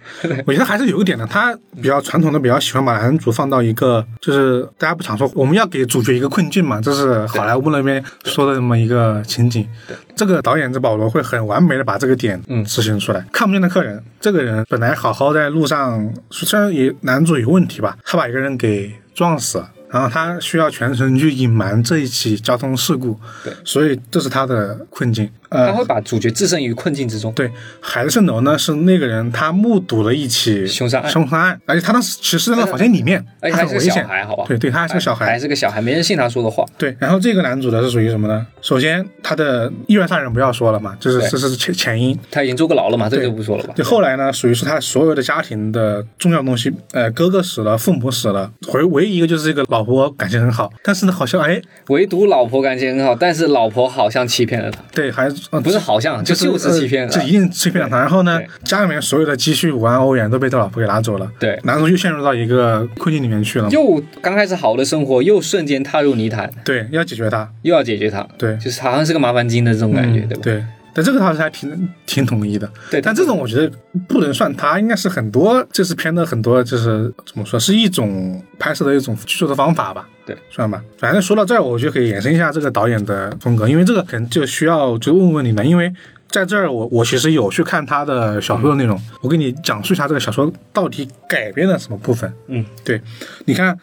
[SPEAKER 1] 我觉得还是有一点的，他比较传统的，比较喜欢把男主放到一个，就是大家不常说我们要给主角一个困境嘛，这是好莱坞那边说的这么一个情景。这个导演这保罗会很完美的把这个点
[SPEAKER 2] 嗯
[SPEAKER 1] 执行出来。看不见的客人，这个人本来好好在路上，虽然也男主有问题吧，他把一个人给撞死了。然后他需要全程去隐瞒这一起交通事故，
[SPEAKER 2] 对
[SPEAKER 1] 所以这是他的困境。
[SPEAKER 2] 他
[SPEAKER 1] 呃，
[SPEAKER 2] 会把主角置身于困境之中。
[SPEAKER 1] 对，海的圣楼呢是那个人他目睹了一起
[SPEAKER 2] 凶杀案
[SPEAKER 1] 凶杀案，而且他当时其实是在那个房间里面，
[SPEAKER 2] 而且
[SPEAKER 1] 他
[SPEAKER 2] 哎还
[SPEAKER 1] 很
[SPEAKER 2] 是个
[SPEAKER 1] 危
[SPEAKER 2] 小
[SPEAKER 1] 险。
[SPEAKER 2] 孩，好吧？哎
[SPEAKER 1] 对对，他还是个小
[SPEAKER 2] 还
[SPEAKER 1] 孩。
[SPEAKER 2] 是个小孩，没人信他说的话。
[SPEAKER 1] 对，然后这个男主呢是属于什么呢？首先他的意愿杀人不要说了嘛，就是
[SPEAKER 2] 对
[SPEAKER 1] 这是前前因。
[SPEAKER 2] 他已经坐过牢了嘛，这个
[SPEAKER 1] 对
[SPEAKER 2] 就不说了吧。
[SPEAKER 1] 对，后来呢，属于是他所有的家庭的重要东西，呃，哥哥死了，父母死了，回唯一一个就是这个老老婆感情很好，但是呢，好像哎，
[SPEAKER 2] 唯独老婆感情很好，但是老婆好像欺骗了他，
[SPEAKER 1] 对，还呃
[SPEAKER 2] 不是好像，就
[SPEAKER 1] 就是呃
[SPEAKER 2] 欺骗了
[SPEAKER 1] 这
[SPEAKER 2] 他。
[SPEAKER 1] 一定欺骗了他。然后呢
[SPEAKER 2] 对，
[SPEAKER 1] 家里面所有的积蓄五万欧元都被他老婆给拿走了，
[SPEAKER 2] 对
[SPEAKER 1] 然后又陷入到一个困境里面去了嘛。
[SPEAKER 2] 又刚开始好的生活，又瞬间踏入泥潭，
[SPEAKER 1] 对，要解决它。
[SPEAKER 2] 又要解决它，
[SPEAKER 1] 对
[SPEAKER 2] 就是好像是个麻烦精的这种感觉，
[SPEAKER 1] 嗯
[SPEAKER 2] 对吧？
[SPEAKER 1] 对，但这个倒是还挺挺统一的。
[SPEAKER 2] 对
[SPEAKER 1] 但这种我觉得不能算它，应该是很多就是偏的很多就是怎么说，是一种拍摄的一种叙述的方法吧。
[SPEAKER 2] 对，
[SPEAKER 1] 算吧。反正说到这儿，我就可以延伸一下这个导演的风格，因为这个可能就需要就问问你们，因为。在这儿我，我其实有去看他的小说的内
[SPEAKER 2] 嗯
[SPEAKER 1] 容，我给你讲述一下这个小说到底改编了什么部分。
[SPEAKER 2] 嗯，
[SPEAKER 1] 对，你看，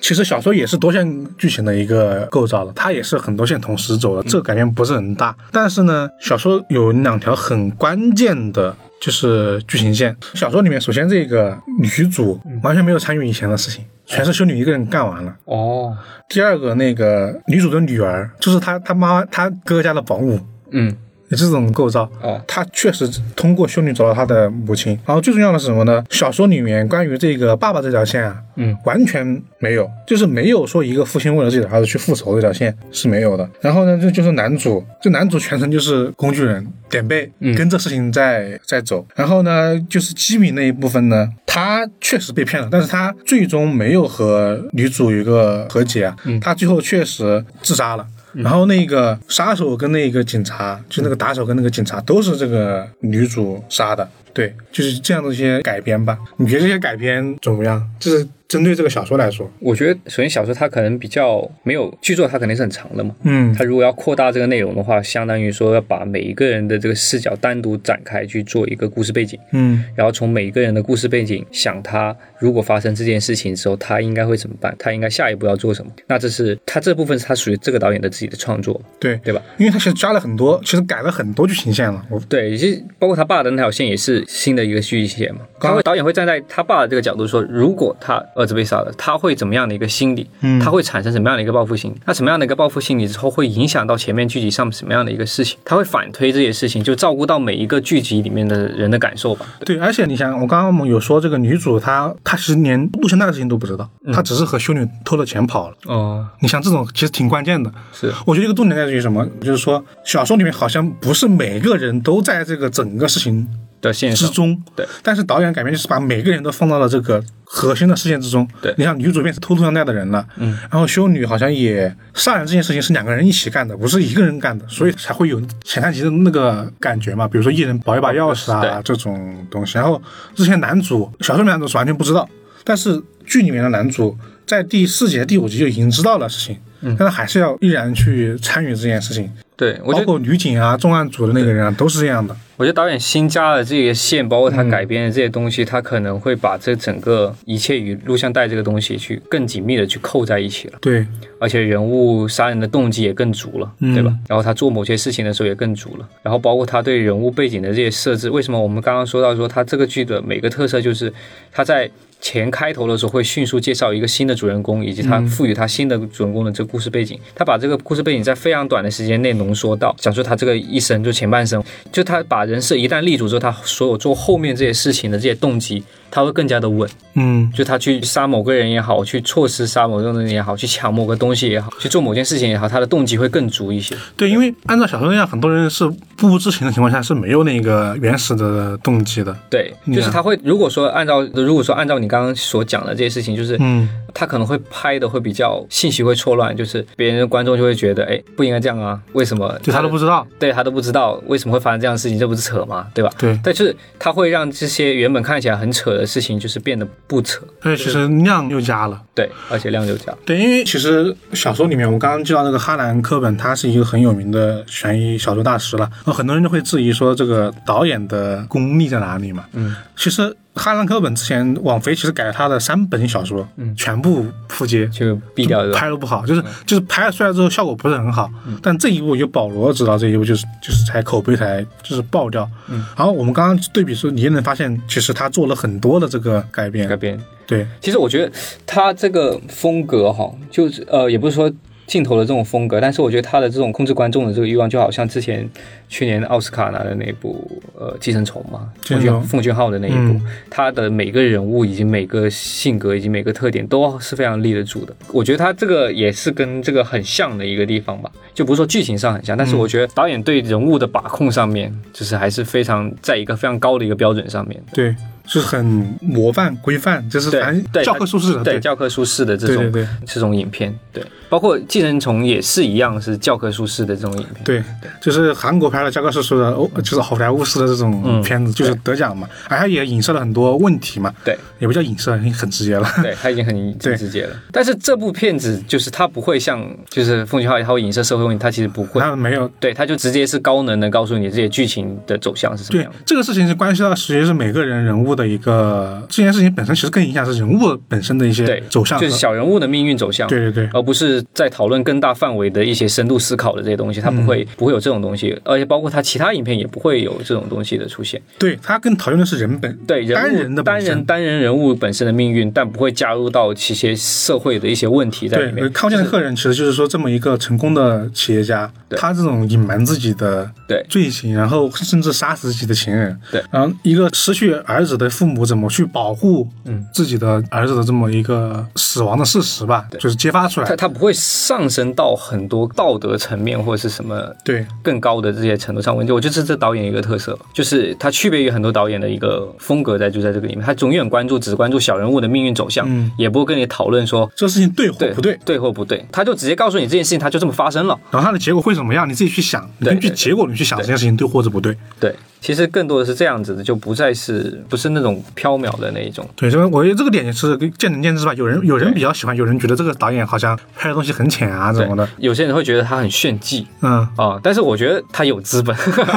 [SPEAKER 1] 其实小说也是多线剧情的一个构造了，它也是很多线同时走的，这个改变不是很大。但是呢，小说有两条很关键的。就是剧情线，小说里面首先这个女主完全没有参与以前的事情，全是修女一个人干完了。
[SPEAKER 2] 哦，
[SPEAKER 1] 第二个那个女主的女儿，就是她她妈她哥家的保姆，
[SPEAKER 2] 嗯，
[SPEAKER 1] 有这种构造。
[SPEAKER 2] 哦，
[SPEAKER 1] 他确实通过修女找到他的母亲。然后最重要的是什么呢？小说里面关于这个爸爸这条线啊，
[SPEAKER 2] 嗯，
[SPEAKER 1] 完全没有，就是没有说一个父亲为了自己的儿子去复仇这条线是没有的。然后呢，这就是男主，这男主全程就是工具人点背，跟这事情在在走。然后呢，就是基米那一部分呢，他确实被骗了，但是他最终没有和女主有一个和解啊，他最后确实自杀了。然后那个杀手跟那个警察，就那个打手跟那个警察，都是这个女主杀的。对，就是这样的一些改编吧。你觉得这些改编怎么样？就是针对这个小说来说，
[SPEAKER 2] 我觉得首先小说它可能比较没有剧作，它肯定是很长的嘛。
[SPEAKER 1] 嗯
[SPEAKER 2] 它如果要扩大这个内容的话，相当于说要把每一个人的这个视角单独展开去做一个故事背景，
[SPEAKER 1] 嗯
[SPEAKER 2] 然后从每一个人的故事背景想他如果发生这件事情之后，他应该会怎么办，他应该下一步要做什么。那这是他这部分是他属于这个导演的自己的创作，
[SPEAKER 1] 对
[SPEAKER 2] 对吧？
[SPEAKER 1] 因为他其实加了很多，其实改了很多剧情线了。我
[SPEAKER 2] 对，其实包括他爸的那条线也是新的一个续集线嘛。他会导演会站在他爸的这个角度说，如果他儿子被杀了，他会怎么样的一个心理？
[SPEAKER 1] 嗯
[SPEAKER 2] 他会产生什么样的一个报复心理？那什么样的一个报复心理之后会影响到前面剧集上什么样的一个事情？他会反推这些事情，就照顾到每一个剧集里面的人的感受吧。
[SPEAKER 1] 对，而且你想，我刚刚我们有说这个女主她，她其实连陆千代的事情都不知道，她只是和修女偷了钱跑了。
[SPEAKER 2] 哦，
[SPEAKER 1] 你像这种其实挺关键的。
[SPEAKER 2] 是
[SPEAKER 1] 我觉得一个重点在于什么？就是说小说里面好像不是每个人都在这个整个事情
[SPEAKER 2] 的线
[SPEAKER 1] 之
[SPEAKER 2] 上，
[SPEAKER 1] 中，
[SPEAKER 2] 对。
[SPEAKER 1] 但是导演改编就是把每个人都放到了这个核心的事件之中。
[SPEAKER 2] 对
[SPEAKER 1] 你像女主变成偷渡上那的人了，嗯，然后修女好像也杀人这件事情是两个人一起干的，不是一个人干的，所以才会有前三集的那个感觉嘛。比如说一人保一把钥匙啊
[SPEAKER 2] 对
[SPEAKER 1] 这种东西。然后之前男主小说里面男主是完全不知道，但是剧里面的男主在第四集、第五集就已经知道了事情。但他还是要依然去参与这件事情，
[SPEAKER 2] 对，嗯我觉
[SPEAKER 1] 包
[SPEAKER 2] 得
[SPEAKER 1] 括女警啊、重案组的那个人啊，都是这样的。
[SPEAKER 2] 我觉得导演新加的这个线，包括他改编的这些东西，他可能会把这整个一切与录像带这个东西去更紧密的去扣在一起了。
[SPEAKER 1] 对，
[SPEAKER 2] 而且人物杀人的动机也更足了，
[SPEAKER 1] 嗯
[SPEAKER 2] 对吧？然后他做某些事情的时候也更足了，然后包括他对人物背景的这些设置，为什么我们刚刚说到说他这个剧的每个特色就是他在前开头的时候会迅速介绍一个新的主人公，以及他赋予他新的主人公的这个故事背景，他把这个故事背景在非常短的时间内浓缩到，讲述他这个一生就前半生，就他把人设一旦立足之后，他所有做后面这些事情的这些动机，他会更加的稳。
[SPEAKER 1] 嗯，
[SPEAKER 2] 就他去杀某个人也好，去错失杀某个人也好，去抢某个东西也好，去做某件事情也好，他的动机会更足一些。
[SPEAKER 1] 对，因为按照小说那样，很多人是不知情的情况下是没有那个原始的动机的。
[SPEAKER 2] 对，
[SPEAKER 1] 嗯
[SPEAKER 2] 就是他会，如果说按照如果说按照你刚刚所讲的这些事情，就是
[SPEAKER 1] 嗯，
[SPEAKER 2] 他可能会拍的会比较信息会错乱，就是别人的观众就会觉得，哎，不应该这样啊，为什么？
[SPEAKER 1] 就他都不知道。
[SPEAKER 2] 对他都不知道为什么会发生这样的事情，这不是扯吗？对吧？
[SPEAKER 1] 对，
[SPEAKER 2] 但是他会让这些原本看起来很扯的事情，就是变得不扯。
[SPEAKER 1] 所以其实量又加了。
[SPEAKER 2] 对，而且量就加。
[SPEAKER 1] 对，因为其实小说里面，我刚刚知道那个哈兰科本，他是一个很有名的悬疑小说大师了。然后很多人就会质疑说，这个导演的功力在哪里嘛？嗯，其实哈兰科本之前网飞其实改了他的三本小说，嗯，全部扑街，
[SPEAKER 2] 就毙掉这种
[SPEAKER 1] 拍的不好，
[SPEAKER 2] 嗯
[SPEAKER 1] 就是就是拍出来之后效果不是很好。但这一部有保罗指导这一部，就是就是才口碑才就是爆掉。
[SPEAKER 2] 嗯
[SPEAKER 1] 然后我们刚刚对比说，你也能发现，其实他做了很多的这个改
[SPEAKER 2] 改
[SPEAKER 1] 变。
[SPEAKER 2] 变。
[SPEAKER 1] 对，
[SPEAKER 2] 其实我觉得他这个风格哈，就是呃，也不是说镜头的这种风格，但是我觉得他的这种控制观众的这个欲望，就好像之前去年奥斯卡拿的那部呃《寄生虫》嘛，
[SPEAKER 1] 寄
[SPEAKER 2] 奉
[SPEAKER 1] 生
[SPEAKER 2] 俊
[SPEAKER 1] 虫
[SPEAKER 2] 奉俊昊的那一部
[SPEAKER 1] 嗯，
[SPEAKER 2] 他的每个人物以及每个性格以及每个特点都是非常立得住的。我觉得他这个也是跟这个很像的一个地方吧，就不是说剧情上很像，但是
[SPEAKER 1] 嗯
[SPEAKER 2] 我觉得导演对人物的把控上面，就是还是非常在一个非常高的一个标准上面。
[SPEAKER 1] 对，就是很模范规范，就是
[SPEAKER 2] 对
[SPEAKER 1] 反
[SPEAKER 2] 对
[SPEAKER 1] 正教科书式的，
[SPEAKER 2] 对教科书式的这
[SPEAKER 1] 对
[SPEAKER 2] 种
[SPEAKER 1] 对对
[SPEAKER 2] 这种影片，对，包括《寄生虫》也是一样，是教科书式的这种影片。
[SPEAKER 1] 对，就是韩国拍的教科书式的，哦，就是好莱坞式的这
[SPEAKER 2] 嗯
[SPEAKER 1] 种片子，就是得奖嘛，而它也影射了很多问题嘛，
[SPEAKER 2] 对
[SPEAKER 1] 也不叫影射，很直接了。
[SPEAKER 2] 对，他已经很
[SPEAKER 1] 对
[SPEAKER 2] 很直接了。但是这部片子就是它不会像就是奉俊昊他会影射社会问题，它其实不会。
[SPEAKER 1] 然后没有
[SPEAKER 2] 对，它就直接是高能的告诉你这些剧情的走向是什么
[SPEAKER 1] 对
[SPEAKER 2] 样的。
[SPEAKER 1] 这个事情是关系到，其实是每个人人物的一个这件事情本身，其实更影响是人物本身的一些
[SPEAKER 2] 对，
[SPEAKER 1] 走向和，啊
[SPEAKER 2] 就是小人物的命运走向。
[SPEAKER 1] 对对对，
[SPEAKER 2] 而不是在讨论更大范围的一些深度思考的这些东西，它
[SPEAKER 1] 嗯
[SPEAKER 2] 不会、不会有这种东西，而且包括它其他影片也不会有这种东西的出现。
[SPEAKER 1] 对他更讨厌的是人本
[SPEAKER 2] 对人物
[SPEAKER 1] 单人的
[SPEAKER 2] 单
[SPEAKER 1] 本身
[SPEAKER 2] 人单人人物本身的命运，但不会加入到一些社会的一些问题在里
[SPEAKER 1] 对，
[SPEAKER 2] 面。
[SPEAKER 1] 康健的客人其实就是说这么一个成功的企业家，
[SPEAKER 2] 对
[SPEAKER 1] 他这种隐瞒自己的
[SPEAKER 2] 对
[SPEAKER 1] 罪行，然后甚至杀死自己的情人，
[SPEAKER 2] 对
[SPEAKER 1] 然后一个失去儿子的父母怎么去保护自己的儿子的这么一个死亡的事实吧，就是揭发出
[SPEAKER 2] 它
[SPEAKER 1] 来，
[SPEAKER 2] 它不会上升到很多道德层面或者是什么
[SPEAKER 1] 对
[SPEAKER 2] 更高的这些程度上问题。我觉得这是这导演一个特色吧，就是它区别于很多导演的一个风格在就在这个里面，他永远关注只关注小人物的命运走向，
[SPEAKER 1] 嗯
[SPEAKER 2] 也不会跟你讨论说。
[SPEAKER 1] 这个事情对或
[SPEAKER 2] 对
[SPEAKER 1] 不对，
[SPEAKER 2] 对或不对，他就直接告诉你这件事情，它就这么发生了。
[SPEAKER 1] 然后他的结果会怎么样，你自己去想，你
[SPEAKER 2] 对
[SPEAKER 1] 根据
[SPEAKER 2] 对
[SPEAKER 1] 结果你去想这件事情对或者不对。
[SPEAKER 2] 对，其实更多的是这样子的，就不再是不是那种缥缈的那一种。
[SPEAKER 1] 对，所以我觉得这个点也是见仁见智吧。有人有人比较喜欢，有人觉得这个导演好像拍的东西很浅啊，怎么的。
[SPEAKER 2] 有些人会觉得他很炫技
[SPEAKER 1] 嗯，
[SPEAKER 2] 啊、但是我觉得他有资本，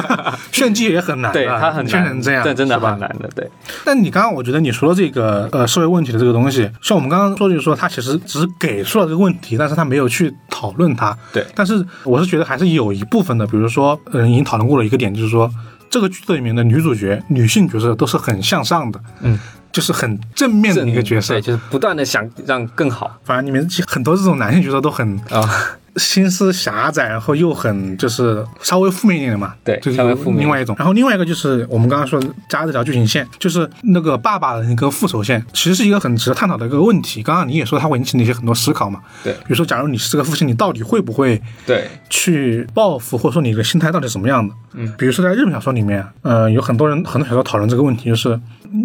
[SPEAKER 1] 炫技也很难啊，
[SPEAKER 2] 对他很
[SPEAKER 1] 炫
[SPEAKER 2] 难
[SPEAKER 1] 成这样，
[SPEAKER 2] 这真的
[SPEAKER 1] 是吧
[SPEAKER 2] 很难的，对
[SPEAKER 1] 但你刚刚我觉得你说的这个呃社会问题的这个东西，像我们刚刚说就是说，他其实只是给出了这个问题，但是他没有去讨论它。
[SPEAKER 2] 对
[SPEAKER 1] 但是我是觉得还是有一部分的，比如说，嗯、已经讨论过了一个点，就是说这个剧里面的女主角、女性角色都是很向上的，
[SPEAKER 2] 嗯，
[SPEAKER 1] 就是很正面的一个角色
[SPEAKER 2] 对，。就是不断的想让更好
[SPEAKER 1] 反正你们很多这种男性角色都很
[SPEAKER 2] 啊、
[SPEAKER 1] 心思狭窄，然后又很就是稍微负面一点的嘛，
[SPEAKER 2] 对
[SPEAKER 1] 就是
[SPEAKER 2] 稍微负面
[SPEAKER 1] 另外一种。然后另外一个就是我们刚刚说加这条剧情线，就是那个爸爸的那个复仇线，其实是一个很值得探讨的一个问题。刚刚你也说它会引起你一些很多思考嘛，
[SPEAKER 2] 对
[SPEAKER 1] 比如说假如你是这个父亲，你到底会不会
[SPEAKER 2] 对
[SPEAKER 1] 去报复，或者说你的心态到底是什么样的？嗯，比如说在日本小说里面，呃，有很多人很多小说讨论这个问题，就是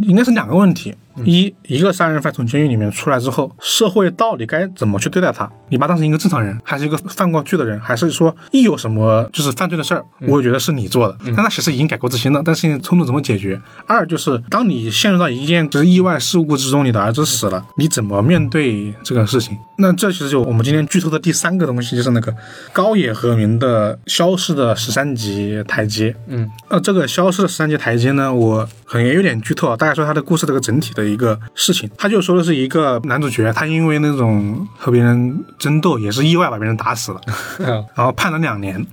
[SPEAKER 1] 应该是两个问题：一，一个杀人犯从监狱里面出来之后，社会到底该怎么去对待他？你把他当成一个正常人，还是一个犯过罪的人，还是说一有什么就是犯罪的事儿，我觉得是你做的，但他其实已经改过自新了，但是现在冲突怎么解决？二就是当你陷入到一件就是意外事故之中，你的儿子死了，你怎么面对这个事情？那这其实就我们今天剧透的第三个东西，就是那个高野和明的《消失的十三级台阶》。
[SPEAKER 2] 嗯，
[SPEAKER 1] 那这个《消失的十三级台阶》呢，我可能也有点剧透啊，大概说它的故事这个整体的一个事情，他就说的是一个男主角，他因为那种和别人争斗，也是意外把别人打死了。
[SPEAKER 2] 哦
[SPEAKER 1] 然后判了两年，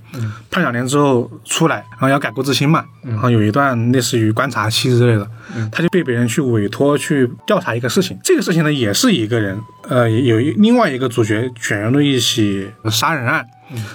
[SPEAKER 1] 判两年之后出来，然后要改过自新嘛，然后有一段类似于观察期之类的，他就被别人去委托去调查一个事情，这个事情呢也是一个人，呃，也有一另外一个主角卷入了一起杀人案。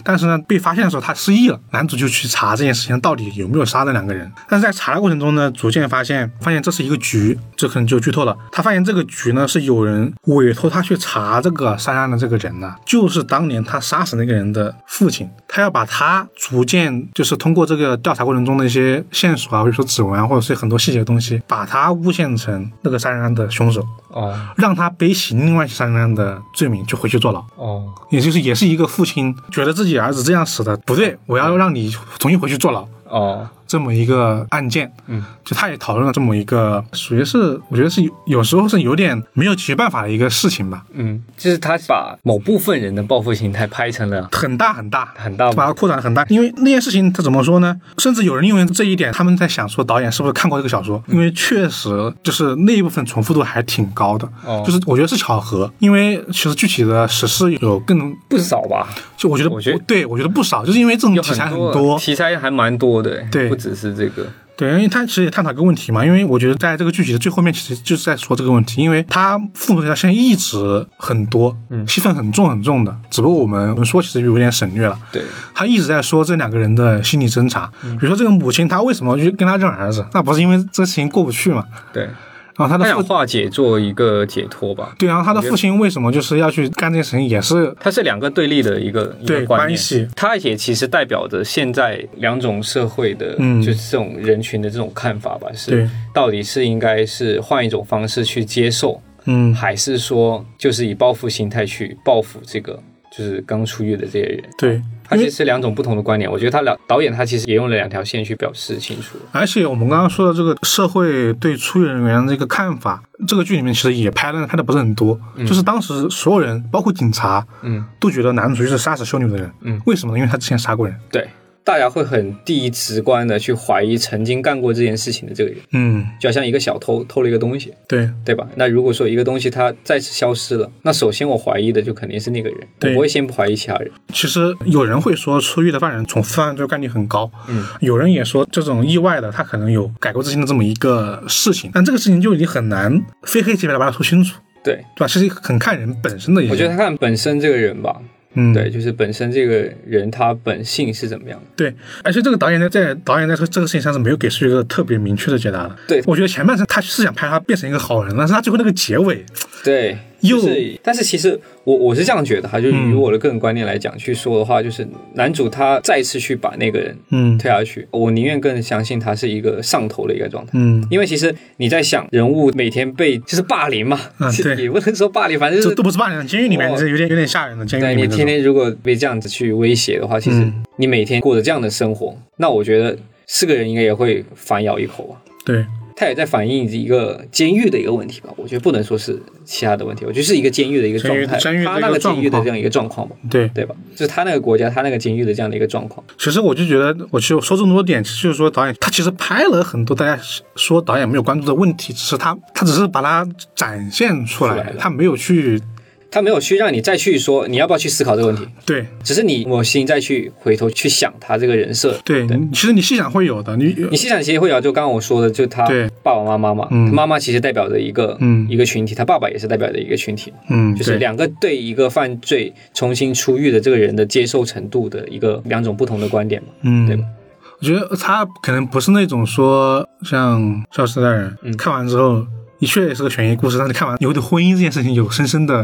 [SPEAKER 1] 但是呢，被发现的时候他失忆了，男主就去查这件事情到底有没有杀那两个人。但是在查的过程中呢，逐渐发现，发现这是一个局，这可能就剧透了。他发现这个局呢是有人委托他去查这个杀人案的这个人呢，就是当年他杀死那个人的父亲。他要把他逐渐就是通过这个调查过程中的一些线索啊，比如说指纹啊，或者是很多细节的东西，把他诬陷成那个杀人案的凶手，
[SPEAKER 2] 哦
[SPEAKER 1] 让他背起另外一起杀人案的罪名，就回去坐牢。
[SPEAKER 2] 哦，
[SPEAKER 1] 也就是也是一个父亲觉得自己儿子这样死的不
[SPEAKER 2] 嗯
[SPEAKER 1] 对，我要让你重新回去坐牢
[SPEAKER 2] 哦，
[SPEAKER 1] 这么一个案件，
[SPEAKER 2] 嗯，
[SPEAKER 1] 就他也讨论了这么一个，属于是我觉得是有有时候是有点没有解决办法的一个事情吧，
[SPEAKER 2] 嗯，就是他把某部分人的报复心态拍成了
[SPEAKER 1] 很大很大。
[SPEAKER 2] 很大
[SPEAKER 1] 把它扩展得很大，因为那件事情他怎么说呢？甚至有人因为这一点，他们在想说导演是不是看过这个小
[SPEAKER 2] 嗯
[SPEAKER 1] 说？因为确实就是那一部分重复度还挺高的，
[SPEAKER 2] 哦
[SPEAKER 1] 就是我觉得是巧合，因为其实具体的实施有更
[SPEAKER 2] 不少吧，
[SPEAKER 1] 就我觉得
[SPEAKER 2] 我觉得
[SPEAKER 1] 对我觉得不少，就是因为这种
[SPEAKER 2] 有
[SPEAKER 1] 嗯题材
[SPEAKER 2] 很
[SPEAKER 1] 很
[SPEAKER 2] 题材还蛮多的，
[SPEAKER 1] 对
[SPEAKER 2] 不只是这个，
[SPEAKER 1] 对，因为他其实也探讨一个问题嘛，因为我觉得在这个剧集的最后面，其实就是在说这个问题，因为他复仇者现在一直很多，嗯，戏份很重很重的，只不过我们我们说其实有点省略了。
[SPEAKER 2] 对，
[SPEAKER 1] 他一直在说这两个人的心理挣扎，比如说这个母亲她为什么去跟他认儿子，那不是因为这事情过不去嘛？
[SPEAKER 2] 对，
[SPEAKER 1] 然后他
[SPEAKER 2] 他
[SPEAKER 1] 的
[SPEAKER 2] 想
[SPEAKER 1] 父
[SPEAKER 2] 化解做一个解脱吧。
[SPEAKER 1] 对，然后他的父亲为什么就是要去干这件事情，也是
[SPEAKER 2] 它是两个对立的一个一
[SPEAKER 1] 对
[SPEAKER 2] 个观念
[SPEAKER 1] 关系
[SPEAKER 2] 它也其实代表着现在两种社会的，
[SPEAKER 1] 嗯
[SPEAKER 2] 就是这种人群的这种看法吧，
[SPEAKER 1] 对
[SPEAKER 2] 是到底是应该是换一种方式去接受，
[SPEAKER 1] 嗯，
[SPEAKER 2] 还是说就是以报复心态去报复这个就是刚出狱的这些人？
[SPEAKER 1] 对，
[SPEAKER 2] 它其实是两种不同的观点，我觉得他两导演他其实也用了两条线去表示清楚。
[SPEAKER 1] 而且我们刚刚说的这个社会对出狱人员的这个看法，这个剧里面其实也拍的拍的不是很多，就是当时所有人，包括警察，
[SPEAKER 2] 嗯，
[SPEAKER 1] 都觉得男主就是杀死修女的人，
[SPEAKER 2] 嗯，
[SPEAKER 1] 为什么呢？因为他之前杀过人，
[SPEAKER 2] 对，大家会很第一直观的去怀疑曾经干过这件事情的这个人，
[SPEAKER 1] 嗯，
[SPEAKER 2] 就好像一个小偷偷了一个东西，
[SPEAKER 1] 对，
[SPEAKER 2] 对吧？那如果说一个东西它再次消失了，那首先我怀疑的就肯定是那个人，我
[SPEAKER 1] 对
[SPEAKER 2] 不会先不怀疑其他人。
[SPEAKER 1] 其实有人会说出狱的犯人从犯罪概率很高，
[SPEAKER 2] 嗯，
[SPEAKER 1] 有人也说这种意外的他可能有改过自新的这么一个事情，但这个事情就已经很难非黑即白的把它说清楚，
[SPEAKER 2] 对，
[SPEAKER 1] 对吧？其实很看人本身的一些，
[SPEAKER 2] 我觉得他看本身这个人吧，
[SPEAKER 1] 嗯，
[SPEAKER 2] 对，就是本身这个人他本性是怎么样的。
[SPEAKER 1] 对，而且这个导演在在导演在说这个事情上是没有给出一个特别明确的解答的。
[SPEAKER 2] 对
[SPEAKER 1] 我觉得前半程他是想拍他变成一个好人，但是他最后那个结尾，
[SPEAKER 2] 对，
[SPEAKER 1] 又
[SPEAKER 2] 就是，但是其实我我是这样觉得哈，就
[SPEAKER 1] 嗯
[SPEAKER 2] 以我的个人观念来讲、去说的话，就是男主他再次去把那个人
[SPEAKER 1] 嗯
[SPEAKER 2] 推下去，我宁愿更相信他是一个上头的一个状态。
[SPEAKER 1] 嗯，
[SPEAKER 2] 因为其实你在想人物每天被就是霸凌嘛，
[SPEAKER 1] 嗯对
[SPEAKER 2] 也不能说霸凌，反正就
[SPEAKER 1] 这
[SPEAKER 2] 是
[SPEAKER 1] 都不是霸凌，监狱里面
[SPEAKER 2] 哇
[SPEAKER 1] 这有点有点吓人的，监狱
[SPEAKER 2] 对
[SPEAKER 1] 里
[SPEAKER 2] 你
[SPEAKER 1] 面这种。
[SPEAKER 2] 天天如果被这样子去威胁的话，其实
[SPEAKER 1] 嗯
[SPEAKER 2] 你每天过着这样的生活，那我觉得是个人应该也会反咬一口啊。
[SPEAKER 1] 对，
[SPEAKER 2] 它也在反映一个监狱的一个问题吧，我觉得不能说是其他的问题，我觉得是一个监狱的一个状态，
[SPEAKER 1] 监狱
[SPEAKER 2] 他
[SPEAKER 1] 监狱的一个
[SPEAKER 2] 那个监狱的
[SPEAKER 1] 状况
[SPEAKER 2] 这样一个状况吧，
[SPEAKER 1] 对，
[SPEAKER 2] 对吧？就是他那个国家，他那个监狱的这样的一个状况，
[SPEAKER 1] 其实我就觉得，我就说这么多点，就是说导演他其实拍了很多大家说导演没有关注的问题，只是他他只是把它展现出
[SPEAKER 2] 出
[SPEAKER 1] 来
[SPEAKER 2] 来，了
[SPEAKER 1] 他没有去
[SPEAKER 2] 他没有去让你再去说你要不要去思考这个问题，
[SPEAKER 1] 对
[SPEAKER 2] 只是你我心再去回头去想他这个人设。
[SPEAKER 1] 对，你其实你细想会有的，你
[SPEAKER 2] 你细想其实会有，就刚刚我说的，就他
[SPEAKER 1] 对
[SPEAKER 2] 爸爸妈妈嘛，
[SPEAKER 1] 嗯
[SPEAKER 2] 他妈妈其实代表着一个、
[SPEAKER 1] 嗯
[SPEAKER 2] 一个群体，他爸爸也是代表着一个群体，
[SPEAKER 1] 嗯
[SPEAKER 2] 就是
[SPEAKER 1] 对
[SPEAKER 2] 两个对一个犯罪重新出狱的这个人的接受程度的一个两种不同的观点嘛。
[SPEAKER 1] 嗯
[SPEAKER 2] 对吧
[SPEAKER 1] 我觉得他可能不是那种说像《消失的人》
[SPEAKER 2] 嗯
[SPEAKER 1] 看完之后。的确也是个悬疑故事，但是看完你会对婚姻这件事情有深深的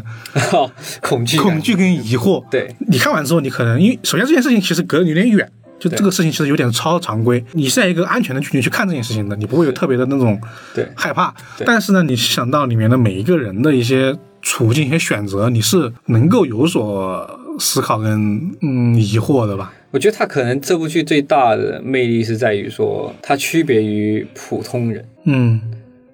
[SPEAKER 2] 恐惧，
[SPEAKER 1] 恐，惧跟疑惑。
[SPEAKER 2] 对，
[SPEAKER 1] 你看完之后，你可能因为首先这件事情其实隔得有点远，就
[SPEAKER 2] 对
[SPEAKER 1] 这个事情其实有点超常规。你是在一个安全的距离去看这件事情的，你不会有特别的那种
[SPEAKER 2] 对
[SPEAKER 1] 害怕。
[SPEAKER 2] 对
[SPEAKER 1] 但是呢，你想到里面的每一个人的一些处境、一些选择，你是能够有所思考跟嗯疑惑的吧？
[SPEAKER 2] 我觉得他可能这部剧最大的魅力是在于说，它区别于普通人。
[SPEAKER 1] 嗯，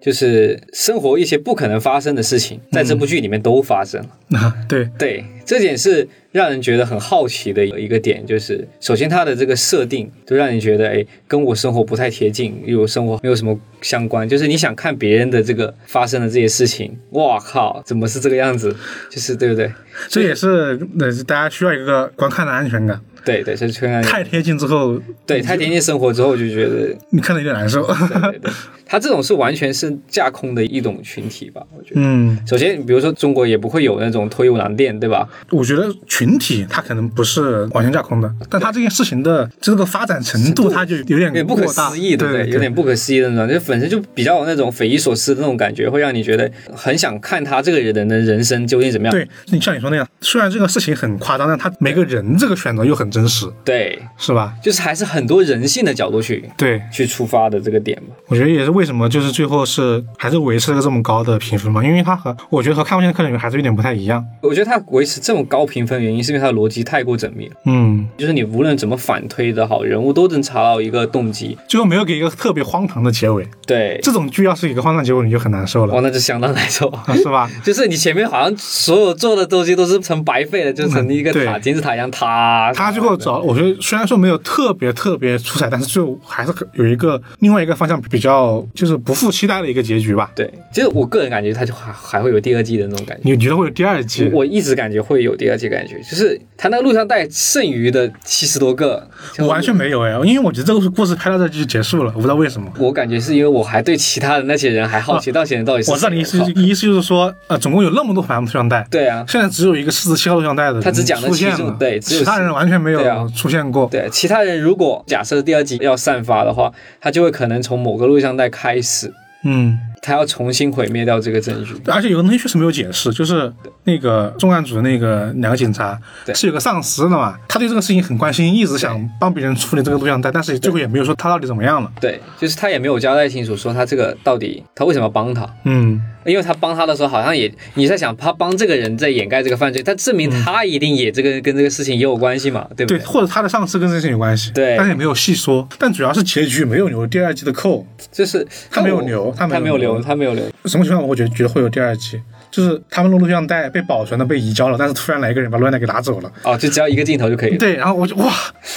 [SPEAKER 2] 就是生活一些不可能发生的事情，在这部剧里面都发生了。
[SPEAKER 1] 啊，对，
[SPEAKER 2] 对，这点是让人觉得很好奇的一个点，就是首先它的这个设定就让你觉得，哎，跟我生活不太贴近，与我生活没有什么相关。就是你想看别人的这个发生的这些事情，哇靠，怎么是这个样子？就是对不对？
[SPEAKER 1] 这也是呃大家需要一个观看的安全感。
[SPEAKER 2] 对对，就是让
[SPEAKER 1] 太贴近之后，
[SPEAKER 2] 对太贴近生活之后，就觉得
[SPEAKER 1] 你看的有点难受。
[SPEAKER 2] 对对对，他这种是完全是架空的一种群体吧，我觉 得。
[SPEAKER 1] 嗯，
[SPEAKER 2] 首先，比如说中国也不会有那种脱衣舞男店，对吧？
[SPEAKER 1] 我觉得群体它可能不是完全架空的，但它这件事情的这个发展程度，它就有点
[SPEAKER 2] 有点不可
[SPEAKER 1] 过大，
[SPEAKER 2] 思议，对不对？
[SPEAKER 1] 对，
[SPEAKER 2] 有点不可思议的那种，就本身就比较有那种匪夷所思的那种感觉，会让你觉得很想看他这个人的人生究竟怎么样。
[SPEAKER 1] 对。你像你说那样，虽然这个事情很夸张，但它每个人这个选择又很真实，
[SPEAKER 2] 对
[SPEAKER 1] 是吧？
[SPEAKER 2] 就是还是很多人性的角度去
[SPEAKER 1] 对，
[SPEAKER 2] 去出发的这个点嘛。
[SPEAKER 1] 我觉得也是为什么就是最后是还是维持了个这么高的评分嘛，因为它和我觉得和看不见的客人还是有点不太一样。
[SPEAKER 2] 我觉得他维持这么高评分，原因是因为他的逻辑太过缜密了，
[SPEAKER 1] 嗯，
[SPEAKER 2] 就是你无论怎么反推的好，人物都能查到一个动机。
[SPEAKER 1] 最后没有给一个特别荒唐的结尾。
[SPEAKER 2] 对，
[SPEAKER 1] 这种剧要是一个荒诞结果，你就很难受
[SPEAKER 2] 哇，
[SPEAKER 1] 了，
[SPEAKER 2] 那就相当难受。
[SPEAKER 1] 是吧？
[SPEAKER 2] 就是你前面好像所有做的东西都是成白费了，就成一个塔
[SPEAKER 1] 嗯对
[SPEAKER 2] 金字塔一样塌。
[SPEAKER 1] 他最后找，我觉得虽然说没有特别特别出彩，但是最后还是有一个另外一个方向比较就是不负期待的一个结局吧。
[SPEAKER 2] 对，其实我个人感觉他就还还会有第二季的那种感觉。
[SPEAKER 1] 你觉得会有第二季？
[SPEAKER 2] 我一直感觉会有第二季感觉，就是他那个录像带剩余的七十多个，就
[SPEAKER 1] 我完全没有哎，因为我觉得这个故事拍到这就结束了，我不知道为什么。
[SPEAKER 2] 我感觉是因为我还对其他的那些人还好奇，到现在到底是
[SPEAKER 1] 我知道你意思
[SPEAKER 2] 谁，
[SPEAKER 1] 意思就是说，呃，总共有那么多盘录像带，
[SPEAKER 2] 对啊，
[SPEAKER 1] 现在只有一个四十七号录像带的人
[SPEAKER 2] 他只讲了
[SPEAKER 1] 出
[SPEAKER 2] 其中
[SPEAKER 1] 现了，
[SPEAKER 2] 对只有
[SPEAKER 1] 其他人完全没
[SPEAKER 2] 对啊
[SPEAKER 1] 有出现过。
[SPEAKER 2] 对其他人如果假设第二季要散发的话，他就会可能从某个录像带开始，
[SPEAKER 1] 嗯，
[SPEAKER 2] 他要重新毁灭掉这个证据。
[SPEAKER 1] 而且有个东西确实没有解释，就是那个重案组的那个两个警察
[SPEAKER 2] 对
[SPEAKER 1] 是有个上司的嘛，他对这个事情很关心，一直想帮别人处理这个录像带，但是最后也没有说他到底怎么样了。
[SPEAKER 2] 对，就是他也没有交代清楚，说他这个到底他为什么要帮他，
[SPEAKER 1] 嗯，
[SPEAKER 2] 因为他帮他的时候，好像也你在想他帮这个人在掩盖这个犯罪，但证明他一定也这个跟这个事情也有关系嘛，对不
[SPEAKER 1] 嗯对，或者他的上司跟这件事情有关系，
[SPEAKER 2] 对
[SPEAKER 1] 但是也没有细说。但主要是结局没有留第二季的扣，
[SPEAKER 2] 就是
[SPEAKER 1] 他没有
[SPEAKER 2] 我
[SPEAKER 1] 留他
[SPEAKER 2] 他
[SPEAKER 1] 没有
[SPEAKER 2] 没有留，
[SPEAKER 1] 留
[SPEAKER 2] 他没有留，
[SPEAKER 1] 什么情况我会觉得觉得会有第二季？就是他们录录像带被保存了、被移交了，但是突然来一个人把录像带给拿走了。
[SPEAKER 2] 哦，就只要一个镜头就可以了。
[SPEAKER 1] 对，然后我就哇，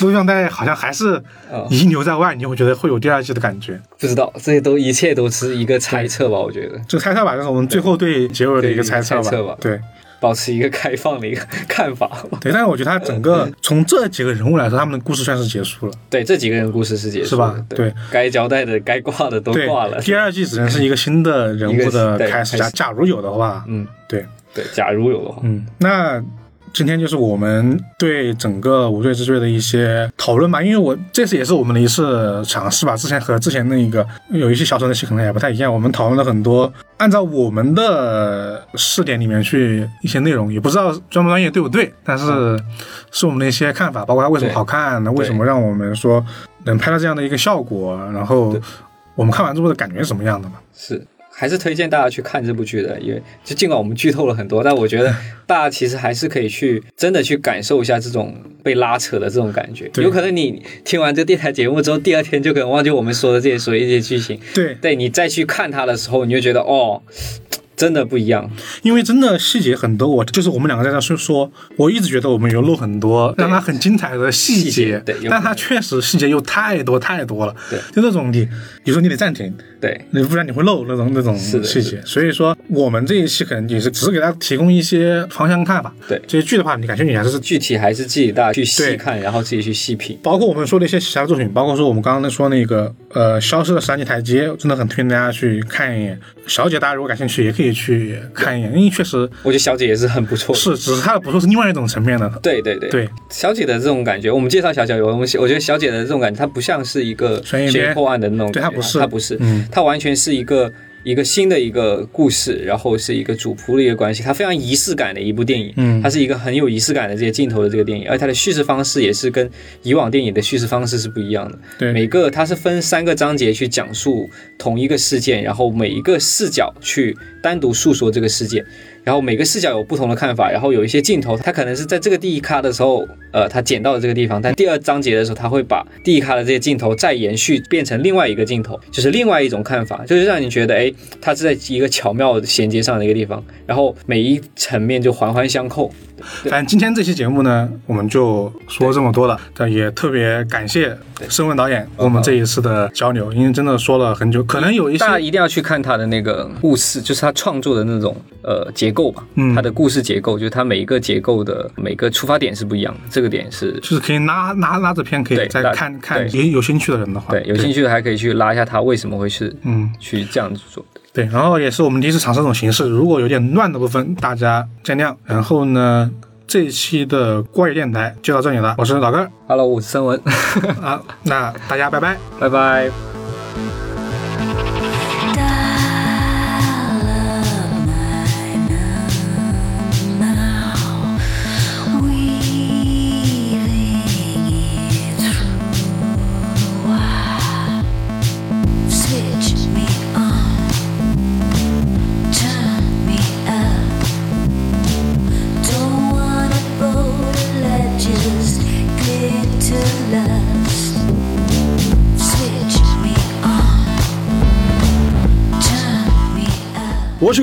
[SPEAKER 1] 录像带好像还是
[SPEAKER 2] 哦
[SPEAKER 1] 遗留在外，你会觉得会有第二季的感觉。
[SPEAKER 2] 不知道，这些都一切都是一个猜测吧，我觉得
[SPEAKER 1] 这个猜测吧，这是我们最后对结尾的一个猜测
[SPEAKER 2] 对猜测吧
[SPEAKER 1] 吧。对
[SPEAKER 2] 保持一个开放的一个 看法。
[SPEAKER 1] 对，但是我觉得他整个
[SPEAKER 2] 嗯
[SPEAKER 1] 从这几个人物来说，他们的故事算是结束了。
[SPEAKER 2] 对，这几个人故事是结束
[SPEAKER 1] 是吧
[SPEAKER 2] 的对
[SPEAKER 1] 对，
[SPEAKER 2] 该交代的、该挂的都
[SPEAKER 1] 对
[SPEAKER 2] 挂了，。
[SPEAKER 1] 第二季只能是一个新的人物的
[SPEAKER 2] 一个对
[SPEAKER 1] 开始。
[SPEAKER 2] 开
[SPEAKER 1] 假
[SPEAKER 2] 始
[SPEAKER 1] 假如有的话，
[SPEAKER 2] 嗯，
[SPEAKER 1] 对，
[SPEAKER 2] 对，假如有的话，
[SPEAKER 1] 嗯，那。今天就是我们对整个《无罪之罪》的一些讨论吧，因为我这次也是我们的一次尝试吧。之前和之前那个有一些小众的戏可能也不太一样，我们讨论了很多按照我们的视点里面去一些内容，也不知道专不专业对不对，但是是我们的一些看法，包括它为什么
[SPEAKER 2] 对
[SPEAKER 1] 好看，那为什么让我们说能拍到这样的一个效果，然后我们看完之后的感觉是什么样的嘛？
[SPEAKER 2] 是还是推荐大家去看这部剧的，因为就尽管我们剧透了很多，但 我觉得大家其实还是可以去真的去感受一下这种被拉扯的这种感觉。
[SPEAKER 1] 对
[SPEAKER 2] 有可能你听完这电台节目之后，第二天就可能忘记我们说的这些所有一些剧情，
[SPEAKER 1] 对，
[SPEAKER 2] 对你再去看它的时候，你就觉得哦，真的不一样。
[SPEAKER 1] 因为真的细节很多，我就是我们两个在那说说，我一直觉得我们有漏很多
[SPEAKER 2] 对
[SPEAKER 1] 让它很精彩的细
[SPEAKER 2] 细节
[SPEAKER 1] 节，
[SPEAKER 2] 对有
[SPEAKER 1] 但它确实细节又太多太多了，
[SPEAKER 2] 对
[SPEAKER 1] 就那种你，有时候你得暂停，
[SPEAKER 2] 对，
[SPEAKER 1] 你不然你会漏那种那种
[SPEAKER 2] 是的
[SPEAKER 1] 细
[SPEAKER 2] 是
[SPEAKER 1] 节。所以说，我们这一期可能也是只是给大家提供一些方向看法，
[SPEAKER 2] 对
[SPEAKER 1] 这些剧的话，你感觉你还是
[SPEAKER 2] 具体还是自己大家去细
[SPEAKER 1] 对
[SPEAKER 2] 看，然后自己去细品。
[SPEAKER 1] 包括我们说的一些其他作品，包括说我们刚刚说那个呃消失的三级台阶，真的很推荐大家去看一眼。小姐，大家如果感兴趣，也可以去看一眼，因为确实
[SPEAKER 2] 我觉得小姐也是很不错的。
[SPEAKER 1] 是，只是它的不错是另外一种层面的。
[SPEAKER 2] 对对对
[SPEAKER 1] 对，
[SPEAKER 2] 小姐的这种感觉，我们介绍小姐有，我们我觉得小姐的这种感觉，它不像是一个
[SPEAKER 1] 悬疑片
[SPEAKER 2] 破案的那种感
[SPEAKER 1] 对
[SPEAKER 2] 觉，
[SPEAKER 1] 它不是
[SPEAKER 2] 它不是，
[SPEAKER 1] 嗯
[SPEAKER 2] 它完全是一个一个新的一个故事，然后是一个主仆的一个关系，它非常仪式感的一部电影，
[SPEAKER 1] 嗯
[SPEAKER 2] 它是一个很有仪式感的这些镜头的这个电影，而它的叙事方式也是跟以往电影的叙事方式是不一样的，
[SPEAKER 1] 对
[SPEAKER 2] 每个它是分三个章节去讲述同一个事件，然后每一个视角去单独诉说这个事件，然后每个视角有不同的看法，然后有一些镜头，它可能是在这个第一咖的时候，呃，他剪到了这个地方，但第二章节的时候，他会把第一咖的这些镜头再延续变成另外一个镜头，就是另外一种看法，就是让你觉得，哎，它是在一个巧妙的衔接上的一个地方，然后每一层面就环环相扣。
[SPEAKER 1] 反正今天这期节目呢，我们就说这么多了。但也特别感谢申文导演我们这一次的交流，因为真的说了很久，可能有一些
[SPEAKER 2] 大家一定要去看他的那个故事，就是他创作的那种呃结构吧，
[SPEAKER 1] 嗯
[SPEAKER 2] 他的故事结构，就是他每一个结构的每个出发点是不一样的，这个点是
[SPEAKER 1] 就是可以拉拉拉着片，可
[SPEAKER 2] 对
[SPEAKER 1] 以再
[SPEAKER 2] 大
[SPEAKER 1] 看看，
[SPEAKER 2] 对
[SPEAKER 1] 也有兴趣的人的话，
[SPEAKER 2] 对，有兴
[SPEAKER 1] 趣，
[SPEAKER 2] 趣的还可以去拉一下他为什么会是
[SPEAKER 1] 嗯，
[SPEAKER 2] 去这样子做。
[SPEAKER 1] 对。然后也是我们第一次尝试这种形式，如果有点乱的部分，大家见谅。然后呢，这一期的怪异电台就到这里了，我是老根
[SPEAKER 2] Hello，我是森文，
[SPEAKER 1] 啊，那大家拜拜。
[SPEAKER 2] 拜拜。
[SPEAKER 4] Switch me on, turn me up. Don't wanna bold ledges cling to lust. Switch me on,
[SPEAKER 1] 我是